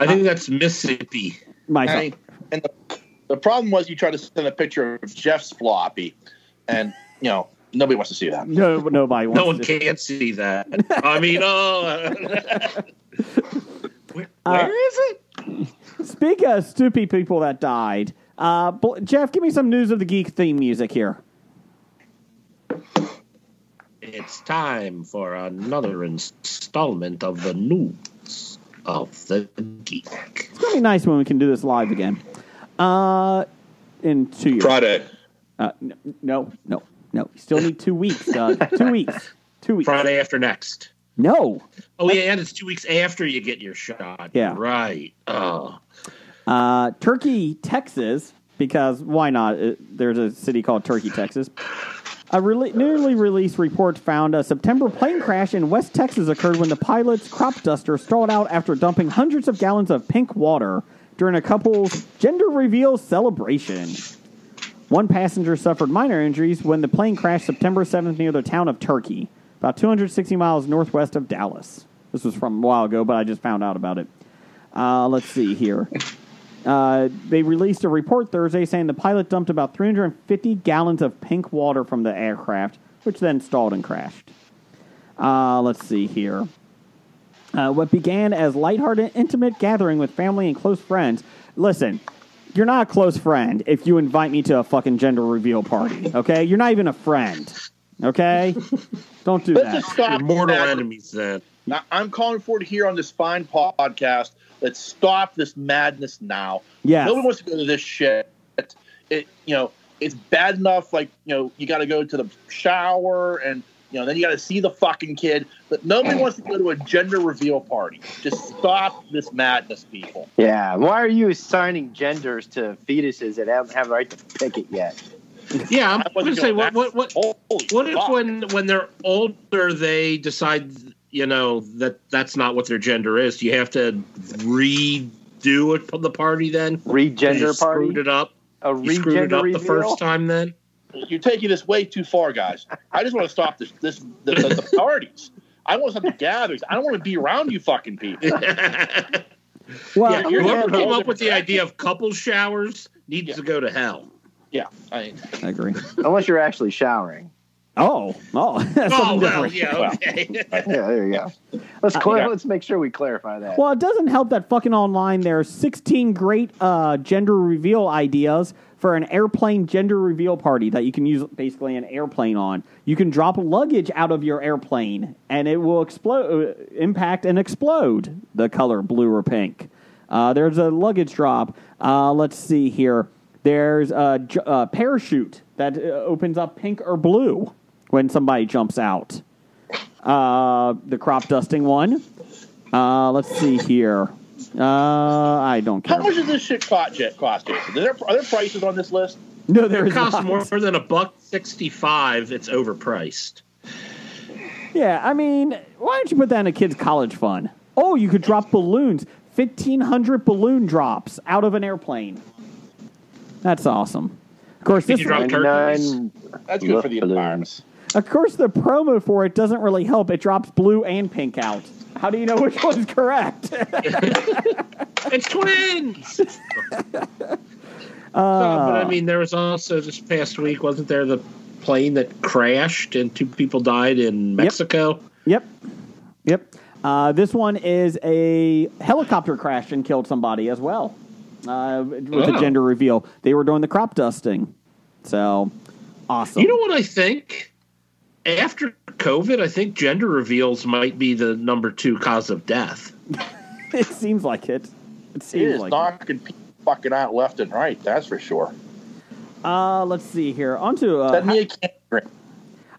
Speaker 11: I think that's Mississippi.
Speaker 9: Myself.
Speaker 8: and, and the, the problem was you tried to send a picture of Jeff's floppy, and you know nobody wants to see that.
Speaker 9: no, nobody wants.
Speaker 11: No one
Speaker 9: to-
Speaker 11: can see that. I mean, oh. Where,
Speaker 9: Uh,
Speaker 11: where is it?
Speaker 9: Speak of stupid people that died. Uh, Bl- Jeff, give me some news of the geek theme music here.
Speaker 11: It's time for another installment of the news of the geek.
Speaker 9: It's gonna be nice when we can do this live again. Uh, in two years.
Speaker 7: Friday.
Speaker 9: Uh, n- no, no, no. You still need two weeks. Doug. two weeks. Two weeks.
Speaker 11: Friday after next.
Speaker 9: No.
Speaker 11: Oh yeah, and it's two weeks after you get your shot.
Speaker 9: Yeah.
Speaker 11: right. Oh,
Speaker 9: Uh, Turkey, Texas, because why not? Uh, There's a city called Turkey, Texas. A rele- newly released report found a September plane crash in West Texas occurred when the pilot's crop duster stalled out after dumping hundreds of gallons of pink water during a couple's gender reveal celebration. One passenger suffered minor injuries when the plane crashed September 7th near the town of Turkey, about 260 miles northwest of Dallas. This was from a while ago, but I just found out about it. Uh, let's see here. Uh, they released a report Thursday saying the pilot dumped about 350 gallons of pink water from the aircraft, which then stalled and crashed. Uh, let's see here. Uh, what began as lighthearted, intimate gathering with family and close friends. Listen, you're not a close friend if you invite me to a fucking gender reveal party. Okay, you're not even a friend. Okay, don't do
Speaker 8: Let's
Speaker 9: that.
Speaker 8: just stop.
Speaker 11: your mortal
Speaker 8: that.
Speaker 11: enemies. Then
Speaker 8: I- I'm calling for it here on this fine po- podcast. Let's stop this madness now.
Speaker 9: Yes.
Speaker 8: Nobody wants to go to this shit. It, you know, it's bad enough. Like, you know, you got to go to the shower and, you know, then you got to see the fucking kid. But nobody wants to go to a gender reveal party. Just stop this madness, people.
Speaker 6: Yeah. Why are you assigning genders to fetuses that haven't have the right to pick it yet?
Speaker 11: yeah, I'm
Speaker 8: I
Speaker 11: going
Speaker 8: wasn't
Speaker 11: to say
Speaker 8: going
Speaker 11: what
Speaker 8: back.
Speaker 11: what what
Speaker 8: Holy
Speaker 11: what if
Speaker 8: fuck.
Speaker 11: when when they're older they decide you know that that's not what their gender is? Do you have to redo it for the party then? You
Speaker 6: Regender
Speaker 11: screwed
Speaker 6: party?
Speaker 11: it up.
Speaker 6: A
Speaker 11: You screwed it
Speaker 6: regender
Speaker 11: up
Speaker 6: reveal?
Speaker 11: the first time. Then
Speaker 8: You're taking this way too far, guys. I just want to stop this, this, the, the, the parties. I want to stop the gatherings. I don't want to be around you fucking people.
Speaker 9: Well,
Speaker 11: yeah, whoever
Speaker 8: yeah,
Speaker 11: came
Speaker 8: yeah.
Speaker 11: up with the idea of couple showers needs
Speaker 8: Yeah.
Speaker 11: to go to hell.
Speaker 8: Yeah. I,
Speaker 9: I agree.
Speaker 6: Unless you're actually showering.
Speaker 9: Oh, oh, that's
Speaker 11: oh
Speaker 9: something
Speaker 11: well,
Speaker 9: different.
Speaker 11: yeah, okay.
Speaker 6: Yeah, there you go. Let's clar-
Speaker 9: Uh, yeah.
Speaker 6: let's make sure we clarify that.
Speaker 9: Well, it doesn't help that fucking online there are 16 great uh, gender reveal ideas for an airplane gender reveal party that you can use basically an airplane on. You can drop luggage out of your airplane and it will explode, uh, impact and explode the color blue or pink. Uh, there's a luggage drop. Uh, let's see here. There's a j- uh, parachute that uh, opens up pink or blue when somebody jumps out. Uh, the crop dusting one. Uh, let's see here. Uh, I don't care.
Speaker 8: How much does this shit cost? Jet cost? Jason? Are there, are there prices on this list?
Speaker 9: No, there
Speaker 11: It
Speaker 9: is
Speaker 11: costs
Speaker 9: not.
Speaker 11: more than a buck sixty-five. It's overpriced.
Speaker 9: Yeah, I mean, why don't you put that in a kid's college fund? Oh, you could drop balloons. 1,500 balloon drops out of an airplane. That's awesome. Of course,
Speaker 11: Did
Speaker 9: this,
Speaker 11: you drop turkeys?
Speaker 6: None.
Speaker 8: That's good for the
Speaker 6: Look,
Speaker 8: environment.
Speaker 9: of course, the promo for it doesn't really help. It drops blue and pink out. How do you know which one's correct?
Speaker 11: It's twins. No, but I mean, there was also this past week, wasn't there the plane that crashed and two people died in Mexico?
Speaker 9: Yep. Yep. Uh, this one is a helicopter crash and killed somebody as well uh, with a
Speaker 11: Oh.
Speaker 9: gender reveal. They were doing the crop dusting. So awesome.
Speaker 11: You know what I think? After COVID, I think gender reveals might be the number two cause of death.
Speaker 9: it seems like it. It
Speaker 8: It
Speaker 9: seems
Speaker 8: is
Speaker 9: like it.
Speaker 8: knocking people fucking out left and right. That's for sure.
Speaker 9: Uh, let's see here. Onto. Uh,
Speaker 8: Send me a can of drink.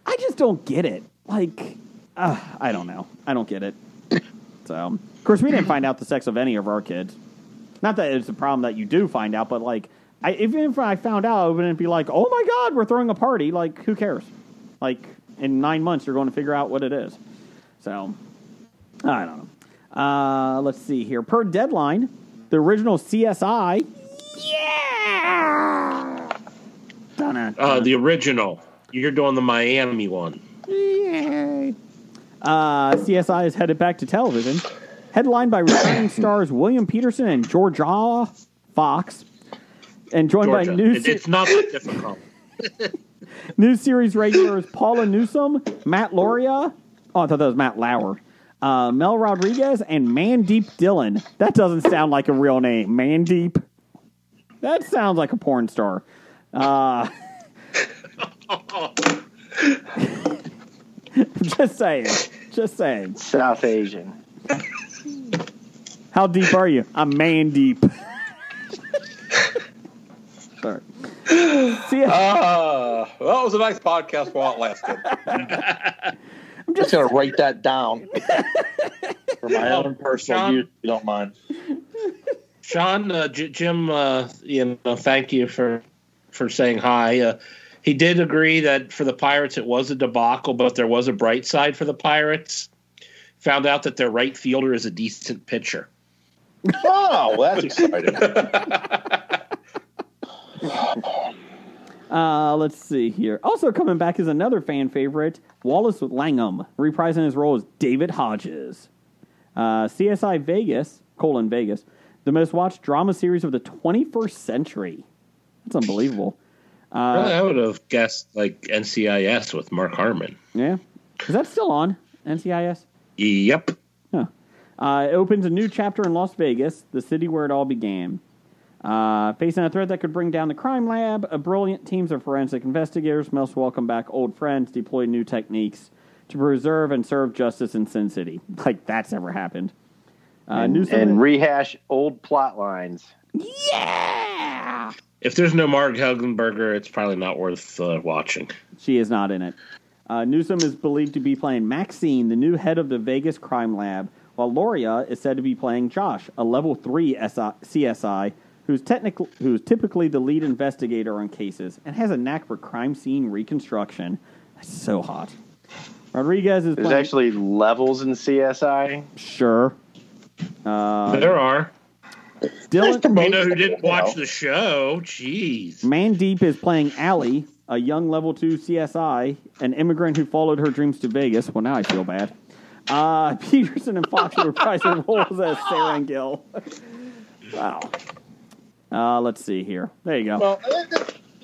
Speaker 9: I just don't get it. Like, uh, I don't know. I don't get it. So, of course, we didn't find out the sex of any of our kids. Not that it's a problem that you do find out, but like, I, even if I found out, I wouldn't be like, "Oh my God, we're throwing a party." Like, who cares? Like, in nine months, you're going to figure out what it is. So, I don't know. Uh, let's see here. Per deadline, the original CSI. Yeah. Dun-dun.
Speaker 11: Uh, the original. You're doing the Miami one.
Speaker 9: Uh, CSI is headed back to television, headlined by returning stars William Peterson and Georgia Fox, and joined
Speaker 11: Georgia.
Speaker 9: by new
Speaker 11: It-
Speaker 9: se-
Speaker 11: it's not that difficult.
Speaker 9: new series regulars Paula Newsom, Matt Loria. Oh, I thought that was Matt Lauer. Uh, Mel Rodriguez and Mandeep Dillon. That doesn't sound like a real name. Mandeep. That sounds like a porn star. Uh, just saying. Just saying.
Speaker 6: South Asian.
Speaker 9: How deep are you? I'm man deep. Sorry. See,
Speaker 7: Ah, well, it was a nice podcast while it lasted.
Speaker 8: I'm just gonna write that down for my own personal
Speaker 11: John.
Speaker 8: use. If you don't mind.
Speaker 11: Sean, uh, J- Jim, uh, you know, thank you for for saying hi. Uh, he did agree that for the Pirates it was a debacle, but there was a bright side for the Pirates. Found out that their right fielder is a decent pitcher.
Speaker 8: Oh, well, that's exciting.
Speaker 9: uh, let's see here. Also coming back is another fan favorite, Wallace Langham, reprising his role as David Hodges. Uh, CSI Vegas, colon Vegas, the most watched drama series of the 21st century. That's unbelievable. Uh,
Speaker 11: Really, I would have guessed like NCIS with Mark Harmon.
Speaker 9: Yeah. Is that still on NCIS?
Speaker 11: Yep.
Speaker 9: Uh, it opens a new chapter in Las Vegas, the city where it all began. Uh, facing a threat that could bring down the crime lab, a brilliant teams of forensic investigators must welcome back old friends, deploy new techniques to preserve and serve justice in Sin City. Like that's ever happened. Uh,
Speaker 6: and,
Speaker 9: Newsom-
Speaker 6: and rehash old plot lines.
Speaker 9: yeah,
Speaker 11: If there's no Mark Helgenberger, it's probably not worth uh, watching.
Speaker 9: she is not in it. Uh, Newsom is believed to be playing Maxine, the new head of the Vegas crime lab, while Loria is said to be playing Josh, a level three SI, CSI who's technical, who's typically the lead investigator on cases and has a knack for crime scene reconstruction. That's so hot. Rodriguez is
Speaker 6: There's
Speaker 9: playing
Speaker 6: actually levels in CSI.
Speaker 9: sure. Uh,
Speaker 11: there are.
Speaker 9: Dylan
Speaker 11: You know who didn't watch the show? Jeez.
Speaker 9: Mandeep is playing Allie, a young level two CSI, an immigrant who followed her dreams to Vegas. Well, now I feel bad. Uh, Peterson and Fox were pricing roles as Sarah and Gil. wow. Uh, let's see here. There you go.
Speaker 8: Well,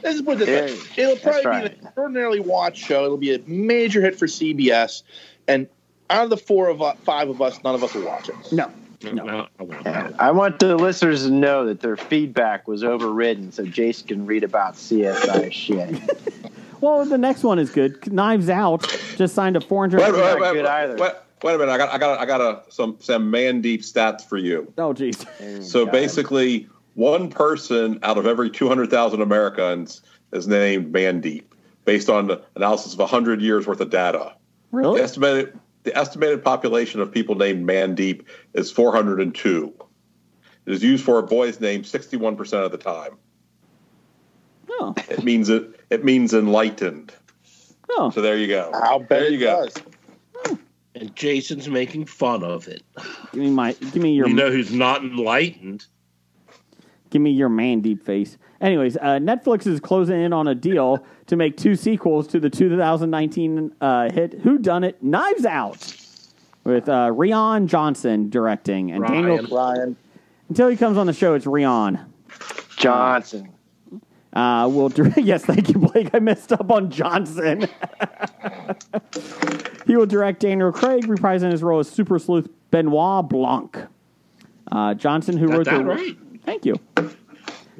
Speaker 8: this is what
Speaker 6: Hey,
Speaker 8: this, it'll
Speaker 6: that's
Speaker 8: probably
Speaker 6: right.
Speaker 8: be the extraordinarily watched show. It'll be a major hit for CBS, and out of the four of us, five of us, none of us will watch it.
Speaker 4: No.
Speaker 11: No, I won't.
Speaker 6: Yeah. I want the listeners to know that their feedback was overridden, so Jason can read about CSI shit.
Speaker 4: Well, the next one is good. Knives Out just signed a four hundred.
Speaker 7: Wait, wait, wait, wait,
Speaker 6: good either.
Speaker 7: wait, wait a minute. I got, I got, I got a, some some man deep stats for you.
Speaker 4: Oh, jeez.
Speaker 7: So
Speaker 6: God.
Speaker 7: basically, one person out of every two hundred thousand Americans is named man deep, based on the analysis of hundred years worth of data.
Speaker 4: Really?
Speaker 7: The estimated the estimated population of people named man deep is four hundred and two. It is used for a boy's name sixty one percent of the time.
Speaker 4: Oh,
Speaker 7: It means it. It means enlightened.
Speaker 4: oh.
Speaker 7: So there you go.
Speaker 8: I'll bet
Speaker 7: There
Speaker 8: it
Speaker 7: you go.
Speaker 8: does.
Speaker 11: And Jason's making fun of it.
Speaker 4: Give me my. Give me your.
Speaker 11: You know who's not enlightened?
Speaker 4: Give me your man deep face. Anyways, uh, Netflix is closing in on a deal to make two sequels to the 2019 uh, hit Who Done It Knives Out with uh, Rion Johnson directing and Daniel.
Speaker 11: Ryan.
Speaker 8: Ryan.
Speaker 4: Until he comes on the show, it's Rion.
Speaker 6: Johnson.
Speaker 4: Uh, will direct. Yes, thank you, Blake. I messed up on Johnson. he will direct Daniel Craig, reprising his role as Super Sleuth Benoit Blanc. Uh, Johnson, who
Speaker 11: Got
Speaker 4: wrote the
Speaker 11: that right.
Speaker 4: Thank you.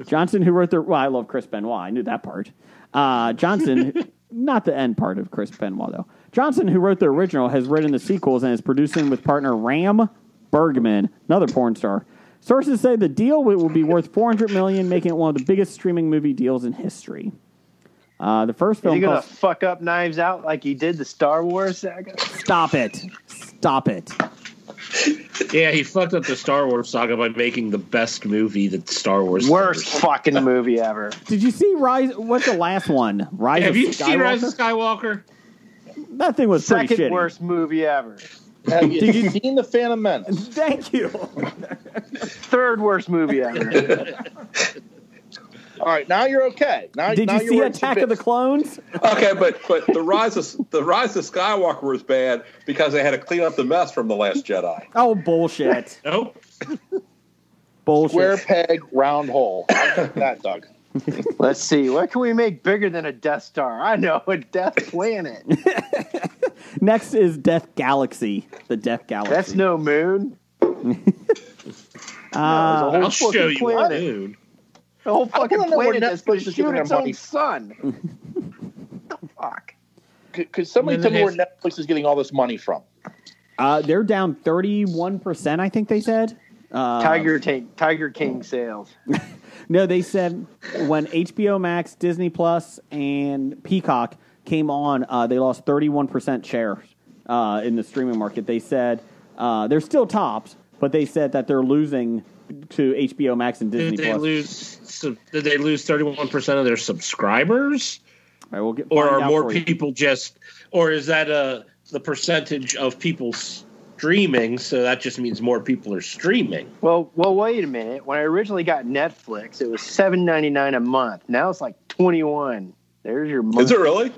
Speaker 4: Johnson, who wrote the. Well, I love Chris Benoit. I knew that part. Uh, Johnson, not the end part of Chris Benoit, though. Johnson, who wrote the original, has written the sequels and is producing with partner Ram Bergman, another porn star. Sources say the deal will be worth 400 million, making it one of the biggest streaming movie deals in history. Uh, the first
Speaker 6: Is he
Speaker 4: film
Speaker 6: gonna
Speaker 4: called
Speaker 6: fuck up Knives Out like he did the Star Wars saga?
Speaker 4: "Stop It, Stop It."
Speaker 11: Yeah, he fucked up the Star Wars saga by making the best movie that Star Wars.
Speaker 6: Worst
Speaker 11: ever-
Speaker 6: fucking movie ever.
Speaker 4: Did you see Rise? What's the last one? Rise
Speaker 11: Have
Speaker 4: of
Speaker 11: you
Speaker 4: Skywalker.
Speaker 11: seen Rise of Skywalker?
Speaker 4: that thing was pretty
Speaker 6: Second
Speaker 4: shitty.
Speaker 6: worst movie ever.
Speaker 8: Have you
Speaker 4: Did you-
Speaker 8: seen the Phantom Menace?
Speaker 4: Thank you.
Speaker 6: Third worst movie ever.
Speaker 8: All right, now you're okay. Now,
Speaker 4: Did
Speaker 8: now
Speaker 4: you
Speaker 8: you're
Speaker 4: see
Speaker 8: worth
Speaker 4: Attack of the
Speaker 8: convinced.
Speaker 4: Clones?
Speaker 7: Okay, but but the rise of the rise of Skywalker was bad because they had to clean up the mess from the Last Jedi.
Speaker 4: Oh, bullshit.
Speaker 11: Nope.
Speaker 8: Square
Speaker 4: Bullshit.
Speaker 8: peg, round hole. I'll take that, Doug.
Speaker 6: Let's see. What can we make bigger than a Death Star? I know a Death Planet.
Speaker 4: Next is Death Galaxy. The Death Galaxy.
Speaker 6: That's no moon.
Speaker 4: Uh,
Speaker 6: Whole
Speaker 11: I'll show
Speaker 6: fucking
Speaker 11: you,
Speaker 6: planet.
Speaker 11: dude.
Speaker 6: The whole fucking
Speaker 8: wanna know where
Speaker 6: planet that's
Speaker 8: Netflix
Speaker 6: going
Speaker 8: is
Speaker 6: to
Speaker 8: giving
Speaker 6: shoot
Speaker 8: their
Speaker 6: its own
Speaker 8: money.
Speaker 6: sun. the fuck?
Speaker 8: Because somebody
Speaker 11: And
Speaker 8: tell
Speaker 11: then
Speaker 8: me where
Speaker 11: it
Speaker 8: Netflix is getting all this money from.
Speaker 4: uh, they're down 31%, I think they said. Uh,
Speaker 7: Um,
Speaker 6: Tiger Tank, Tiger King sales.
Speaker 4: No, they said when HBO Max, Disney Plus, and Peacock came on, uh, they lost 31% share uh, in the streaming market. They said uh, they're still tops, but they said that they're losing to HBO Max and Disney
Speaker 11: Did they
Speaker 4: Plus.
Speaker 11: lose? sub- Did they lose thirty-one percent of their subscribers,
Speaker 4: All right, we'll get,
Speaker 11: or
Speaker 4: find
Speaker 11: are
Speaker 4: out
Speaker 11: more
Speaker 4: for you.
Speaker 11: people just, or is that uh the percentage of people streaming? So that just means more people are streaming.
Speaker 6: Well, well, wait a minute. When I originally got Netflix, it was seven ninety nine a month. Now it's like twenty one. There's your month.
Speaker 7: Is it really?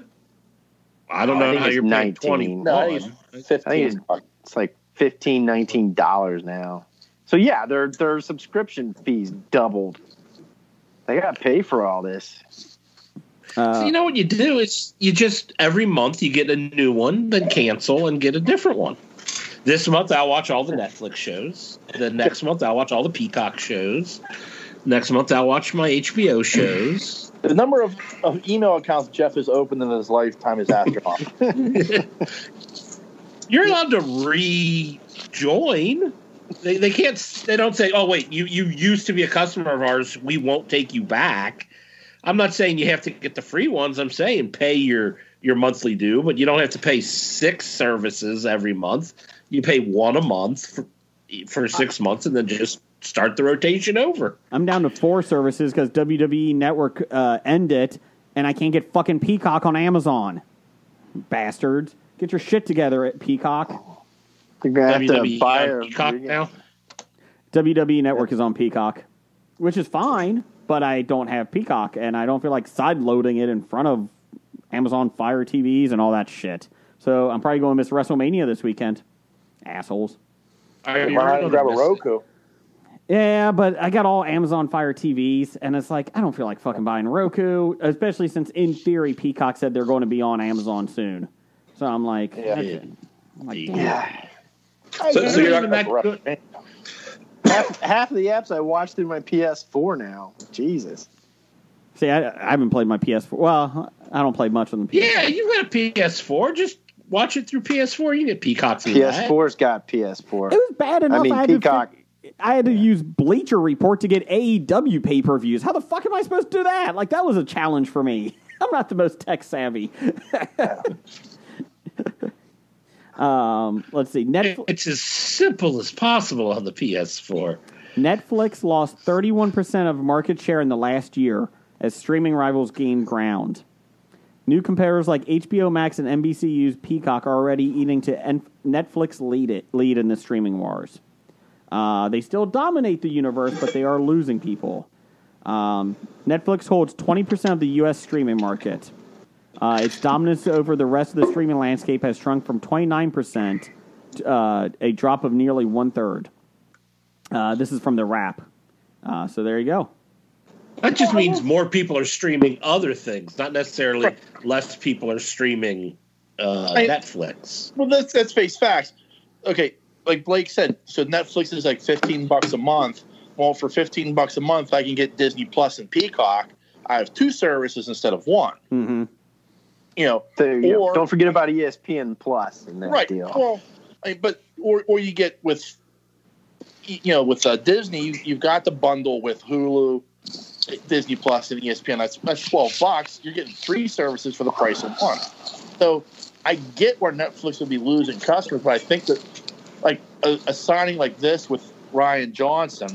Speaker 11: I don't
Speaker 6: Oh, I
Speaker 11: know
Speaker 6: think
Speaker 11: how
Speaker 6: it's
Speaker 11: you're paying
Speaker 6: 19.
Speaker 11: twenty
Speaker 8: No, I
Speaker 11: one.
Speaker 8: think it's 15
Speaker 6: it's- It's like 15 dollars now. So yeah, their their subscription fees doubled. They got to pay for all this.
Speaker 11: So
Speaker 4: Uh,
Speaker 11: you know what you do is you just every month you get a new one, then cancel and get a different one. This month I'll watch all the Netflix shows. The next month I'll watch all the Peacock shows. Next month I'll watch my HBO shows.
Speaker 8: The number of, of email accounts Jeff has opened in his lifetime is astronomical.
Speaker 11: You're allowed to rejoin. They, they can't. They don't say, "Oh wait, you you used to be a customer of ours. We won't take you back." I'm not saying you have to get the free ones. I'm saying pay your your monthly due, but you don't have to pay six services every month. You pay one a month for, for six months, and then just start the rotation over.
Speaker 4: I'm down to four services because WWE Network uh, ended it, and I can't get fucking Peacock on Amazon. Bastards, get your shit together at Peacock.
Speaker 6: They're gonna have
Speaker 11: WWE
Speaker 7: E
Speaker 6: to buy a
Speaker 11: on Peacock now.
Speaker 4: WWE E Network is on Peacock, which is fine, but I don't have Peacock, and I don't feel like sideloading it in front of Amazon Fire TVs and all that shit. So I'm probably going to miss WrestleMania this weekend. Assholes.
Speaker 11: Are you
Speaker 8: Why not
Speaker 11: gonna
Speaker 8: grab a
Speaker 11: miss it?
Speaker 8: Roku?
Speaker 4: Yeah, but I got all Amazon Fire TVs, and it's like I don't feel like fucking buying Roku, especially since in theory Peacock said they're going to be on Amazon soon. So I'm like,
Speaker 8: Yeah.
Speaker 4: that's it. I'm like, damn.
Speaker 7: So, so
Speaker 12: Not
Speaker 7: you're not
Speaker 12: even that good.
Speaker 6: half, half of the apps I watch through my PS4 now. Jesus.
Speaker 4: See, I, I haven't played my PS4. Well, I don't play much on the PS4.
Speaker 11: Yeah, you've got a PS4. Just watch it through PS4. You get Peacock through that.
Speaker 6: PS4's got
Speaker 4: It
Speaker 6: PS4.
Speaker 4: was bad enough.
Speaker 6: I mean,
Speaker 4: had
Speaker 6: Peacock.
Speaker 4: To, fi- I had to use Bleacher Report to get AEW pay per views. How the fuck am I supposed to do that? Like that was a challenge for me. I'm not the most tech savvy. um, let's see. Netflix,
Speaker 11: It's as simple as possible on the PS4.
Speaker 4: Netflix lost 31 percent of market share in the last year as streaming rivals gained ground. New competitors like HBO Max and NBCU's Peacock are already eating to en- Netflix lead it lead in the streaming wars. Uh, they still dominate the universe, but they are losing people. Um, Netflix holds 20% of the U.S. streaming market. Uh, its dominance over the rest of the streaming landscape has shrunk from 29%, to, uh, a drop of nearly one third. Uh, this is from the wrap. Uh, so there you go.
Speaker 11: That just means more people are streaming other things, not necessarily less people are streaming uh,
Speaker 8: I-
Speaker 11: Netflix.
Speaker 8: Well, let's let's face facts. Okay, like Blake said, so Netflix is like fifteen bucks a month. Well, for fifteen bucks a month, I can get Disney Plus and Peacock. I have two services instead of one.
Speaker 4: Mm-hmm.
Speaker 8: You know,
Speaker 6: There you go.
Speaker 8: Or-
Speaker 6: Don't forget about E ESPN Plus and that
Speaker 8: right?
Speaker 6: deal.
Speaker 8: Well, I mean, but or or you get with you know with uh, Disney, you, you've got the bundle with Hulu, Disney Plus, and E ESPN. That's that's twelve bucks. You're getting three services for the price of one. So I get where Netflix would be losing customers, but I think that like a, a signing like this with Ryan Johnson.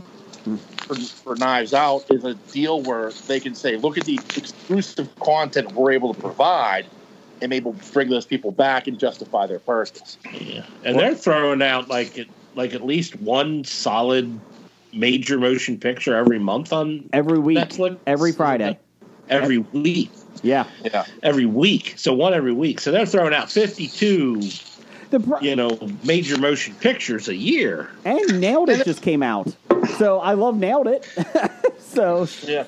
Speaker 6: Hmm.
Speaker 8: For, for Knives Out is a deal where they can say, "Look at the exclusive content we're able to provide, and able to bring those people back and justify their purchase."
Speaker 11: Yeah. And they're throwing out like at, like at least one solid major motion picture every month on
Speaker 4: Every week,
Speaker 11: Netflix.
Speaker 4: every Friday.
Speaker 11: every week,
Speaker 4: Yeah.
Speaker 8: Yeah,
Speaker 11: every week. So one every week. So they're throwing out fifty-two,
Speaker 4: The pro-
Speaker 11: you know, major motion pictures a year.
Speaker 4: And Nailed It just came out. So I love Nailed It. so,
Speaker 8: yeah.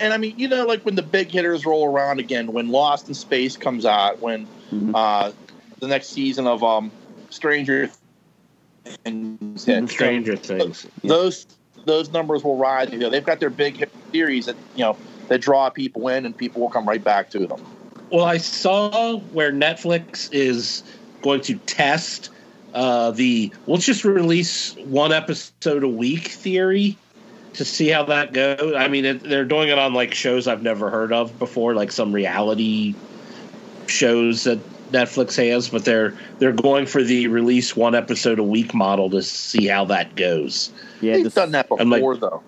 Speaker 8: And I mean, you know, like when the big hitters roll around again, when Lost in Space comes out, when
Speaker 4: Mhm.
Speaker 8: uh, the next season of um, Stranger Things hits,
Speaker 11: Stranger Things.
Speaker 8: those those numbers will rise. You know, they've got their big hit theories that you know that draw people in, and people will come right back to them.
Speaker 11: Well, I saw where Netflix is going to test uh, the we'll just release one episode a week theory to see how that goes. I mean, it, they're doing it on like shows I've never heard of before, like some reality shows that Netflix has, but they're they're going for the release one episode a week model to see how that goes.
Speaker 4: yeah,
Speaker 8: they've
Speaker 4: the,
Speaker 8: done that before,
Speaker 11: I'm like-
Speaker 8: though.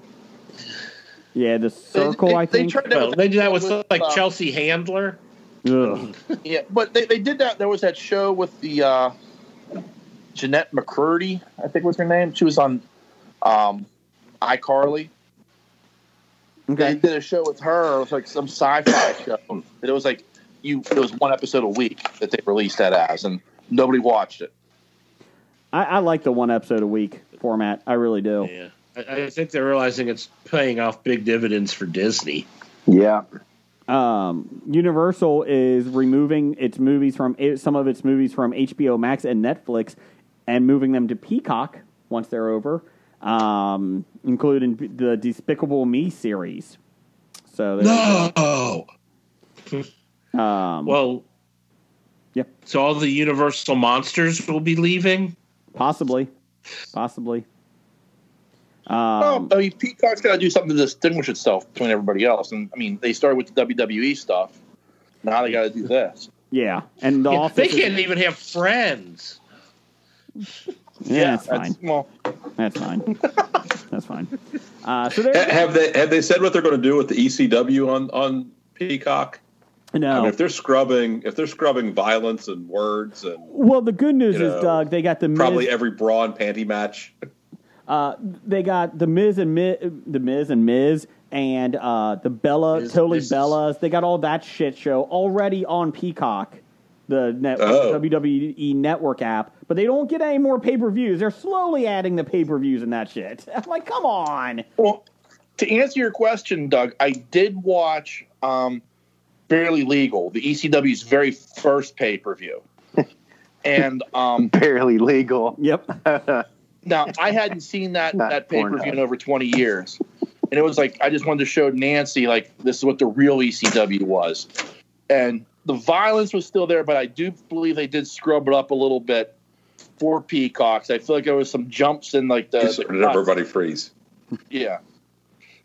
Speaker 4: yeah, the circle,
Speaker 8: they,
Speaker 4: I
Speaker 8: they
Speaker 4: think.
Speaker 8: tried that
Speaker 11: Well,
Speaker 8: with-
Speaker 11: they do that with like
Speaker 8: uh,
Speaker 11: Chelsea Handler.
Speaker 4: Ugh.
Speaker 8: Yeah, but they, they did that. There was that show with the uh, Jeanette McCurdy, I think was her name. She was on um, iCarly. They
Speaker 4: Okay.
Speaker 8: did a show with her. It was like some sci-fi show. That it was like you. It was one episode a week that they released that as, and nobody watched it.
Speaker 4: I, I like the one episode a week format. I really do.
Speaker 11: Yeah, I, I think they're realizing it's paying off big dividends for Disney.
Speaker 6: Yeah.
Speaker 4: Um, Universal is removing its movies from eh, some of its movies from HBO Max and Netflix and moving them to Peacock once they're over, um, including the Despicable Me series. So, there Oh.
Speaker 11: No.
Speaker 4: you go. um,
Speaker 11: Well.
Speaker 4: Yep.
Speaker 11: So all the Universal monsters will be leaving.
Speaker 4: possibly, possibly.
Speaker 8: Oh,
Speaker 4: Um,
Speaker 8: I mean, Peacock's got to do something to distinguish itself between everybody else. And I mean, they started with the WWE stuff. Now they got to do this.
Speaker 4: yeah, and the
Speaker 11: Yeah,
Speaker 4: office.
Speaker 11: they
Speaker 4: is-
Speaker 11: can't even have friends.
Speaker 4: Yeah, that's fine.
Speaker 8: Well,
Speaker 4: That's fine. that's fine. Uh, so
Speaker 7: Ha-
Speaker 11: Eh,
Speaker 4: there.
Speaker 7: Have they have they said what they're going to do with the ECW on on Peacock?
Speaker 11: eh,
Speaker 7: I mean,
Speaker 4: No.
Speaker 7: if they're scrubbing if they're scrubbing violence and words and
Speaker 4: Well, the good news
Speaker 7: You
Speaker 4: is,
Speaker 7: know,
Speaker 4: Doug, they got the
Speaker 7: probably
Speaker 4: Miz,
Speaker 7: every bra and panty match,
Speaker 4: uh, they got the Miz and Miz, the Miz and Miz, and uh, the Bella,
Speaker 11: Miz-
Speaker 4: totally
Speaker 11: Mrs.
Speaker 4: Bellas. They got all that shit show already on Peacock, the net,
Speaker 7: Oh.
Speaker 4: WWE Network app, but they don't get any more pay per views. They're slowly adding the pay per views and that shit. I'm like, come on.
Speaker 8: Well, to answer your question, Doug, I did watch um, Barely Legal, the ECW's very first pay per view. and um,
Speaker 6: Barely legal.
Speaker 4: Yep.
Speaker 8: now I hadn't seen that,
Speaker 6: Not
Speaker 8: that pay per view
Speaker 6: Pornhub.
Speaker 8: in over 20 years. And it was like, I just wanted to show Nancy, like, this is what the real ECW was. And the violence was still there, but I do believe they did scrub it up a little bit for Peacocks. I feel like there was some jumps in, like, the.
Speaker 7: Just
Speaker 8: the
Speaker 7: let everybody freeze.
Speaker 8: yeah.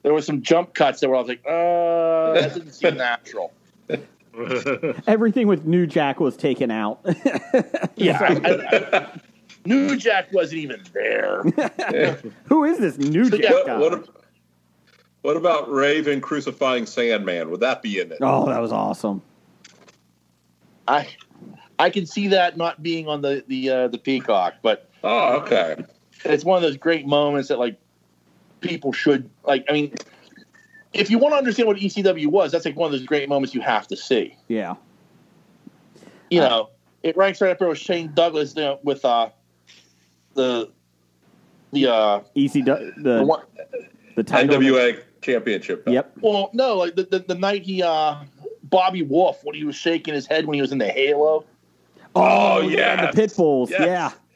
Speaker 8: There were some jump cuts that were I was like, uh, that didn't seem natural.
Speaker 4: Everything with New Jack was taken out.
Speaker 8: Yeah. I, I- I- New Jack wasn't even there.
Speaker 4: Who is this New Jack
Speaker 7: What,
Speaker 4: guy?
Speaker 7: what, ab- what about Raven crucifying Sandman? Would that be in it?
Speaker 4: oh, that was awesome.
Speaker 8: I I can see that not being on the the uh, the peacock, but
Speaker 7: Oh, okay.
Speaker 8: it's one of those great moments that like people should like I mean if you want to understand what ECW was, that's like one of those great moments you have to see.
Speaker 4: Yeah.
Speaker 8: You know, it ranks right up there with Shane Douglas you know, with uh the the uh
Speaker 4: Easy du-
Speaker 8: the
Speaker 4: the
Speaker 8: one,
Speaker 4: the title.
Speaker 7: NWA Championship. belt.
Speaker 4: Yep.
Speaker 8: Well, no, like the, the, the night he uh Bobby Wolf when he was shaking his head when he was in the Halo
Speaker 7: Oh,
Speaker 4: yeah,
Speaker 7: yes.
Speaker 4: the pit bulls.
Speaker 7: Yes.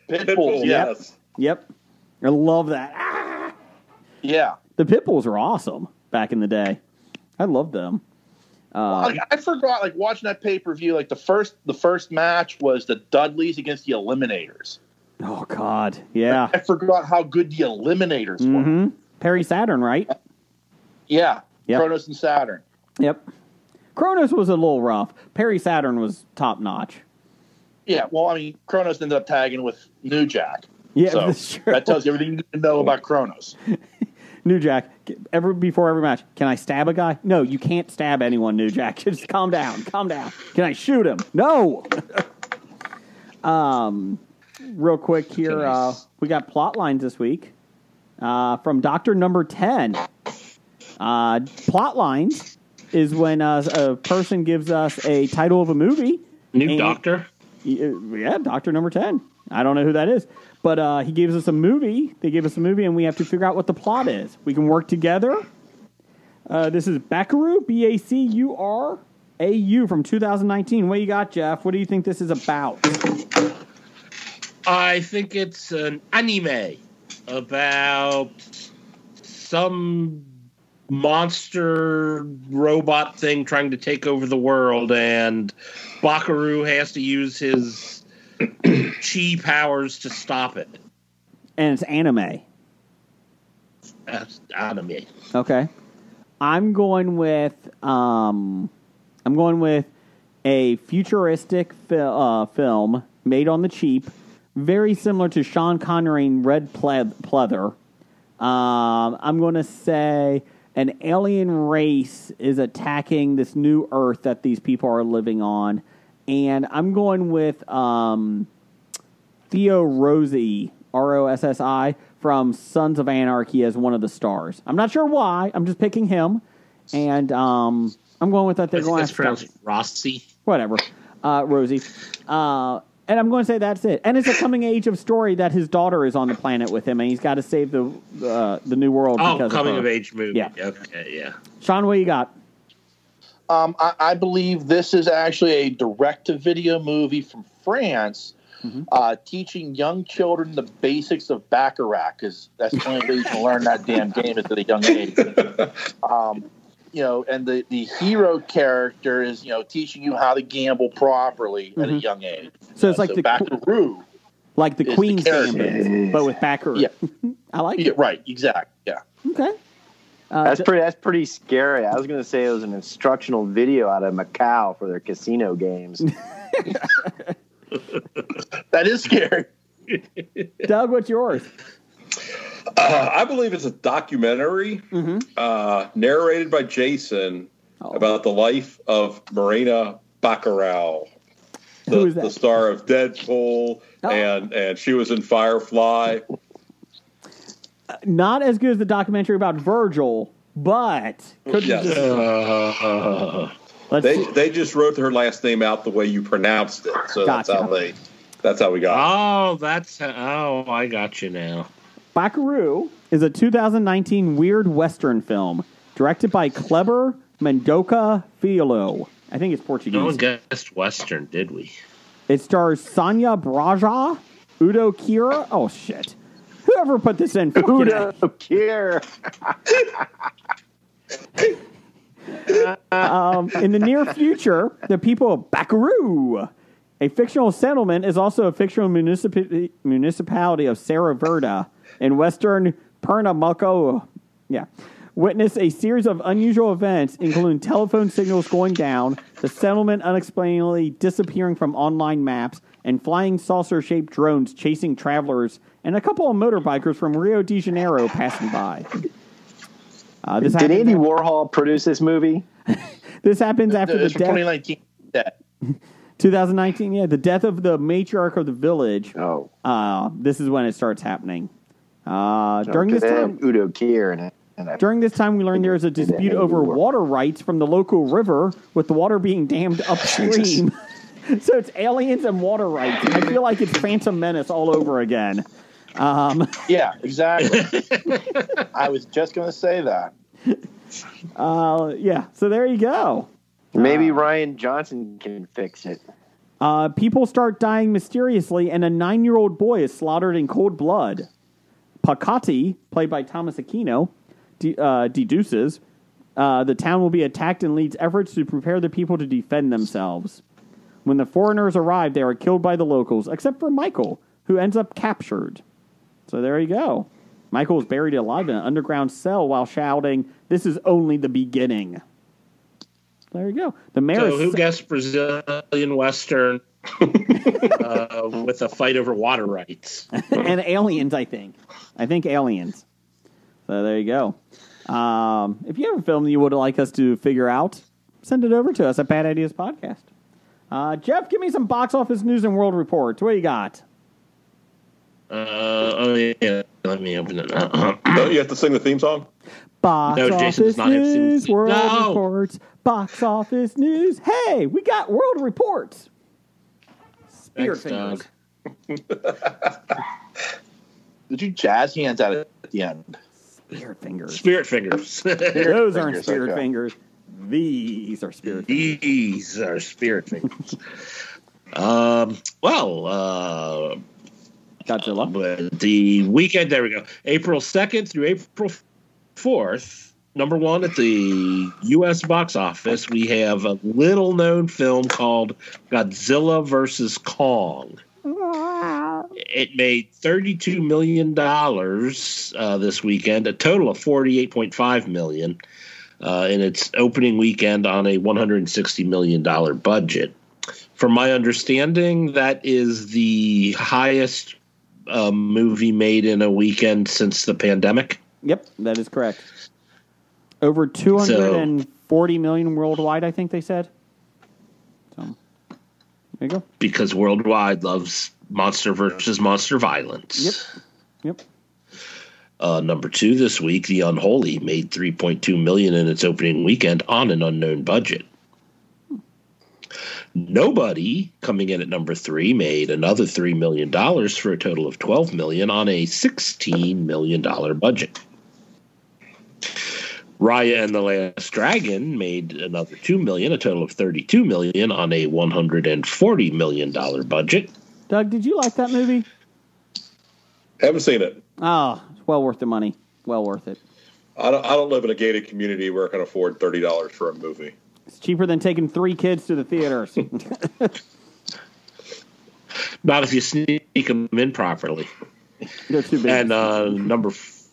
Speaker 4: Yeah.
Speaker 8: Pitbulls,
Speaker 7: Pitbull,
Speaker 8: yeah,
Speaker 7: yes.
Speaker 4: Yep. I love that. Ah!
Speaker 8: yeah.
Speaker 4: The pit bulls were awesome back in the day. I loved them. Uh,
Speaker 8: Like, I forgot, like watching that pay per view, like the first the first match was the Dudleys against the Eliminators.
Speaker 4: oh God, yeah.
Speaker 8: I forgot how good the Eliminators were.
Speaker 4: hmm Perry Saturn, right?
Speaker 8: Yeah,
Speaker 4: Yep.
Speaker 8: Kronos and Saturn.
Speaker 4: Yep. Cronus was a little rough. Perry Saturn was top notch.
Speaker 8: Yeah, well, I mean, Kronos ended up tagging with New Jack.
Speaker 4: Yeah,
Speaker 8: so
Speaker 4: sure.
Speaker 8: that tells you everything you need to know about Kronos.
Speaker 4: New Jack, every before every match, can I stab a guy? No, you can't stab anyone. New Jack, just calm down, calm down. Can I shoot him? No. um, real quick here, uh, we got plot lines this week uh, from Doctor Number Ten. Uh, plot lines is when uh, a person gives us a title of a movie.
Speaker 11: New
Speaker 4: and-
Speaker 11: doctor.
Speaker 4: uh, yeah, Doctor Number Ten. I don't know who that is, but uh, he gives us a movie. They gave us a movie, and we have to figure out what the plot is. We can work together. Uh, this is Baccaru, B A C U R A U from 2019. What you got, Jeff? What do you think this is about?
Speaker 11: I think it's an anime about some monster robot thing trying to take over the world, and Bakaru has to use his chi powers to stop it.
Speaker 4: And it's anime.
Speaker 11: That's anime.
Speaker 4: Okay, I'm going with um, I'm going with a futuristic fil- uh, film made on the cheap, very similar to Sean Connery in Red Ple- Pleather. Um, I'm going to say an alien race is attacking this new Earth that these people are living on, and I'm going with um, Theo Rossi, R O S S I, from Sons of Anarchy as one of the stars. I'm not sure why. I'm just picking him, and um, I'm going with that. They're
Speaker 11: That's,
Speaker 4: going
Speaker 11: that's
Speaker 4: after
Speaker 11: pronounced Rossi.
Speaker 4: whatever, uh, Rosie. Uh, and I'm going to say that's it. And it's a coming age of story that his daughter is on the planet with him, and he's got to save the uh, the new world.
Speaker 11: Oh,
Speaker 4: because
Speaker 11: coming
Speaker 4: her.
Speaker 11: of age movie.
Speaker 4: Yeah.
Speaker 11: Okay, yeah.
Speaker 4: Sean, what you got?
Speaker 8: Um, I, I believe this is actually a direct-to-video movie from France,
Speaker 4: Mhm.
Speaker 8: uh, teaching young children the basics of baccarat because that's the only way you can learn that damn game is at a young age. Um, you know, and the the hero character is you know teaching you how to gamble properly at a
Speaker 4: Mhm.
Speaker 8: young age.
Speaker 4: So it's like the
Speaker 8: baccarat.
Speaker 4: Like the
Speaker 8: It's the
Speaker 4: Queen's
Speaker 8: character.
Speaker 4: Gambit, but with Backer.
Speaker 8: Yeah.
Speaker 4: I like
Speaker 8: Yeah,
Speaker 4: it.
Speaker 8: right. Exact. Yeah.
Speaker 4: Okay. Uh,
Speaker 6: That's
Speaker 4: d-
Speaker 6: pretty. That's pretty scary. I was going to say it was an instructional video out of Macau for their casino games.
Speaker 8: That is scary.
Speaker 4: Doug, what's yours?
Speaker 7: Uh, I believe it's a documentary
Speaker 4: Mm-hmm.
Speaker 7: uh, narrated by Jason
Speaker 4: Oh.
Speaker 7: about the life of Marina Baccarat, the,
Speaker 4: Who is that?
Speaker 7: the star of Deadpool,
Speaker 4: Oh.
Speaker 7: and and she was in Firefly.
Speaker 4: Not as good as the documentary about Virgil, but could be
Speaker 7: Yes.
Speaker 4: just-
Speaker 9: Let's
Speaker 7: They
Speaker 9: see.
Speaker 7: they just wrote her last name out the way you pronounced it, so that's
Speaker 9: Gotcha.
Speaker 7: how they that's how we got. it.
Speaker 11: Oh, that's oh, I got you now.
Speaker 9: Backaroo is a 2019 weird western film directed by Kleber Mendoca Filho. I think it's Portuguese.
Speaker 11: No one guessed Western, did we?
Speaker 9: It stars Sonia Braja, Udo Kira. Oh shit! Whoever put this in? fucking-
Speaker 6: Udo Kier.
Speaker 9: Um, in the near future, the people of Backaroo, a fictional settlement, is also a fictional municipi- municipality of Serra Verde in western Pernambuco. Yeah. Witness a series of unusual events, including telephone signals going down, the settlement unexplainably disappearing from online maps, and flying saucer shaped drones chasing travelers and a couple of motorbikers from Rio de Janeiro passing by. Uh, this,
Speaker 6: Did Andy
Speaker 9: happens,
Speaker 6: Warhol produce this movie?
Speaker 9: this happens after the
Speaker 8: It's from
Speaker 9: death
Speaker 8: 2019. That
Speaker 9: 2019, yeah, the death of the matriarch of the village.
Speaker 6: Oh,
Speaker 9: Uh, this is when it starts happening. Uh, during
Speaker 6: okay,
Speaker 9: this
Speaker 6: they have
Speaker 9: time,
Speaker 6: Udo Kier in it. And I-
Speaker 9: during this time, we learn there is a dispute over water rights from the local river, with the water being dammed upstream. so it's aliens and water rights. I feel like it's Phantom Menace all over again. Um,
Speaker 8: yeah, exactly. I was just going to say that.
Speaker 9: uh, yeah, so there you go.
Speaker 6: Maybe Ryan Johnson can fix it.
Speaker 9: Uh, people start dying mysteriously, and a nine year old boy is slaughtered in cold blood. Pacati, played by Thomas Aquino, de- uh, deduces uh, the town will be attacked and leads efforts to prepare the people to defend themselves. When the foreigners arrive, they are killed by the locals, except for Michael, who ends up captured. So there you go. Michael is buried alive in an underground cell while shouting, This is only the beginning. There you go. The mayor
Speaker 11: So
Speaker 9: is
Speaker 11: who guessed Brazilian Western uh, with a fight over water rights?
Speaker 9: and aliens, I think. I think aliens. So there you go. Um, if you have a film that you would like us to figure out, send it over to us at Bad Ideas Podcast. Uh, Jeff, give me some box office news and world reports. What do you got?
Speaker 11: Uh, oh yeah, let me open it up. Uh-huh.
Speaker 7: Don't you have to sing the theme song?
Speaker 9: Box
Speaker 11: No,
Speaker 9: office
Speaker 11: Jason's not hip soon.
Speaker 9: news, world
Speaker 11: No.
Speaker 9: reports. Box office news. Hey, we got world reports. Spear
Speaker 11: Thanks,
Speaker 9: fingers.
Speaker 11: Doug.
Speaker 8: Did you jazz hands at it at the end?
Speaker 9: Spear fingers.
Speaker 11: Spirit fingers.
Speaker 9: Those aren't
Speaker 8: fingers,
Speaker 9: spirit
Speaker 8: okay.
Speaker 9: fingers. These are spirit fingers.
Speaker 11: These are spirit fingers. um, well, uh,
Speaker 9: Godzilla.
Speaker 11: But the weekend, there we go. April 2nd through April 4th, number one at the U.S. box office, we have a little known film called Godzilla versus Kong. It made $32 million uh, this weekend, a total of $48.5 million uh, in its opening weekend on a $160 million budget. From my understanding, that is the highest a movie made in a weekend since the pandemic.
Speaker 9: Yep, that is correct. Over two hundred and forty million worldwide, I think they said. So, there you go.
Speaker 11: because worldwide loves monster versus monster violence.
Speaker 9: Yep.
Speaker 11: Uh, number two this week, The Unholy made 3.2 million in its opening weekend on an unknown budget. Nobody coming in at number three made another three million dollars for a total of 12 million on a 16 million dollar budget. Raya and the Last Dragon made another two million, a total of 32 million on a 140 million dollar budget.
Speaker 9: Doug, did you like that movie?
Speaker 7: Haven't seen it.
Speaker 9: Oh, it's well worth the money. Well worth it.
Speaker 7: I don't, I don't live in a gated community where I can afford thirty dollars for a movie.
Speaker 9: It's cheaper than taking three kids to the theaters.
Speaker 11: Not if you sneak them in properly.
Speaker 9: They're too big.
Speaker 11: And uh, number, f-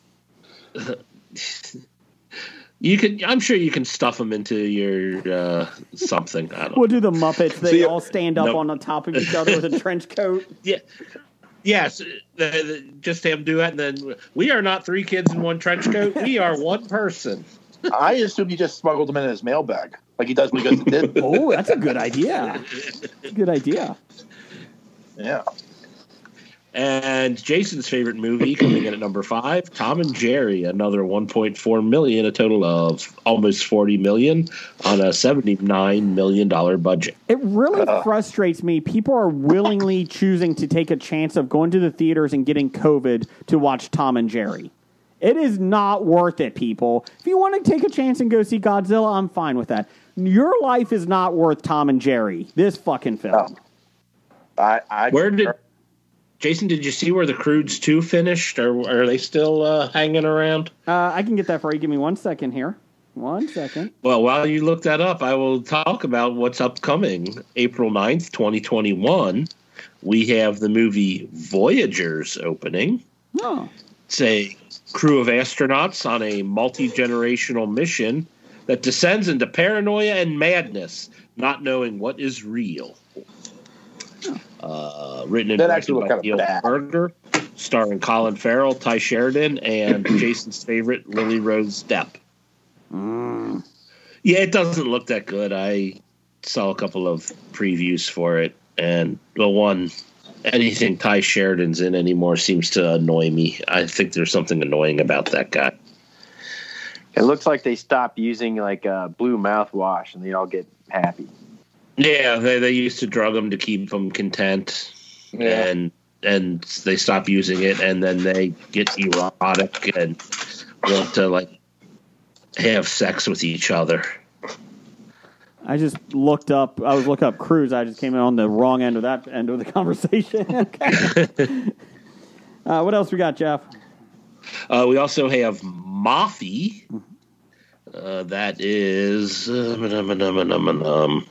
Speaker 11: you can. I'm sure you can stuff them into your uh, something. I don't.
Speaker 9: we'll do the Muppets. They
Speaker 7: See,
Speaker 9: all stand up
Speaker 11: no.
Speaker 9: on the top of each other with a trench coat.
Speaker 11: Yeah. Yes, uh, the- the- just have them do that, and then we are not three kids in one trench coat. We are one person.
Speaker 8: I assume you just smuggled him in his mailbag, like he does when he goes to Disney.
Speaker 9: Oh, that's a good idea. Good idea.
Speaker 8: Yeah.
Speaker 11: And Jason's favorite movie coming in at number five, Tom and Jerry, another 1.4 million, a total of almost 40 million on a 79 million dollar budget.
Speaker 4: It really frustrates me. People are willingly choosing to take a chance of going to the theaters and getting COVID to watch Tom and Jerry. It is not worth it, people. If you want to take a chance and go see Godzilla, I'm fine with that. Your life is not worth Tom and Jerry. This fucking film.
Speaker 8: I, I
Speaker 11: Where did Jason? Did you see where the Crudes two finished, or are they still uh, hanging around?
Speaker 4: Uh, I can get that for you. Give me one second here. One second.
Speaker 11: Well, while you look that up, I will talk about what's upcoming. April 9th, 2021, we have the movie Voyagers opening.
Speaker 4: Oh,
Speaker 11: It's a crew of astronauts on a multi generational mission that descends into paranoia and madness, not knowing what is real. Uh, written and
Speaker 8: That
Speaker 11: directed
Speaker 8: actually looked
Speaker 11: by
Speaker 8: kinda
Speaker 11: Neil
Speaker 8: bad.
Speaker 11: Berger, starring Colin Farrell, Ty Sheridan, and Jason's favorite, Lily Rose Depp. Yeah, it doesn't look that good. I saw a couple of previews for it, and the one anything Ty Sheridan's in anymore seems to annoy me. I think there's something annoying about that guy.
Speaker 6: It looks like they stopped using like uh, blue mouthwash, and they all get happy.
Speaker 11: Yeah, they they used to drug him to keep him content,
Speaker 8: Yeah.
Speaker 11: and and they stop using it, and then they get erotic and want to like have sex with each other.
Speaker 4: I just looked up. I was looking up cruise. I just came in on the wrong end of that end of the conversation. okay. uh, what else we got, Jeff?
Speaker 11: Uh, we also have Moffy. Uh, that is uh, um, um, um, um, um, um,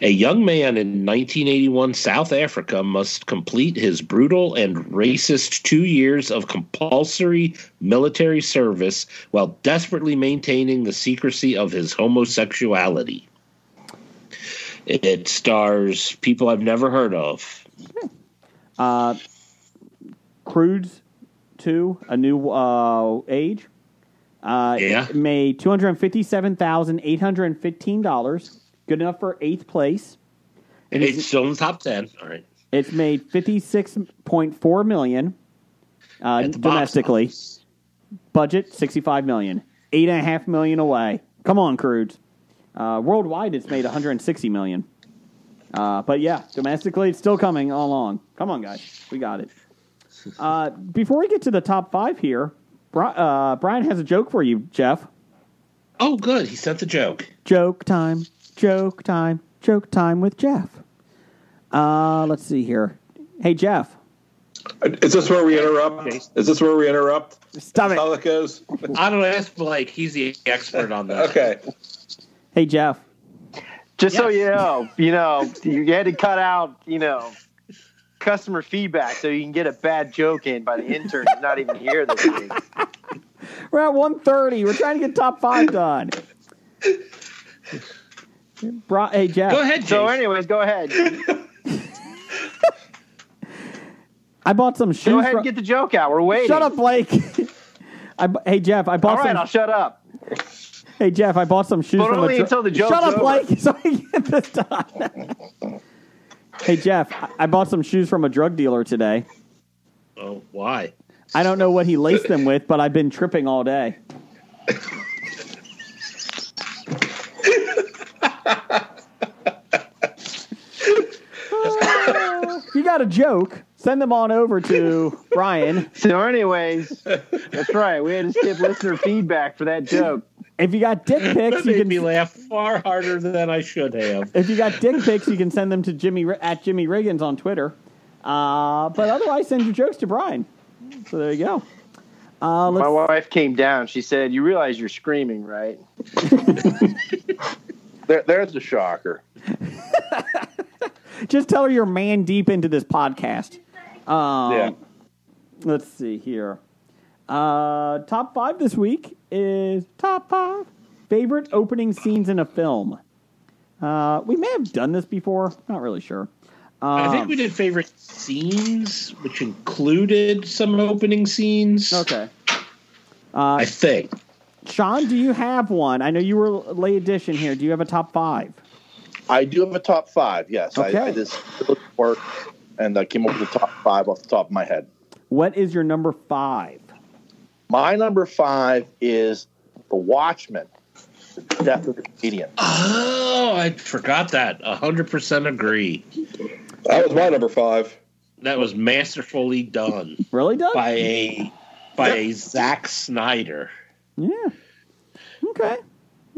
Speaker 11: a young man in 1981 South Africa must complete his brutal and racist two years of compulsory military service while desperately maintaining the secrecy of his homosexuality. It stars people I've never heard of.
Speaker 4: Uh, Crudes 2, A New uh, Age. Uh,
Speaker 11: Yeah.
Speaker 4: it made $257,815. Good enough for eighth place.
Speaker 11: It's still in the top ten. All right.
Speaker 4: It's made 56.4 million uh,
Speaker 11: At the box
Speaker 4: domestically.
Speaker 11: office.
Speaker 4: Budget 65 million. Eight and a half million away. Come on, Crudes. Uh, worldwide, it's made 160 million. Uh, but yeah, domestically, it's still coming all along. Come on, guys, we got it. Uh, before we get to the top five here, Bri- uh, Brian has a joke for you, Jeff.
Speaker 11: Oh, good. He sent the joke.
Speaker 4: Joke time, joke time, joke time with Jeff. Uh, let's see here. Hey, Jeff,
Speaker 7: Is this where we interrupt? Is this where we interrupt?
Speaker 4: stop
Speaker 7: How
Speaker 4: it.
Speaker 7: that goes?
Speaker 11: I don't know. Ask Blake. He's the expert on that.
Speaker 7: Okay.
Speaker 4: Hey, Jeff.
Speaker 6: Just so you know, you know, you had to cut out, you know, customer feedback so you can get a bad joke in by the intern who's not even here this week.
Speaker 4: We're at 130. We're trying to get top five done. Bri- hey, Jeff.
Speaker 11: Go ahead,
Speaker 6: So,
Speaker 11: Jason.
Speaker 6: anyways, go ahead.
Speaker 4: I bought some shoes.
Speaker 6: Go ahead
Speaker 4: from-
Speaker 6: and get the joke out. We're waiting.
Speaker 4: Shut up, Blake. I bu- hey Jeff, I
Speaker 6: All
Speaker 4: bought
Speaker 6: right,
Speaker 4: some.
Speaker 6: I'll shut up.
Speaker 4: hey Jeff, I bought some shoes.
Speaker 6: But
Speaker 4: from a
Speaker 6: only
Speaker 4: dr-
Speaker 6: until the joke's
Speaker 4: Shut up,
Speaker 6: over.
Speaker 4: Blake. So I can get this done. hey Jeff, I- I bought some shoes from a drug dealer today.
Speaker 11: Oh, why?
Speaker 4: I don't know what he laced them with, but I've been tripping all day. if you got a joke, send them on over to Brian.
Speaker 6: So, anyways, that's right. We had to skip listener feedback for that joke.
Speaker 4: If you got dick
Speaker 11: That
Speaker 4: pics, you
Speaker 11: made
Speaker 4: can
Speaker 11: me laugh far harder than I should have.
Speaker 4: if you got dick pics, you can send them to Jimmy at Jimmy Riggins on Twitter. Uh, but otherwise, send your jokes to Brian. So there you go. Uh,
Speaker 6: My
Speaker 4: let's,
Speaker 6: wife came down. She said, "You realize you're screaming, right?"
Speaker 8: there, there's the shocker.
Speaker 4: just tell her you're man deep into this podcast. Um,
Speaker 8: Yeah.
Speaker 4: Let's see here. Uh, top five this week is top five favorite opening scenes in a film. Uh, we may have done this before. Not really sure.
Speaker 11: I think we did favorite scenes, which included some opening scenes.
Speaker 4: Okay.
Speaker 11: I think.
Speaker 4: Sean, do you have one? I know you were late edition here. Do you have a top five?
Speaker 8: I do have a top five. Yes,
Speaker 4: Okay.
Speaker 8: I, I just work and I came up with the top five off the top of my head.
Speaker 4: What is your number five?
Speaker 8: My number five is The Watchmen, The Death of the Comedian.
Speaker 11: Oh, I forgot that. hundred percent agree.
Speaker 7: That was my number five.
Speaker 11: That was masterfully done
Speaker 4: Really, Doug?
Speaker 11: by a by a Zack Snyder.
Speaker 4: Yeah. Okay.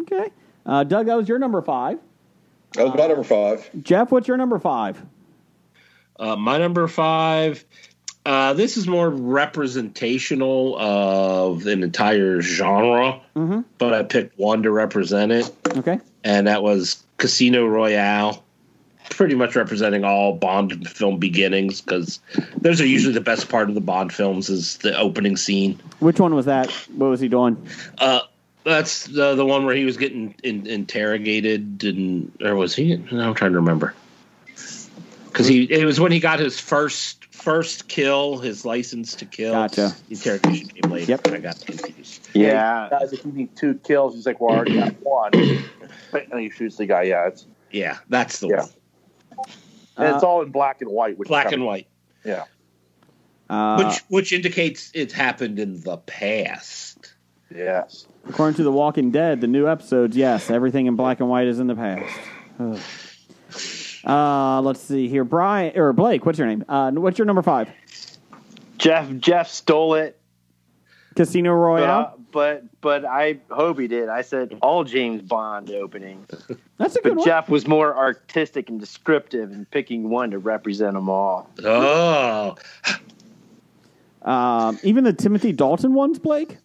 Speaker 4: Okay. Uh, Doug, that was your number five.
Speaker 7: That was my number five.
Speaker 4: Jeff, what's your number five?
Speaker 11: Uh, my number five. Uh, this is more representational of an entire genre,
Speaker 4: Mhm.
Speaker 11: but I picked one to represent it,
Speaker 4: Okay.
Speaker 11: and that was Casino Royale. Pretty much representing all Bond film beginnings because those are usually the best part of the Bond films is the opening scene.
Speaker 4: Which one was that? What was he doing?
Speaker 11: Uh, that's the the one where he was getting in, interrogated, and or was he? No, I'm trying to remember. Because he, it was when he got his first first kill, his license to kill.
Speaker 4: Gotcha.
Speaker 11: Interrogation came later.
Speaker 4: Yep.
Speaker 11: I got confused.
Speaker 6: Yeah.
Speaker 8: Guys, if you need two kills, he's like, well, I already got one. And he shoots the guy, yeah. It's,
Speaker 11: Yeah, that's the
Speaker 8: Yeah.
Speaker 11: one.
Speaker 8: and it's all in black and white. Which
Speaker 11: Uh, Black and white,
Speaker 8: Yeah.
Speaker 4: Uh,
Speaker 11: which which indicates it happened in the past.
Speaker 8: Yes.
Speaker 4: according to The Walking Dead, the new episodes, yes, everything in black and white is in the past. Ugh. Uh, let's see here, Brian or Blake. What's your name? Uh, what's your number five?
Speaker 6: Jeff Jeff stole it.
Speaker 4: Casino
Speaker 6: But,
Speaker 4: Royale.
Speaker 6: but but I hope he did. I said all James Bond openings,
Speaker 4: That's a good
Speaker 6: but
Speaker 4: one.
Speaker 6: Jeff was more artistic and descriptive in picking one to represent them all.
Speaker 11: Oh,
Speaker 4: Um, even the Timothy Dalton ones, Blake.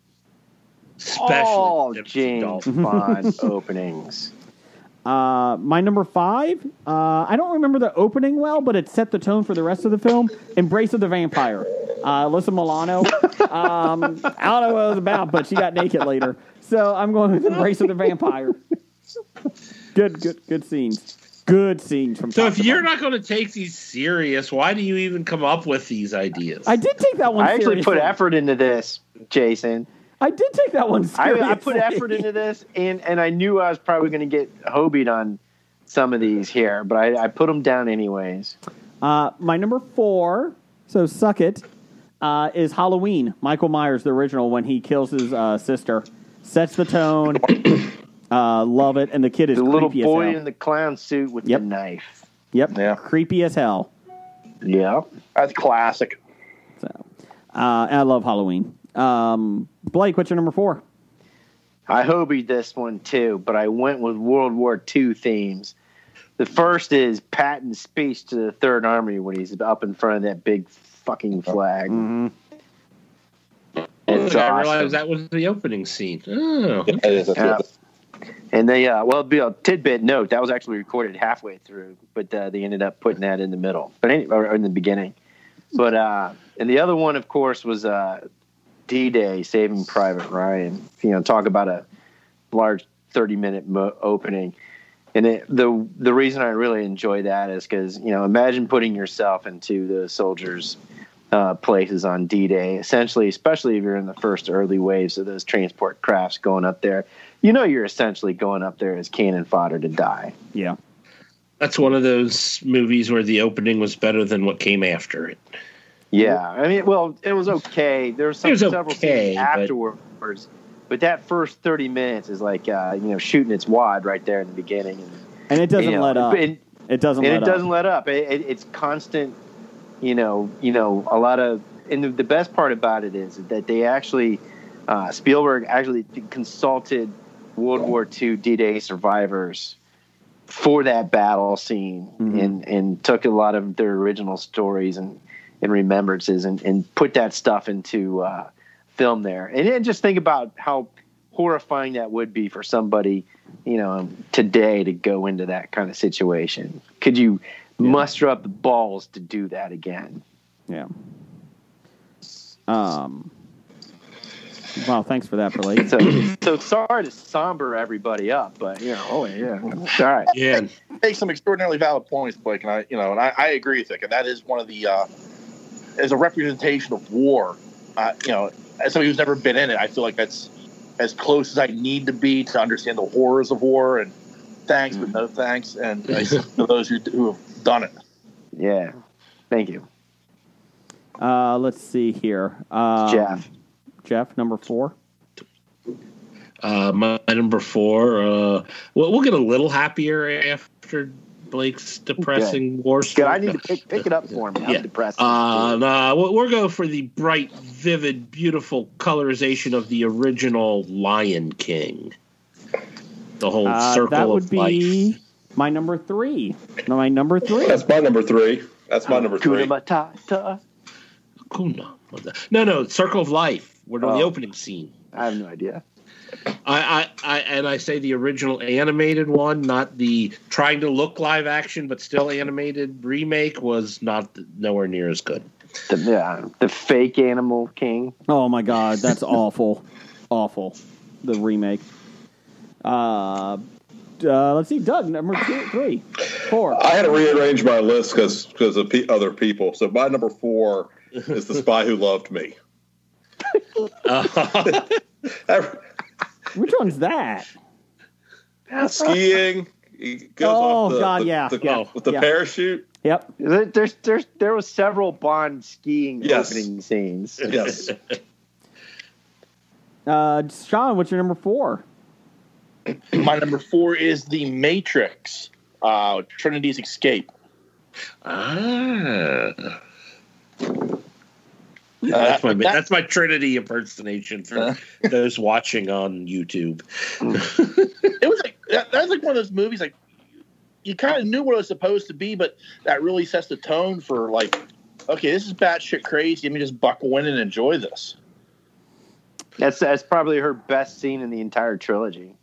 Speaker 4: Oh,
Speaker 6: all
Speaker 11: especially
Speaker 6: James Bond openings.
Speaker 4: Uh, my number five. Uh, I don't remember the opening well, but it set the tone for the rest of the film. Embrace of the Vampire. Uh, Alyssa Milano. Um, I don't know what it was about, but she got naked later. So I'm going with Embrace of the Vampire. Good, good, good scenes. Good scenes from.
Speaker 11: So
Speaker 4: top
Speaker 11: if
Speaker 4: to
Speaker 11: you're
Speaker 4: bottom.
Speaker 11: not going to take these serious, why do you even come up with these ideas?
Speaker 4: I did take that one.
Speaker 6: I actually
Speaker 4: seriously.
Speaker 6: put effort into this, Jason.
Speaker 4: I did take that one. Seriously.
Speaker 6: I, I put effort into this, and and I knew I was probably going to get hobied on some of these here, but I, I put them down anyways.
Speaker 4: Uh, my number four, so suck it, uh, is Halloween. Michael Myers, the original, when he kills his uh, sister, sets the tone. uh, love it, and the kid is
Speaker 6: The little
Speaker 4: creepy
Speaker 6: boy
Speaker 4: as hell.
Speaker 6: in the clown suit with
Speaker 4: Yep.
Speaker 6: the knife.
Speaker 4: yep,
Speaker 8: Yeah.
Speaker 4: creepy as hell.
Speaker 6: Yeah,
Speaker 8: That's classic.
Speaker 4: Uh, and I love Halloween. Um, Blake, what's your number four?
Speaker 6: I hobied this one too, but I went with World War II themes. The first is Patton's speech to the Third Army when he's up in front of that big fucking flag.
Speaker 4: Mm-hmm.
Speaker 6: It's
Speaker 11: I
Speaker 6: awesome.
Speaker 11: realized that was the opening scene. Oh,
Speaker 8: It is. That's
Speaker 6: Yeah.
Speaker 8: it.
Speaker 6: And they, uh, well, it'd be a tidbit note that was actually recorded halfway through, but uh, they ended up putting that in the middle, but any, or in the beginning. But uh, and the other one, of course, was uh, D Day, Saving Private Ryan. You know, talk about a large thirty-minute mo- opening. And it, the the reason I really enjoy that is because you know, imagine putting yourself into the soldiers' uh, places on D Day, essentially, especially if you're in the first early waves of those transport crafts going up there, you know you're essentially going up there as cannon fodder to die.
Speaker 4: Yeah,
Speaker 11: That's one of those movies where the opening was better than what came after it.
Speaker 6: Yeah, I mean, well, it was okay. There was, some,
Speaker 11: It was
Speaker 6: several
Speaker 11: okay,
Speaker 6: scenes
Speaker 11: but-
Speaker 6: afterwards, but... that first thirty minutes is like uh, you know shooting its wad right there in the beginning. And,
Speaker 4: and it doesn't
Speaker 6: you know,
Speaker 4: let up.
Speaker 6: and-
Speaker 4: it doesn't.
Speaker 6: and
Speaker 4: let
Speaker 6: it doesn't
Speaker 4: Up.
Speaker 6: let up. It, it, it's constant. You know, you know, a lot of, and the, the best part about it is that they actually, uh, Spielberg actually consulted World War II D-Day survivors for that battle scene,
Speaker 4: Mhm.
Speaker 6: and and took a lot of their original stories and and remembrances, and and put that stuff into uh, film there. And then just think about how horrifying that would be for somebody you know, today to go into that kind of situation? Could you muster up the balls to do that again?
Speaker 4: Yeah. Um. Wow, thanks for that, Blake.
Speaker 6: So, so sorry to somber everybody up, but you know, oh yeah, it's all right.
Speaker 11: Yeah,
Speaker 8: make some extraordinarily valid points, Blake, and I, you know, and I, I agree with Vic, and that is one of the uh, as a representation of war. Uh, you know, as somebody who's never been in it, I feel like that's as close as I need to be to understand the horrors of war. And
Speaker 11: Mm-hmm.
Speaker 8: thanks, but no thanks, and I, to those who, who have done it.
Speaker 6: Yeah, Thank you,
Speaker 4: Uh, let's see here. Uh,
Speaker 6: Jeff.
Speaker 4: Jeff, number four.
Speaker 11: Uh, my number four. Uh, well, we'll get a little happier after Blake's depressing war
Speaker 6: Good.
Speaker 11: story.
Speaker 6: I need to pick, pick it up for me. I'm
Speaker 11: Yeah.
Speaker 6: depressed.
Speaker 11: Uh, nah, we'll, we'll go for the bright, vivid, beautiful colorization of the original Lion King. The whole
Speaker 4: Uh,
Speaker 11: circle
Speaker 4: that would
Speaker 11: of
Speaker 4: be
Speaker 11: life.
Speaker 4: my number three. No, my number three.
Speaker 7: That's my number three. That's my number three.
Speaker 6: Kunamata.
Speaker 11: Hakuna Matata. No, no, Circle of Life. We're doing
Speaker 6: Oh.
Speaker 11: the opening scene.
Speaker 6: I have no idea.
Speaker 11: I, I, I and I say the original animated one, not the trying to look live action but still animated remake was not nowhere near as good.
Speaker 6: The, yeah, the fake animal king.
Speaker 4: Oh my god, that's awful, awful. The remake. Uh, uh, let's see, Doug, number two, three, four.
Speaker 7: I had to rearrange my list because of pe- other people. So my number four is the spy who loved me. That-
Speaker 4: Which one's that?
Speaker 7: skiing. He goes
Speaker 4: Oh,
Speaker 7: off the,
Speaker 4: God,
Speaker 7: the-
Speaker 4: yeah,
Speaker 7: the- oh,
Speaker 4: yeah,
Speaker 7: with the
Speaker 4: yeah.
Speaker 7: parachute.
Speaker 4: Yep.
Speaker 6: There, there's, there's, there was several Bond skiing
Speaker 7: Yes.
Speaker 6: opening scenes.
Speaker 7: Yes,
Speaker 4: Uh, Sean, what's your number four?
Speaker 8: My number four is The Matrix, uh, Trinity's Escape.
Speaker 11: ah. That's my
Speaker 8: Uh, that- Uh.
Speaker 11: that's my Trinity impersonation for those watching on YouTube.
Speaker 8: It was like that, that's like one of those movies like you kind of knew what it was supposed to be, but that really sets the tone for like, okay, this is batshit crazy. Let me just buckle in and enjoy this.
Speaker 6: That's that's probably her best scene in the entire trilogy.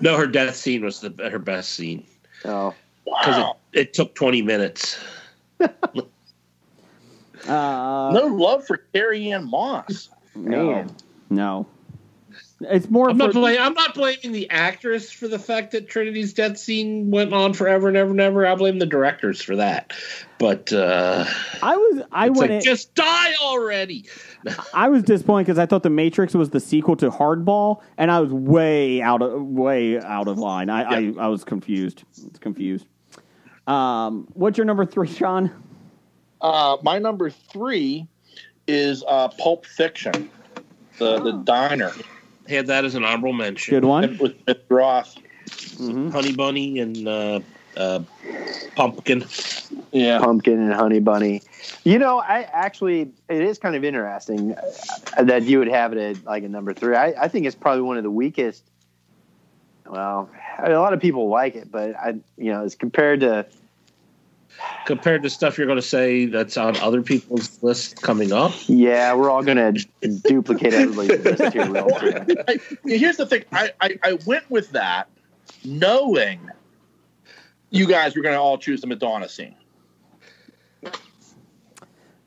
Speaker 11: No, her death scene was the her best scene.
Speaker 6: Oh,
Speaker 8: Wow,
Speaker 11: It took twenty minutes.
Speaker 4: Uh,
Speaker 8: no love for Carrie Ann Moss.
Speaker 4: man, no. It's more.
Speaker 11: I'm
Speaker 4: for,
Speaker 11: not blaming. I'm not blaming the actress for the fact that Trinity's death scene went on forever and ever and ever. I blame the directors for that. But uh,
Speaker 4: I was. I
Speaker 11: it's
Speaker 4: went.
Speaker 11: like,
Speaker 4: in-
Speaker 11: just die already.
Speaker 4: I was disappointed because I thought The Matrix was the sequel to Hardball, and I was way out of way out of line. I I, I was confused. It's confused. Um, what's your number three, Sean?
Speaker 8: Uh, my number three is uh, Pulp Fiction, the the diner
Speaker 11: Had that as an honorable mention.
Speaker 4: Good one.
Speaker 8: with Smith Roth.
Speaker 4: hmm
Speaker 11: Honey Bunny and uh, uh, Pumpkin.
Speaker 8: Yeah,
Speaker 6: pumpkin and honey bunny. You know, I actually it is kind of interesting uh, that you would have it at like a number three. I, I think it's probably one of the weakest. Well, I mean, a lot of people like it, but I, you know, as compared to
Speaker 11: Compared to stuff you're going to say that's on other people's list coming up.
Speaker 6: yeah, we're all gonna duplicate everybody's list here real quick.
Speaker 8: I, here's the thing. I, I I went with that knowing you guys were going to all choose the Madonna scene.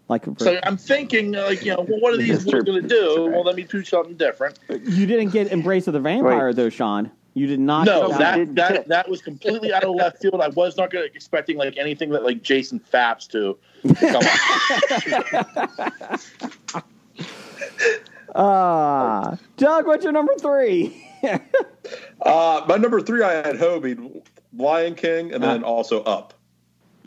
Speaker 4: Like
Speaker 8: So I'm thinking, uh, like, you know, well, what are these going to do? Well, let me do something different.
Speaker 4: you didn't get Embrace of the Vampire
Speaker 6: Wait.
Speaker 4: though, Sean. You did not.
Speaker 8: No,
Speaker 4: get
Speaker 8: that
Speaker 6: didn't.
Speaker 8: that that was completely out of left field. I was not going to expecting like anything that like Jason Fapps to come up.
Speaker 4: Ah, Doug, what's your number three?
Speaker 7: uh, my number three. I had Hobie, Lion King, and
Speaker 4: Uh.
Speaker 7: then also Up.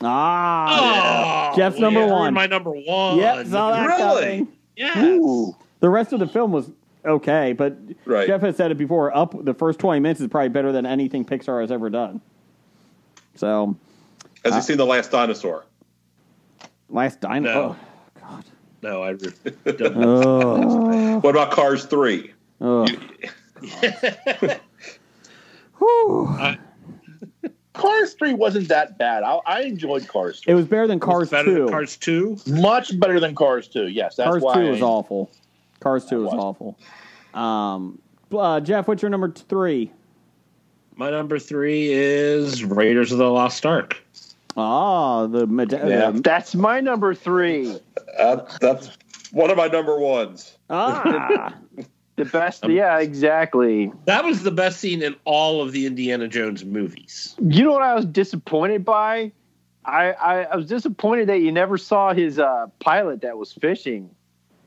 Speaker 4: ah, Jeff's number
Speaker 11: you ruined
Speaker 4: one.
Speaker 11: Oh, My number one.
Speaker 4: Oh, yep, saw that
Speaker 7: Really?
Speaker 4: coming.
Speaker 11: Yes.
Speaker 6: Ooh,
Speaker 4: The rest of the film was okay, but
Speaker 7: Right.
Speaker 4: Jeff has said it before. Up the first twenty minutes is probably better than anything Pixar has ever done. So
Speaker 7: Has
Speaker 4: uh,
Speaker 7: he seen the last dinosaur?
Speaker 4: last dino.
Speaker 11: No.
Speaker 4: Oh,
Speaker 11: No, I re- don't.
Speaker 4: God.
Speaker 7: What about Cars Three?
Speaker 4: Oh, oh. Whew.
Speaker 8: Cars three wasn't that bad. I, I enjoyed Cars
Speaker 4: It
Speaker 8: three
Speaker 4: was better than Cars
Speaker 11: It's better
Speaker 4: two.
Speaker 11: than Cars Two.
Speaker 8: much better than Cars two. Yes, that's
Speaker 4: Cars
Speaker 8: why
Speaker 4: two
Speaker 8: I-
Speaker 4: was awful. Cars two was
Speaker 8: was.
Speaker 4: awful. Um, uh, Jeff, what's your number t- three?
Speaker 11: My number three is Raiders of the Lost Ark.
Speaker 4: Ah, the Meda-
Speaker 8: Yeah.
Speaker 4: the-
Speaker 6: that's my number three.
Speaker 7: That, that's one of my number ones.
Speaker 4: ah.
Speaker 6: The best, yeah, exactly.
Speaker 11: That was the best scene in all of the Indiana Jones movies.
Speaker 6: You know what I was disappointed by? I, I, I was disappointed that you never saw his uh, pilot that was fishing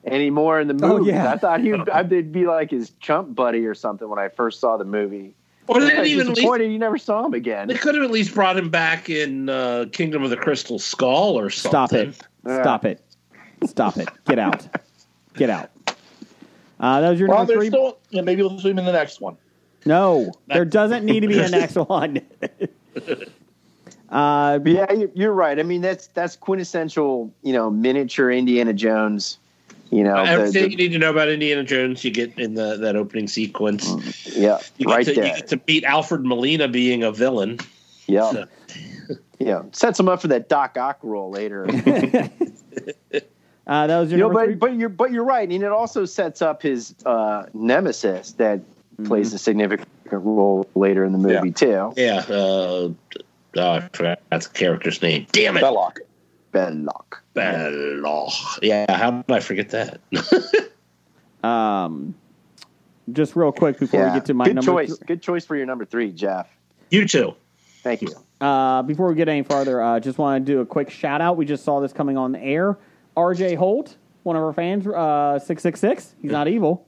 Speaker 6: anymore in the
Speaker 4: Oh,
Speaker 6: movie.
Speaker 4: yeah.
Speaker 6: I thought he would I'd be like his chump buddy or something when I first saw the movie.
Speaker 11: Or they didn't
Speaker 6: Everybody's
Speaker 11: even leave.
Speaker 6: disappointed you never saw him again.
Speaker 11: They could have at least brought him back in uh, Kingdom of the Crystal Skull or something.
Speaker 4: Stop it. Stop it. Stop it. Get out. Get out. Uh, that was your
Speaker 8: Well,
Speaker 4: number
Speaker 8: there's
Speaker 4: three.
Speaker 8: still yeah, maybe we'll zoom in the next one.
Speaker 4: no, there doesn't need to be a next one. uh,
Speaker 6: But yeah, you- you're right. I mean, that's that's quintessential, you know, miniature Indiana Jones. You know, the-
Speaker 11: Everything you
Speaker 6: the,
Speaker 11: need to know about Indiana Jones, you get in the, that opening sequence.
Speaker 6: yeah,
Speaker 11: You get,
Speaker 6: Mm, right
Speaker 11: to, you
Speaker 6: there.
Speaker 11: get to beat Alfred Molina being a villain.
Speaker 6: Yeah, yeah, sets him up for that Doc Ock role later.
Speaker 4: uh, that was your
Speaker 6: you know,
Speaker 4: number
Speaker 6: but
Speaker 4: three.
Speaker 6: but you're but you're right, and it also sets up his uh, nemesis that plays a significant role later in the movie too.
Speaker 11: Yeah. Uh, oh, I forgot that's the character's name. Damn it.
Speaker 8: Belloc.
Speaker 6: Belloc.
Speaker 11: Belloc. Yeah, how did I forget that?
Speaker 4: um, just real quick before we get to my
Speaker 6: good
Speaker 4: number
Speaker 6: choice.
Speaker 4: three-
Speaker 6: Good choice for your number three, Jeff.
Speaker 11: you too.
Speaker 6: Thank you.
Speaker 4: Uh, before we get any farther, uh, just want to do a quick shout out. We just saw this coming on the air. RJ Holt, one of our fans, uh, 666. He's not evil.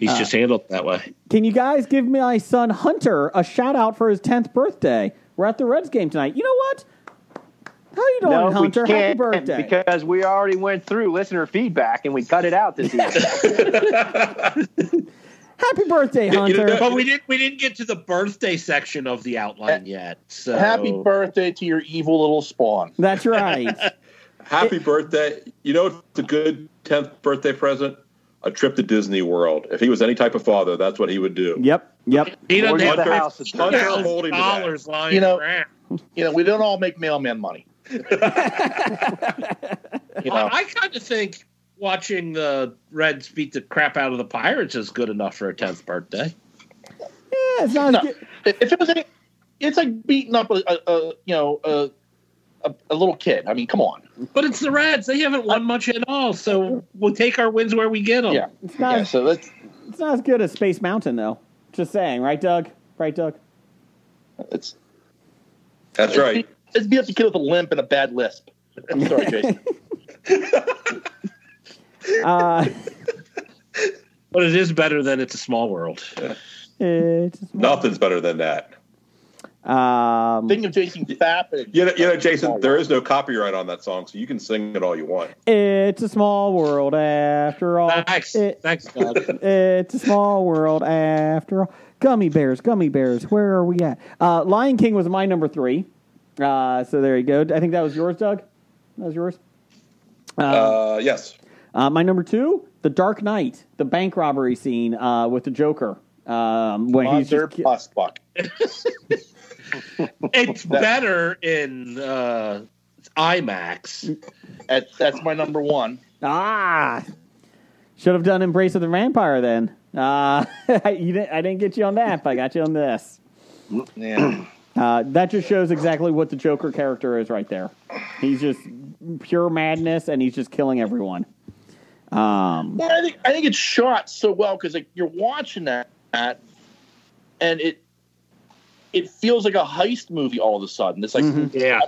Speaker 11: He's
Speaker 6: Uh,
Speaker 11: just handled that way.
Speaker 4: Can you guys give my son Hunter a shout out for his 10th birthday? We're at the Reds game tonight. You know what? How you doing, Hunter? Happy birthday.
Speaker 6: because we already went through listener feedback and we cut it out this evening.
Speaker 4: Happy birthday, Hunter.
Speaker 11: But we didn't we didn't get to the birthday section of the outline yet. So
Speaker 8: Happy birthday to your evil little spawn.
Speaker 4: That's right.
Speaker 7: Happy birthday. You know, it's a good 10th birthday present. A trip to Disney World. If he was any type of father, that's what he would do.
Speaker 4: yep. Yep.
Speaker 11: He doesn't
Speaker 6: Lord of
Speaker 11: have
Speaker 6: the house is
Speaker 7: Hunter
Speaker 11: $50,000
Speaker 7: holding to that.
Speaker 11: dollars lying
Speaker 8: You know-
Speaker 11: around.
Speaker 8: You know, we don't all make mailman money. you know,
Speaker 11: I, kind of think watching the Reds beat the crap out of the Pirates is good enough for a tenth birthday.
Speaker 4: Yeah, it's not as
Speaker 8: No.
Speaker 4: good.
Speaker 8: if it was any, it's like beating up a, a, a you know a, a a little kid. I mean, come on.
Speaker 11: But it's the Reds; they haven't won much at all. So we'll take our wins where we get
Speaker 4: Oh.
Speaker 8: Yeah.
Speaker 11: them.
Speaker 4: It's not,
Speaker 8: Yeah, so let's
Speaker 4: it's not as good as Space Mountain, though. Just saying, right, Doug? Right, Doug?
Speaker 8: let's
Speaker 7: That's right.
Speaker 8: let's beat up the kid with a limp and a bad lisp. I'm sorry, Jason.
Speaker 4: Uh,
Speaker 11: But it is better than it's a small world.
Speaker 4: it's,
Speaker 7: Nothing's better than that.
Speaker 4: um,
Speaker 8: Thinking of Jason Fapp. and-
Speaker 7: You know, you know, Jason, there is no copyright on that song, so you can sing it all you want.
Speaker 4: It's a small world after
Speaker 8: Oh,
Speaker 4: all.
Speaker 11: Thanks,
Speaker 4: It-
Speaker 11: thanks, Doug.
Speaker 4: it's a small world after all. Gummy bears, gummy bears. Where are we at? Uh, Lion King was my number three. Uh, so there you go. I think that was yours, Doug. That was yours. Um,
Speaker 7: Uh, yes.
Speaker 4: Uh, my number two, The Dark Knight, the bank robbery scene uh, with the Joker. Um, when he's
Speaker 8: Monster
Speaker 4: just, ki-
Speaker 8: plus buck.
Speaker 11: It's better in uh, IMAX.
Speaker 8: That, that's my number one.
Speaker 4: ah, should have done Embrace of the Vampire then. Uh, you didn't, I didn't get you on that, but I got you on this.
Speaker 8: Yeah.
Speaker 4: Uh, that just shows exactly what the Joker character is right there. He's just pure madness, and he's just killing everyone. Um,
Speaker 8: Well, I think I think it's shot so well because like you're watching that, that, and it it feels like a heist movie all of a sudden. It's like,
Speaker 4: Mm-hmm.
Speaker 11: Yeah,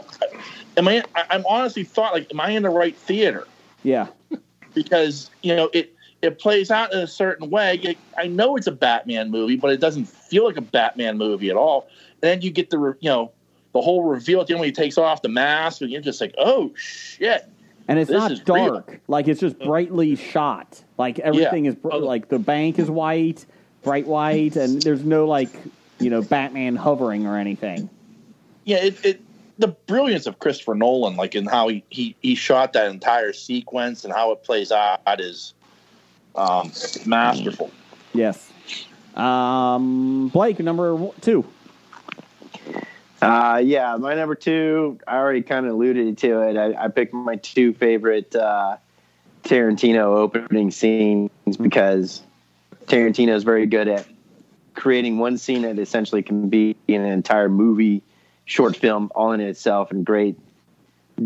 Speaker 8: am I? I- I'm honestly thought like, am I in the right theater?
Speaker 4: yeah,
Speaker 8: Because you know it it plays out in a certain way. Like, I know it's a Batman movie, but it doesn't feel like a Batman movie at all. And then you get the re- you know the whole reveal at the end when he takes off the mask, and you're just like, oh shit.
Speaker 4: and it's
Speaker 8: This
Speaker 4: not
Speaker 8: is
Speaker 4: dark. Like it's just brightly shot. Like everything is br-
Speaker 11: Oh.
Speaker 4: like the bank is white, bright white, and there's no like you know Batman hovering or anything.
Speaker 8: yeah, it, it the brilliance of Christopher Nolan, like in how he, he, he shot that entire sequence and how it plays out is um, masterful.
Speaker 4: Yes. Um, Blake, number w- two.
Speaker 6: Uh, yeah, my number two, I already kind of alluded to it. I, I picked my two favorite uh, Tarantino opening scenes because Tarantino is very good at creating one scene that essentially can be in an entire movie, short film, all in itself, and great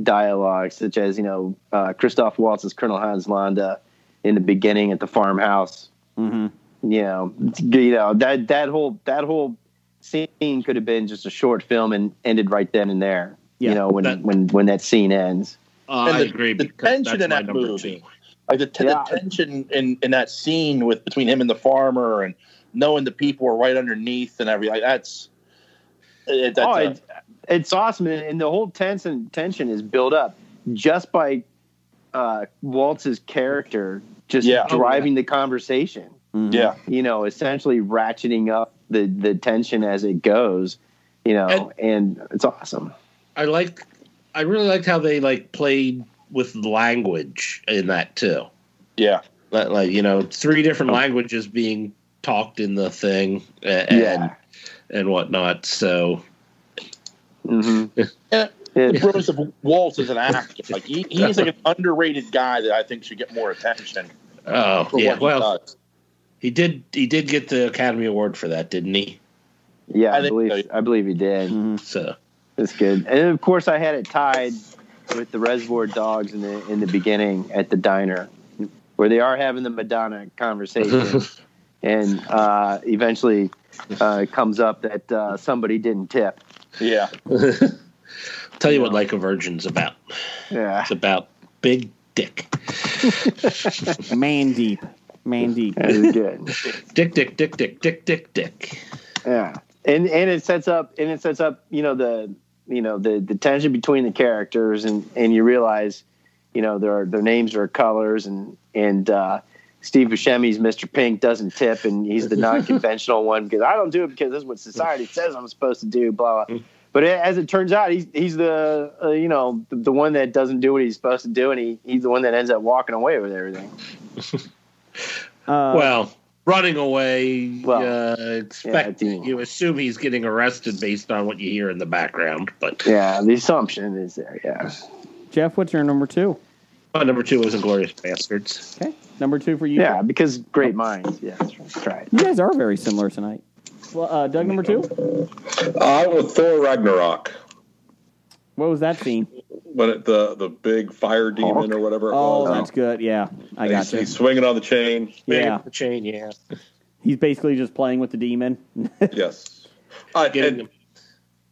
Speaker 6: dialogue, such as, you know, uh, Christoph Waltz's Colonel Hans Landa in the beginning at the farmhouse
Speaker 4: Mm-hmm.
Speaker 6: you know, you know that that whole that whole scene could have been just a short film and ended right then and there.
Speaker 4: Yeah,
Speaker 6: you know, when
Speaker 11: that-
Speaker 6: when when that scene ends.
Speaker 11: I
Speaker 8: the-
Speaker 11: agree.
Speaker 8: the
Speaker 11: because
Speaker 8: tension
Speaker 11: that's
Speaker 8: in
Speaker 11: my
Speaker 8: that
Speaker 11: number
Speaker 8: movie.
Speaker 11: two.
Speaker 8: Like the, t-
Speaker 6: Yeah.
Speaker 8: the tension in, in that scene with between him and the farmer and knowing the people are right underneath and everything. Like, that's it, that's
Speaker 6: oh,
Speaker 8: a-
Speaker 6: it's, it's awesome, and- and the whole tension tension is built up just by uh, Waltz's character just
Speaker 8: Yeah. Oh,
Speaker 6: driving the conversation.
Speaker 8: yeah.
Speaker 6: You know, essentially ratcheting up the the tension as it goes. You know, and, it's awesome.
Speaker 11: I liked I really liked how they like played with language in that too.
Speaker 8: Yeah.
Speaker 11: Like, like you know, three
Speaker 8: Oh.
Speaker 11: different languages being talked in the thing a- and
Speaker 6: Yeah.
Speaker 11: and whatnot. So
Speaker 6: hmm
Speaker 8: And
Speaker 6: It,
Speaker 8: Joseph Waltz is an actor. Like he, he's like an underrated guy that I think should get more attention
Speaker 11: oh
Speaker 8: for
Speaker 11: yeah,
Speaker 8: what he
Speaker 11: well
Speaker 8: does.
Speaker 11: he did he did get the Academy Award for that, didn't he?
Speaker 6: yeah,
Speaker 8: I
Speaker 6: I,
Speaker 8: think-
Speaker 6: believe I believe he did.
Speaker 11: So
Speaker 6: That's good. And of course, I had it tied with the Reservoir Dogs in the in the beginning at the diner, where they are having the Madonna conversation, and uh, eventually uh, it comes up that uh, somebody didn't tip.
Speaker 8: Yeah.
Speaker 11: tell you what like a virgin's about.
Speaker 6: Yeah,
Speaker 11: It's about big dick.
Speaker 4: Man deep. Man deep.
Speaker 6: that is good.
Speaker 11: Dick dick dick dick dick dick dick.
Speaker 6: Yeah, and and it sets up and it sets up you know the you know the the tension between the characters, and and you realize you know their their names are colors, and and uh, Steve Buscemi's Mr. Pink doesn't tip, and he's the non conventional one because I don't do it because this is what society says I'm supposed to do. Blah. blah. But a- as it turns out, he's he's the uh, you know the, the one that doesn't do what he's supposed to do, and he, he's the one that ends up walking away with everything.
Speaker 4: Uh,
Speaker 11: well, running away.
Speaker 6: Well,
Speaker 11: uh, expect
Speaker 6: yeah, I do.
Speaker 11: you assume he's getting arrested based on what you hear in the background. But
Speaker 6: Yeah, the assumption is there. Yeah,
Speaker 4: Jeff, what's your number two?
Speaker 11: my number two was Inglorious Bastards.
Speaker 4: Okay. Number two for you.
Speaker 6: yeah, because great minds. Yeah, that's right.
Speaker 4: You guys are very similar tonight. Well, uh, Doug, number two?
Speaker 7: I'm with Thor Ragnarok.
Speaker 4: What was that scene?
Speaker 7: When it, the the big fire demon or whatever it
Speaker 4: Oh,
Speaker 7: was,
Speaker 4: that's good. Yeah, I
Speaker 7: And
Speaker 4: got
Speaker 7: he's,
Speaker 4: you.
Speaker 7: he's swinging on the chain.
Speaker 4: Yeah,
Speaker 11: The chain, yeah.
Speaker 4: he's basically just playing with the demon.
Speaker 7: Yes. I,
Speaker 11: Getting
Speaker 7: and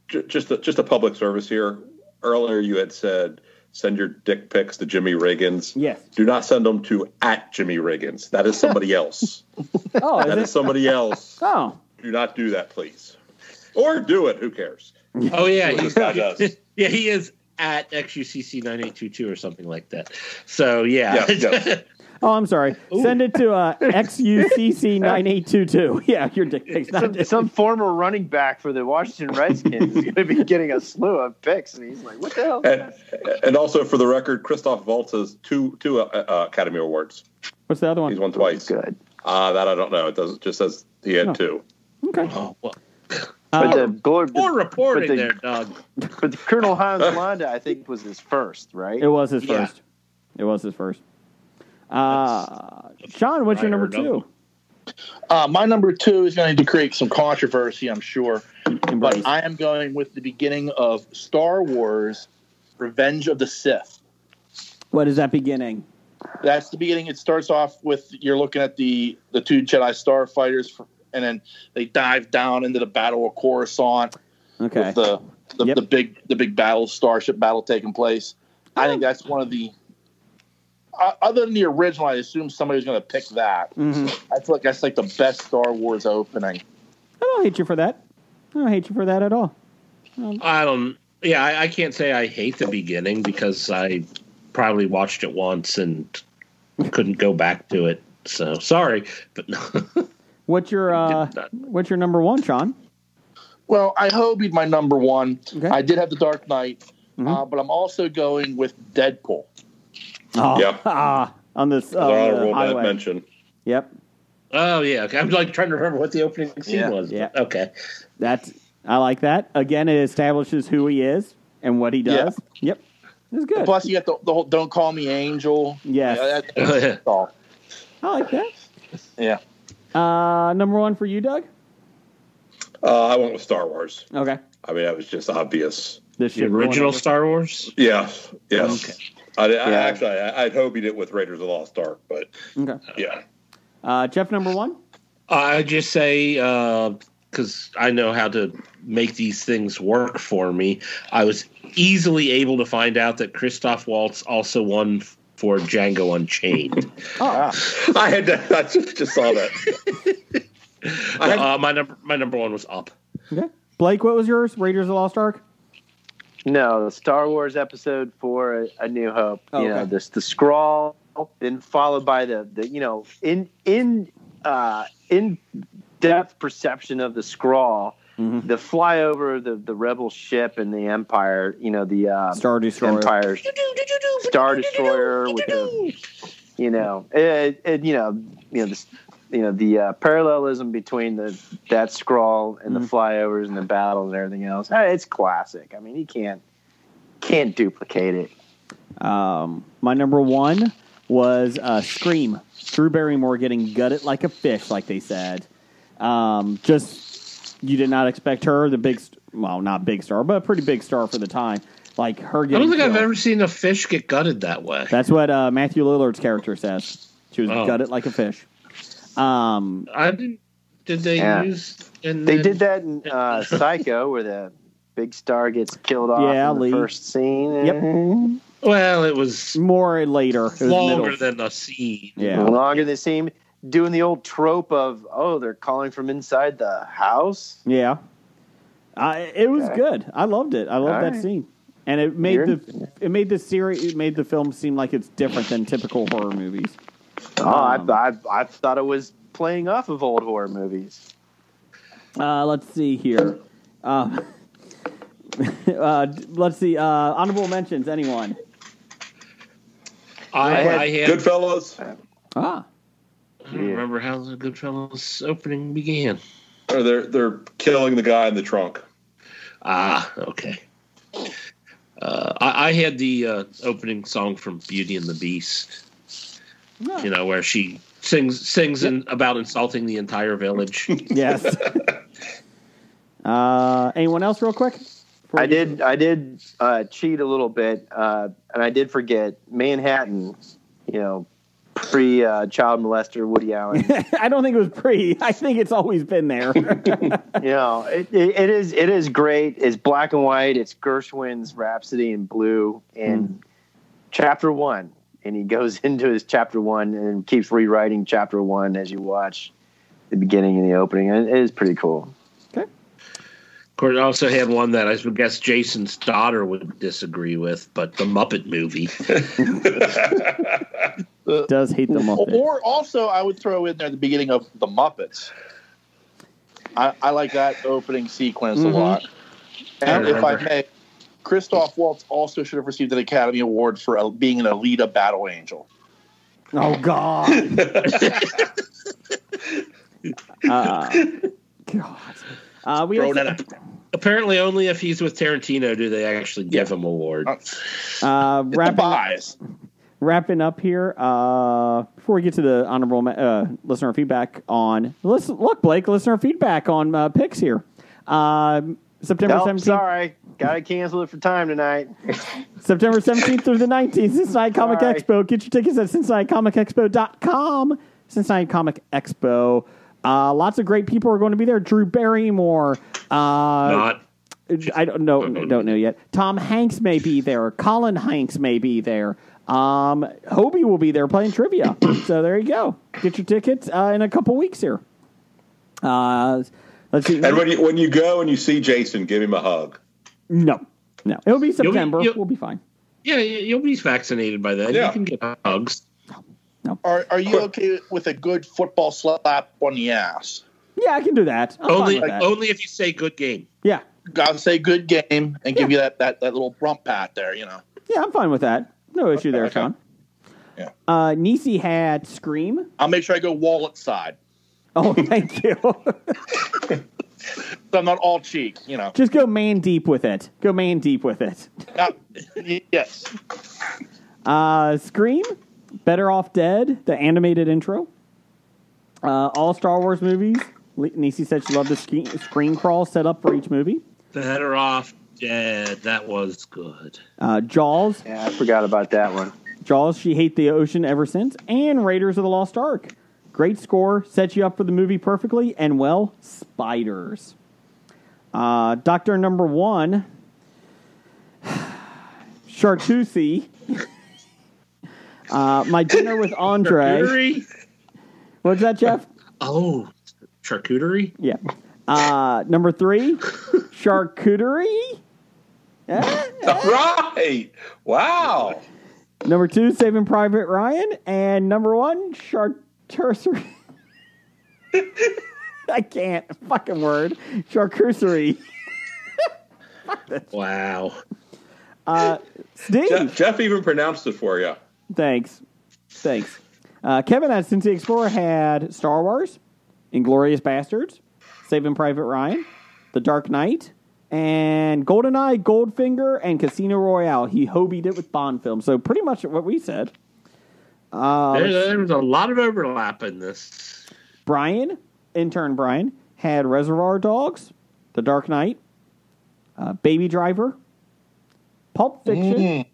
Speaker 7: ju- just a, just a public service here. Earlier, you had said send your dick pics to Jimmy Riggins.
Speaker 4: yes.
Speaker 7: Do not send them to at Jimmy Riggins. That is somebody else.
Speaker 4: Oh,
Speaker 7: that
Speaker 4: is
Speaker 7: is
Speaker 4: it?
Speaker 7: somebody else.
Speaker 4: Oh,
Speaker 7: Do not do that, please. Or do it. Who cares?
Speaker 11: Oh yeah,
Speaker 7: That's
Speaker 11: he's,
Speaker 7: what this guy does.
Speaker 11: yeah, he is at XUCC nine eight two two or something like that. So yeah,
Speaker 7: Yeah, yeah.
Speaker 4: oh, I'm sorry. Send it to uh, XUCC nine eight two two. Yeah, your dick pic's not.
Speaker 6: some, some former running back for the Washington Redskins is going to be getting a slew of picks, and he's like, "What the hell?"
Speaker 7: And and also for the record, Christoph Waltz has two two uh, uh, Academy Awards.
Speaker 4: What's the other
Speaker 7: He's
Speaker 4: one?
Speaker 7: won twice.
Speaker 6: Good,
Speaker 7: Uh, that I don't know. It doesn't just says he had two.
Speaker 4: Okay.
Speaker 11: oh, well,
Speaker 6: but the,
Speaker 4: Uh,
Speaker 6: Gord-
Speaker 11: more reporting
Speaker 6: but the-
Speaker 11: there, Doug.
Speaker 6: but the Colonel Hans Landa, I think, was his first, right?
Speaker 4: it was his
Speaker 11: Yeah.
Speaker 4: first. It was his first. Uh, Sean, what's your
Speaker 11: I
Speaker 4: number
Speaker 11: heard of
Speaker 4: two?
Speaker 8: Uh, my number two is going to create some controversy, I'm sure.
Speaker 4: Embrace.
Speaker 8: But I am going with the beginning of Star Wars Revenge of the Sith.
Speaker 4: What is that beginning?
Speaker 8: That's the beginning. It starts off with you're looking at the, the two Jedi starfighters, for, and then they dive down into the Battle of Coruscant
Speaker 4: Okay.
Speaker 8: with the, the,
Speaker 4: Yep.
Speaker 8: the big the big battle, starship battle taking place. I think that's one of the. Uh, other than the original, I assume somebody was going to pick that.
Speaker 4: Mhm.
Speaker 8: I feel like that's like the best Star Wars opening.
Speaker 4: I don't hate you for that. I don't hate you for that at all.
Speaker 11: I don't. Yeah, I, I can't say I hate the beginning because I probably watched it once and couldn't go back to it. So sorry, but
Speaker 4: What's your uh,
Speaker 11: Did not.
Speaker 4: What's your number one, Sean?
Speaker 8: Well, I Hobie'd my number one.
Speaker 4: Okay.
Speaker 8: I did have the Dark Knight, uh,
Speaker 4: Mhm.
Speaker 8: but I'm also going with Deadpool.
Speaker 4: Oh,
Speaker 7: Yep.
Speaker 4: ah, on this uh,
Speaker 7: Another honorable
Speaker 4: highway.
Speaker 7: mention.
Speaker 4: Yep.
Speaker 11: Oh yeah, okay. I'm like trying to remember what the opening scene
Speaker 8: Yeah.
Speaker 11: was.
Speaker 4: Yeah.
Speaker 11: Okay.
Speaker 4: That's I like that. Again, it establishes who he is and what he does. Yep. It's good.
Speaker 8: Plus, you got the, the whole "Don't Call Me Angel."
Speaker 4: Yes.
Speaker 8: Yeah, that- that's all.
Speaker 4: I like that.
Speaker 8: Yeah.
Speaker 4: Uh, number one for you, Doug.
Speaker 7: Uh, I went with Star Wars.
Speaker 4: Okay.
Speaker 7: I mean, that was just obvious.
Speaker 4: This
Speaker 11: The original Star Wars.
Speaker 7: Yeah. Yes. I, I
Speaker 6: Yeah.
Speaker 7: actually I, I'd hoped he did with Raiders of the Lost Ark, but
Speaker 4: Okay.
Speaker 7: yeah.
Speaker 4: Uh, Jeff, number one.
Speaker 11: I just say because I know how to make these things work for me. I was easily able to find out that Christoph Waltz also won for Django Unchained.
Speaker 4: Oh,
Speaker 7: I had to, I just, just saw that. I had-
Speaker 11: Uh, my number my number one was up.
Speaker 9: Okay. Blake, what was yours? Raiders of the Lost Ark?
Speaker 6: No, Star Wars Episode Four: A- A New Hope.
Speaker 9: Oh,
Speaker 6: you know,
Speaker 9: okay.
Speaker 6: this the scrawl, then followed by the the you know in in uh, in depth perception of the scrawl,
Speaker 9: Mm-hmm.
Speaker 6: the flyover of the the rebel ship and the Empire. You know the uh,
Speaker 9: Star Destroyer.
Speaker 6: Empire Star Destroyer with the you know it, it you know you know this you know the uh, parallelism between the that scrawl and the
Speaker 9: Mm-hmm.
Speaker 6: flyovers and the battles and everything else. Uh, It's classic. I mean, you can't can't duplicate it.
Speaker 9: Um, my number one was uh, Scream. Drew Barrymore getting gutted like a fish, like they said. Um, just you did not expect her, the big, st- well, not big star, but a pretty big star for the time. Like her
Speaker 11: I
Speaker 9: getting.
Speaker 11: don't think I've
Speaker 9: killed.
Speaker 11: ever seen a fish get gutted that way.
Speaker 9: That's what uh, Matthew Lillard's character says. She was
Speaker 11: Oh.
Speaker 9: gutted like a fish. Um,
Speaker 11: I didn't. Did they
Speaker 6: Yeah.
Speaker 11: use? And
Speaker 6: They
Speaker 11: then-
Speaker 6: did that in uh, Psycho, where the big star gets killed off
Speaker 9: Yeah,
Speaker 6: in the
Speaker 9: Lee.
Speaker 6: first scene.
Speaker 9: Yep.
Speaker 6: Mhm.
Speaker 11: Well, it was
Speaker 9: more later. It was
Speaker 11: longer
Speaker 9: middle.
Speaker 11: than a scene.
Speaker 9: Yeah.
Speaker 6: Longer than the scene, doing the old trope of oh, they're calling from inside the house.
Speaker 9: Yeah. I it was
Speaker 6: Okay.
Speaker 9: good. I loved it. I loved
Speaker 6: All
Speaker 9: that
Speaker 6: right.
Speaker 9: scene. And it made
Speaker 6: You're-
Speaker 9: the it made the series it made the film seem like it's different than typical horror movies.
Speaker 6: Oh,
Speaker 9: Um,
Speaker 6: I, I I thought it was playing off of old horror movies.
Speaker 9: Uh, let's see here. Uh, uh, let's see. Uh, honorable mentions. Anyone?
Speaker 11: I,
Speaker 6: I
Speaker 11: I
Speaker 6: had-
Speaker 11: had,
Speaker 7: Goodfellas.
Speaker 9: Ah,
Speaker 11: I don't remember how the Goodfellas opening began.
Speaker 7: Or they're they're killing the guy in the trunk.
Speaker 11: Ah, okay. Uh, I, I had the uh, opening song from Beauty and the Beast. You know where she sings sings in, about insulting the entire village.
Speaker 9: yes. uh, anyone else? Real quick. Before
Speaker 6: I
Speaker 9: we-
Speaker 6: did. I did uh, cheat a little bit, uh, and I did forget Manhattan. You know, pre uh, child molester Woody Allen.
Speaker 9: I don't think it was pre. I think it's always been there.
Speaker 6: you know, it, it, it is. It is great. It's black and white. It's Gershwin's Rhapsody in Blue and Chapter One, and he goes into his Chapter One and keeps rewriting Chapter One as you watch the beginning and the opening. And it is pretty cool.
Speaker 11: Of course, I also had one that I would guess Jason's daughter would disagree with, but the Muppet movie.
Speaker 9: Does hate the
Speaker 6: Oh,
Speaker 9: Muppet.
Speaker 8: Or also, I would throw in there the beginning of the Muppets. I, I like that opening sequence
Speaker 9: Mhm.
Speaker 8: a lot. And
Speaker 11: I
Speaker 8: if I
Speaker 11: remember.
Speaker 8: may, Christoph Waltz also should have received an Academy Award for uh, being an Alita Battle Angel.
Speaker 9: Oh God. uh, God. Uh, we
Speaker 11: Throw
Speaker 9: also,
Speaker 11: that up. Apparently, only if he's with Tarantino do they actually give him awards.
Speaker 9: uh,
Speaker 8: It's the
Speaker 9: wrapping,
Speaker 8: bias.
Speaker 9: wrapping up here. Uh, before we get to the honorable ma- uh, listener feedback on listen, look Blake listener feedback on uh, picks here. Um, September
Speaker 6: Nope,
Speaker 9: seventeenth,
Speaker 6: sorry, gotta cancel it for time tonight.
Speaker 9: September seventeenth through the nineteenth, Cincinnati Comic
Speaker 6: Sorry.
Speaker 9: Expo. Get your tickets at CincinnatiComicExpo.com. Cincinnati Comic Expo. Uh, lots of great people are going to be there. Drew Barrymore. Uh,
Speaker 11: Not
Speaker 9: I don't know.
Speaker 11: Uh-huh.
Speaker 9: Don't know yet. Tom Hanks may be there. Colin Hanks may be there. Um, Hobie will be there playing trivia. so there you go. Get your tickets uh, in a couple weeks here. Uh, let's see.
Speaker 7: And when you when you go and you see Jason, give him a hug.
Speaker 9: no, no. It'll be September.
Speaker 11: you'll-
Speaker 9: we'll be fine.
Speaker 11: Yeah, y- you'll be vaccinated by then.
Speaker 7: Yeah.
Speaker 11: You can get hugs.
Speaker 8: Are, are you okay with a good football slap on the ass?
Speaker 9: Yeah, I can do that. I'm fine
Speaker 11: only oh.
Speaker 9: with that.
Speaker 11: only if you say good game.
Speaker 9: yeah,
Speaker 8: I'll say good game and give you that, that, that little rump pat there, you know.
Speaker 9: yeah. I'm fine with that. No issue there, Sean.
Speaker 8: Yeah.
Speaker 9: Uh, Nisi had Scream.
Speaker 8: I'll make sure I go wallet side.
Speaker 9: Oh, thank you.
Speaker 8: So I'm not all cheek, you know.
Speaker 9: Just go man deep with it. Go man deep with it.
Speaker 8: Not- yes.
Speaker 9: Uh, Scream, Better Off Dead, the animated intro. Uh, all Star Wars movies. Le- Niecy said she loved the screen, screen crawl set up for each movie.
Speaker 11: Better off dead. That was good.
Speaker 9: Uh, Jaws,
Speaker 6: Yeah, I forgot about that one.
Speaker 9: Jaws, she hate the ocean ever since, and Raiders of the Lost Ark. Great score, sets you up for the movie perfectly, and well, spiders. Uh, Doctor number one, Chartusi. uh, my dinner with Andre.
Speaker 11: Charcuterie?
Speaker 9: What's that, Jeff?
Speaker 11: Oh, charcuterie.
Speaker 9: Yeah. Uh, number three, charcuterie. Eh?
Speaker 7: right. Wow.
Speaker 9: Number two, Saving Private Ryan, and number one, charcuterie. I can't fucking word charcuterie.
Speaker 11: Wow.
Speaker 9: Uh, Steve,
Speaker 7: Jeff, Jeff even pronounced it for you.
Speaker 9: thanks, thanks. Uh, Kevin at Cincy Explorer had Star Wars, Inglorious Bastards, Saving Private Ryan, The Dark Knight, and GoldenEye, Goldfinger, and Casino Royale. He hobied it with Bond films, so pretty much what we said. Uh,
Speaker 11: There, there was a lot of overlap in this.
Speaker 9: Brian, intern Brian, had Reservoir Dogs, The Dark Knight, uh, Baby Driver, Pulp Fiction,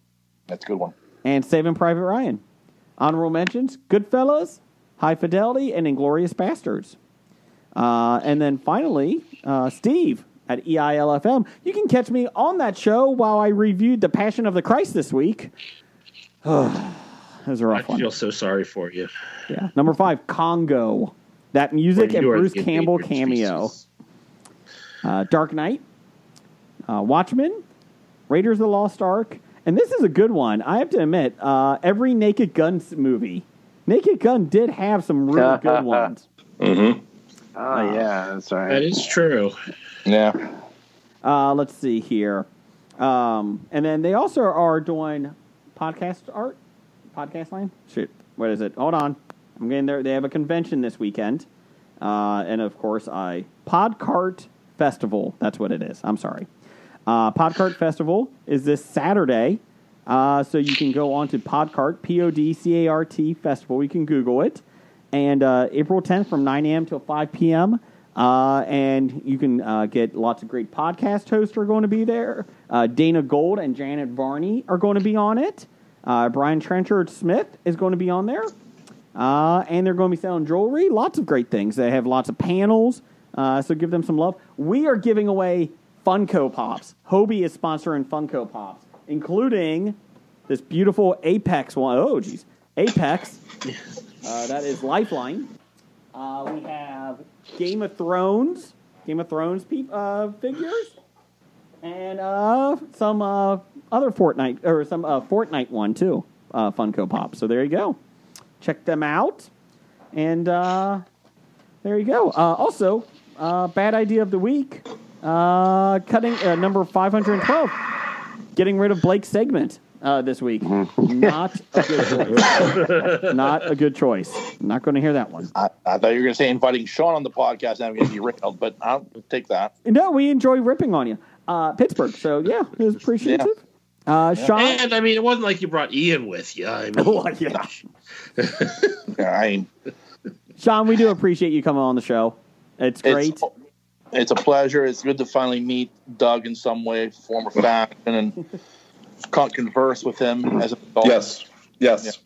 Speaker 8: That's a good one.
Speaker 9: and Saving Private Ryan. Honorable mentions: Goodfellas, High Fidelity, and Inglorious Bastards. Uh, and then finally, uh, Steve at E EILFM. You can catch me on that show while I reviewed The Passion of the Christ this week. that was a
Speaker 11: I
Speaker 9: rough one.
Speaker 11: feel so sorry for you.
Speaker 9: Yeah. Number five, Congo. That music and
Speaker 11: You are
Speaker 9: Bruce
Speaker 11: the
Speaker 9: Campbell
Speaker 11: endangered
Speaker 9: cameo.
Speaker 11: species.
Speaker 9: Uh, Dark Knight, uh, Watchmen, Raiders of the Lost Ark, and this is a good one. I have to admit, uh, every Naked Gun s- movie, Naked Gun did have some really good ones.
Speaker 6: Oh yeah, that's all
Speaker 11: That
Speaker 6: right.
Speaker 11: is true.
Speaker 8: Yeah.
Speaker 9: Uh, let's see here, um, and then they also are doing podcast art, podcast line. Shoot, what is it? Hold on, I'm getting there. They have a convention this weekend, uh, and of course, I Podcart Festival. That's what it is. I'm sorry. Uh, Podcart Festival is this Saturday. Uh, so you can go on to Podcart, P O D C A R T Festival. You can Google it. And uh, April 10th from 9 a.m. till 5 p.m. Uh, and you can uh, get lots of great podcast hosts are going to be there. Uh, Dana Gold and Janet Varney are going to be on it. Uh, Brian Trenchard Smith is going to be on there. Uh, and they're going to be selling jewelry. Lots of great things. They have lots of panels. Uh, so give them some love. We are giving away Funko Pops. Hobie is sponsoring Funko Pops, including this beautiful Apex one. Oh, geez. Apex. Uh, that is Lifeline. Uh, we have Game of Thrones, Game of Thrones peop uh, figures, and uh, some uh, other Fortnite or some uh, Fortnite one too, uh, Funko Pop. So there you go check them out. And uh, there you go. Uh, also, uh, bad idea of the week: uh, cutting uh, number five hundred twelve, getting rid of Blake's segment uh, this week. Not a good choice. Not a good choice. Not going to hear that one.
Speaker 8: I, I thought you were going to say inviting Sean on the podcast and I'm going to be ripped, but I'll take that.
Speaker 9: No, we enjoy ripping on you, uh, Pittsburgh. So yeah, it was appreciative. Uh, Sean,
Speaker 11: And I mean, it wasn't like you brought Ian with you. I mean,
Speaker 9: Oh, yeah.
Speaker 8: Yeah, I mean,
Speaker 9: Sean, we do appreciate you coming on the show. It's great.
Speaker 8: It's, it's a pleasure. It's good to finally meet Doug in some way, form or fashion, and con- converse with him as a adult.
Speaker 7: Yes. Yes.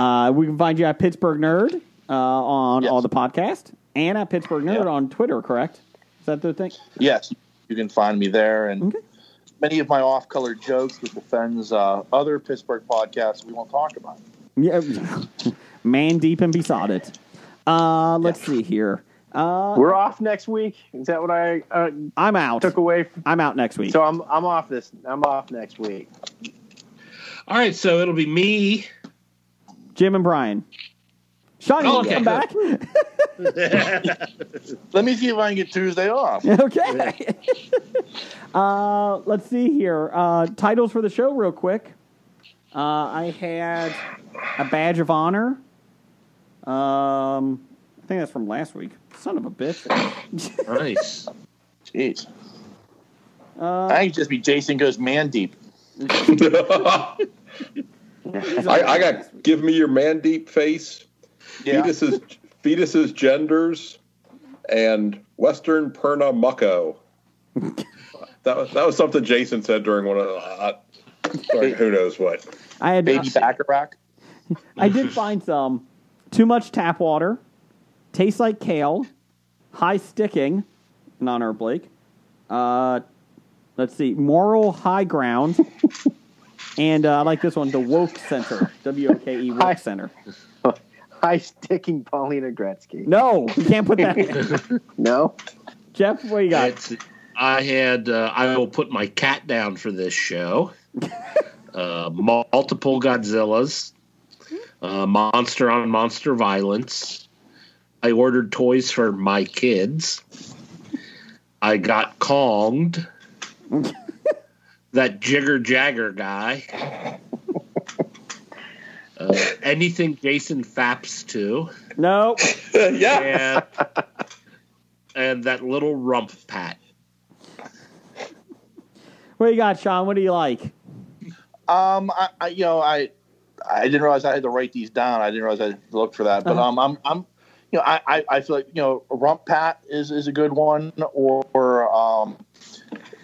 Speaker 9: Uh, we can find you at Pittsburgh Nerd uh, on
Speaker 8: Yes.
Speaker 9: all the podcast and at Pittsburgh Nerd
Speaker 8: Yeah.
Speaker 9: on Twitter. Correct? Is that the thing?
Speaker 8: Yes, you can find me there. And
Speaker 9: Okay.
Speaker 8: many of my off-color jokes, which offends uh, other Pittsburgh podcasts, we won't talk about.
Speaker 9: Yeah, man, deep and besotted. Uh, let's see here. Uh,
Speaker 6: We're off next week. Is that what I uh,
Speaker 9: I'm out.
Speaker 6: took away? From?
Speaker 9: I'm out next week.
Speaker 6: So I'm I'm off this. I'm off next week.
Speaker 11: all right, so it'll be me.
Speaker 9: Jim and Brian. Sean, you
Speaker 11: Oh,
Speaker 9: can
Speaker 11: okay,
Speaker 9: come back.
Speaker 8: Let me see if I can get Tuesday off.
Speaker 9: okay. uh, let's see here. Uh, titles for the show, real quick. Uh, I had a badge of honor. Um, I think that's from last week. Son of a bitch.
Speaker 11: Nice.
Speaker 8: Jeez,
Speaker 9: Uh,
Speaker 8: I could just be Jason goes man deep.
Speaker 7: I, I got give me your man deep face,
Speaker 8: Yeah,
Speaker 7: fetuses, fetuses genders, and Western Perna Mucko. that was that was something Jason said during one of the. Uh, sorry, who knows what?
Speaker 9: I had.
Speaker 8: baby Bacharach.
Speaker 9: I did find some. Too much tap water. Tastes like kale. High sticking. In honor of Blake. Uh, let's see. Moral high ground. and uh, I like this one. The woke center. W O K E woke center.
Speaker 6: high sticking Paulina Gretzky.
Speaker 4: No, you can't put that. in.
Speaker 6: No,
Speaker 4: Jeff, what you got?
Speaker 11: It's, I had uh, I will put my cat down for this show. uh, multiple Godzillas, uh, monster on monster violence. I ordered toys for my kids. I got conged. that jigger jagger guy. Uh, anything Jason Faps to.
Speaker 4: No.
Speaker 8: yeah.
Speaker 11: And, and that little rump pat.
Speaker 4: What you got, Sean? What do you like?
Speaker 8: Um, I, I you know I I didn't realize I had to write these down. I didn't realize I had to look for that. But
Speaker 4: Uh-huh.
Speaker 8: um, I'm I'm you know I, I, I feel like you know rump pat is, is a good one or, or um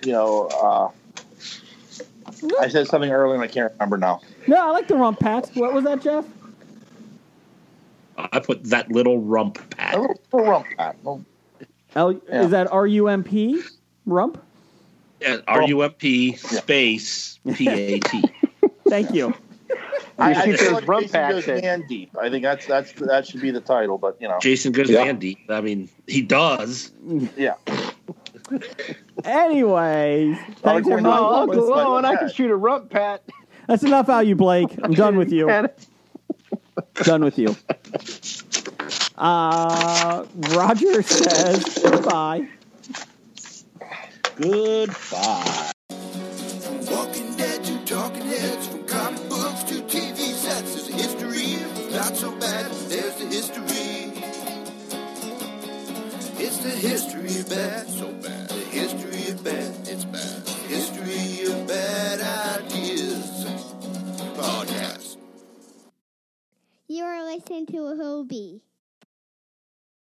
Speaker 8: you know uh, I said something earlier and I can't remember now.
Speaker 4: No, I like the rump pat. What was that, Jeff?
Speaker 11: I put that little rump pat.
Speaker 8: A little- a rump pat. Well,
Speaker 4: L-
Speaker 8: Yeah.
Speaker 4: Is that R U M P? Rump?
Speaker 11: R U M P space P A T.
Speaker 4: Thank you.
Speaker 8: I,
Speaker 6: shoot
Speaker 8: I feel
Speaker 6: those
Speaker 8: like
Speaker 6: rump
Speaker 8: Jason
Speaker 6: pats
Speaker 8: goes
Speaker 6: at-
Speaker 8: man deep. I think that's that's that should be the title. But you know,
Speaker 11: Jason goes
Speaker 7: Yeah.
Speaker 11: Andy. I mean, he does.
Speaker 8: yeah.
Speaker 4: Anyways, thanks
Speaker 8: we're
Speaker 4: everyone.
Speaker 8: not-
Speaker 6: oh,
Speaker 8: Well,
Speaker 6: Uncle
Speaker 8: it's like-
Speaker 6: Owen, I can shoot a rump pat.
Speaker 4: That's enough out you, Blake. I'm done with you. done with you. Uh, Roger says goodbye.
Speaker 11: Goodbye.
Speaker 2: Walking Dead to Talking Heads, from comic books to TV sets, there's a history. Not so bad, there's the history. It's the history of bad, so bad. The history of bad, it's bad. History of bad ideas. Podcast.
Speaker 13: You are listening to a Hobie.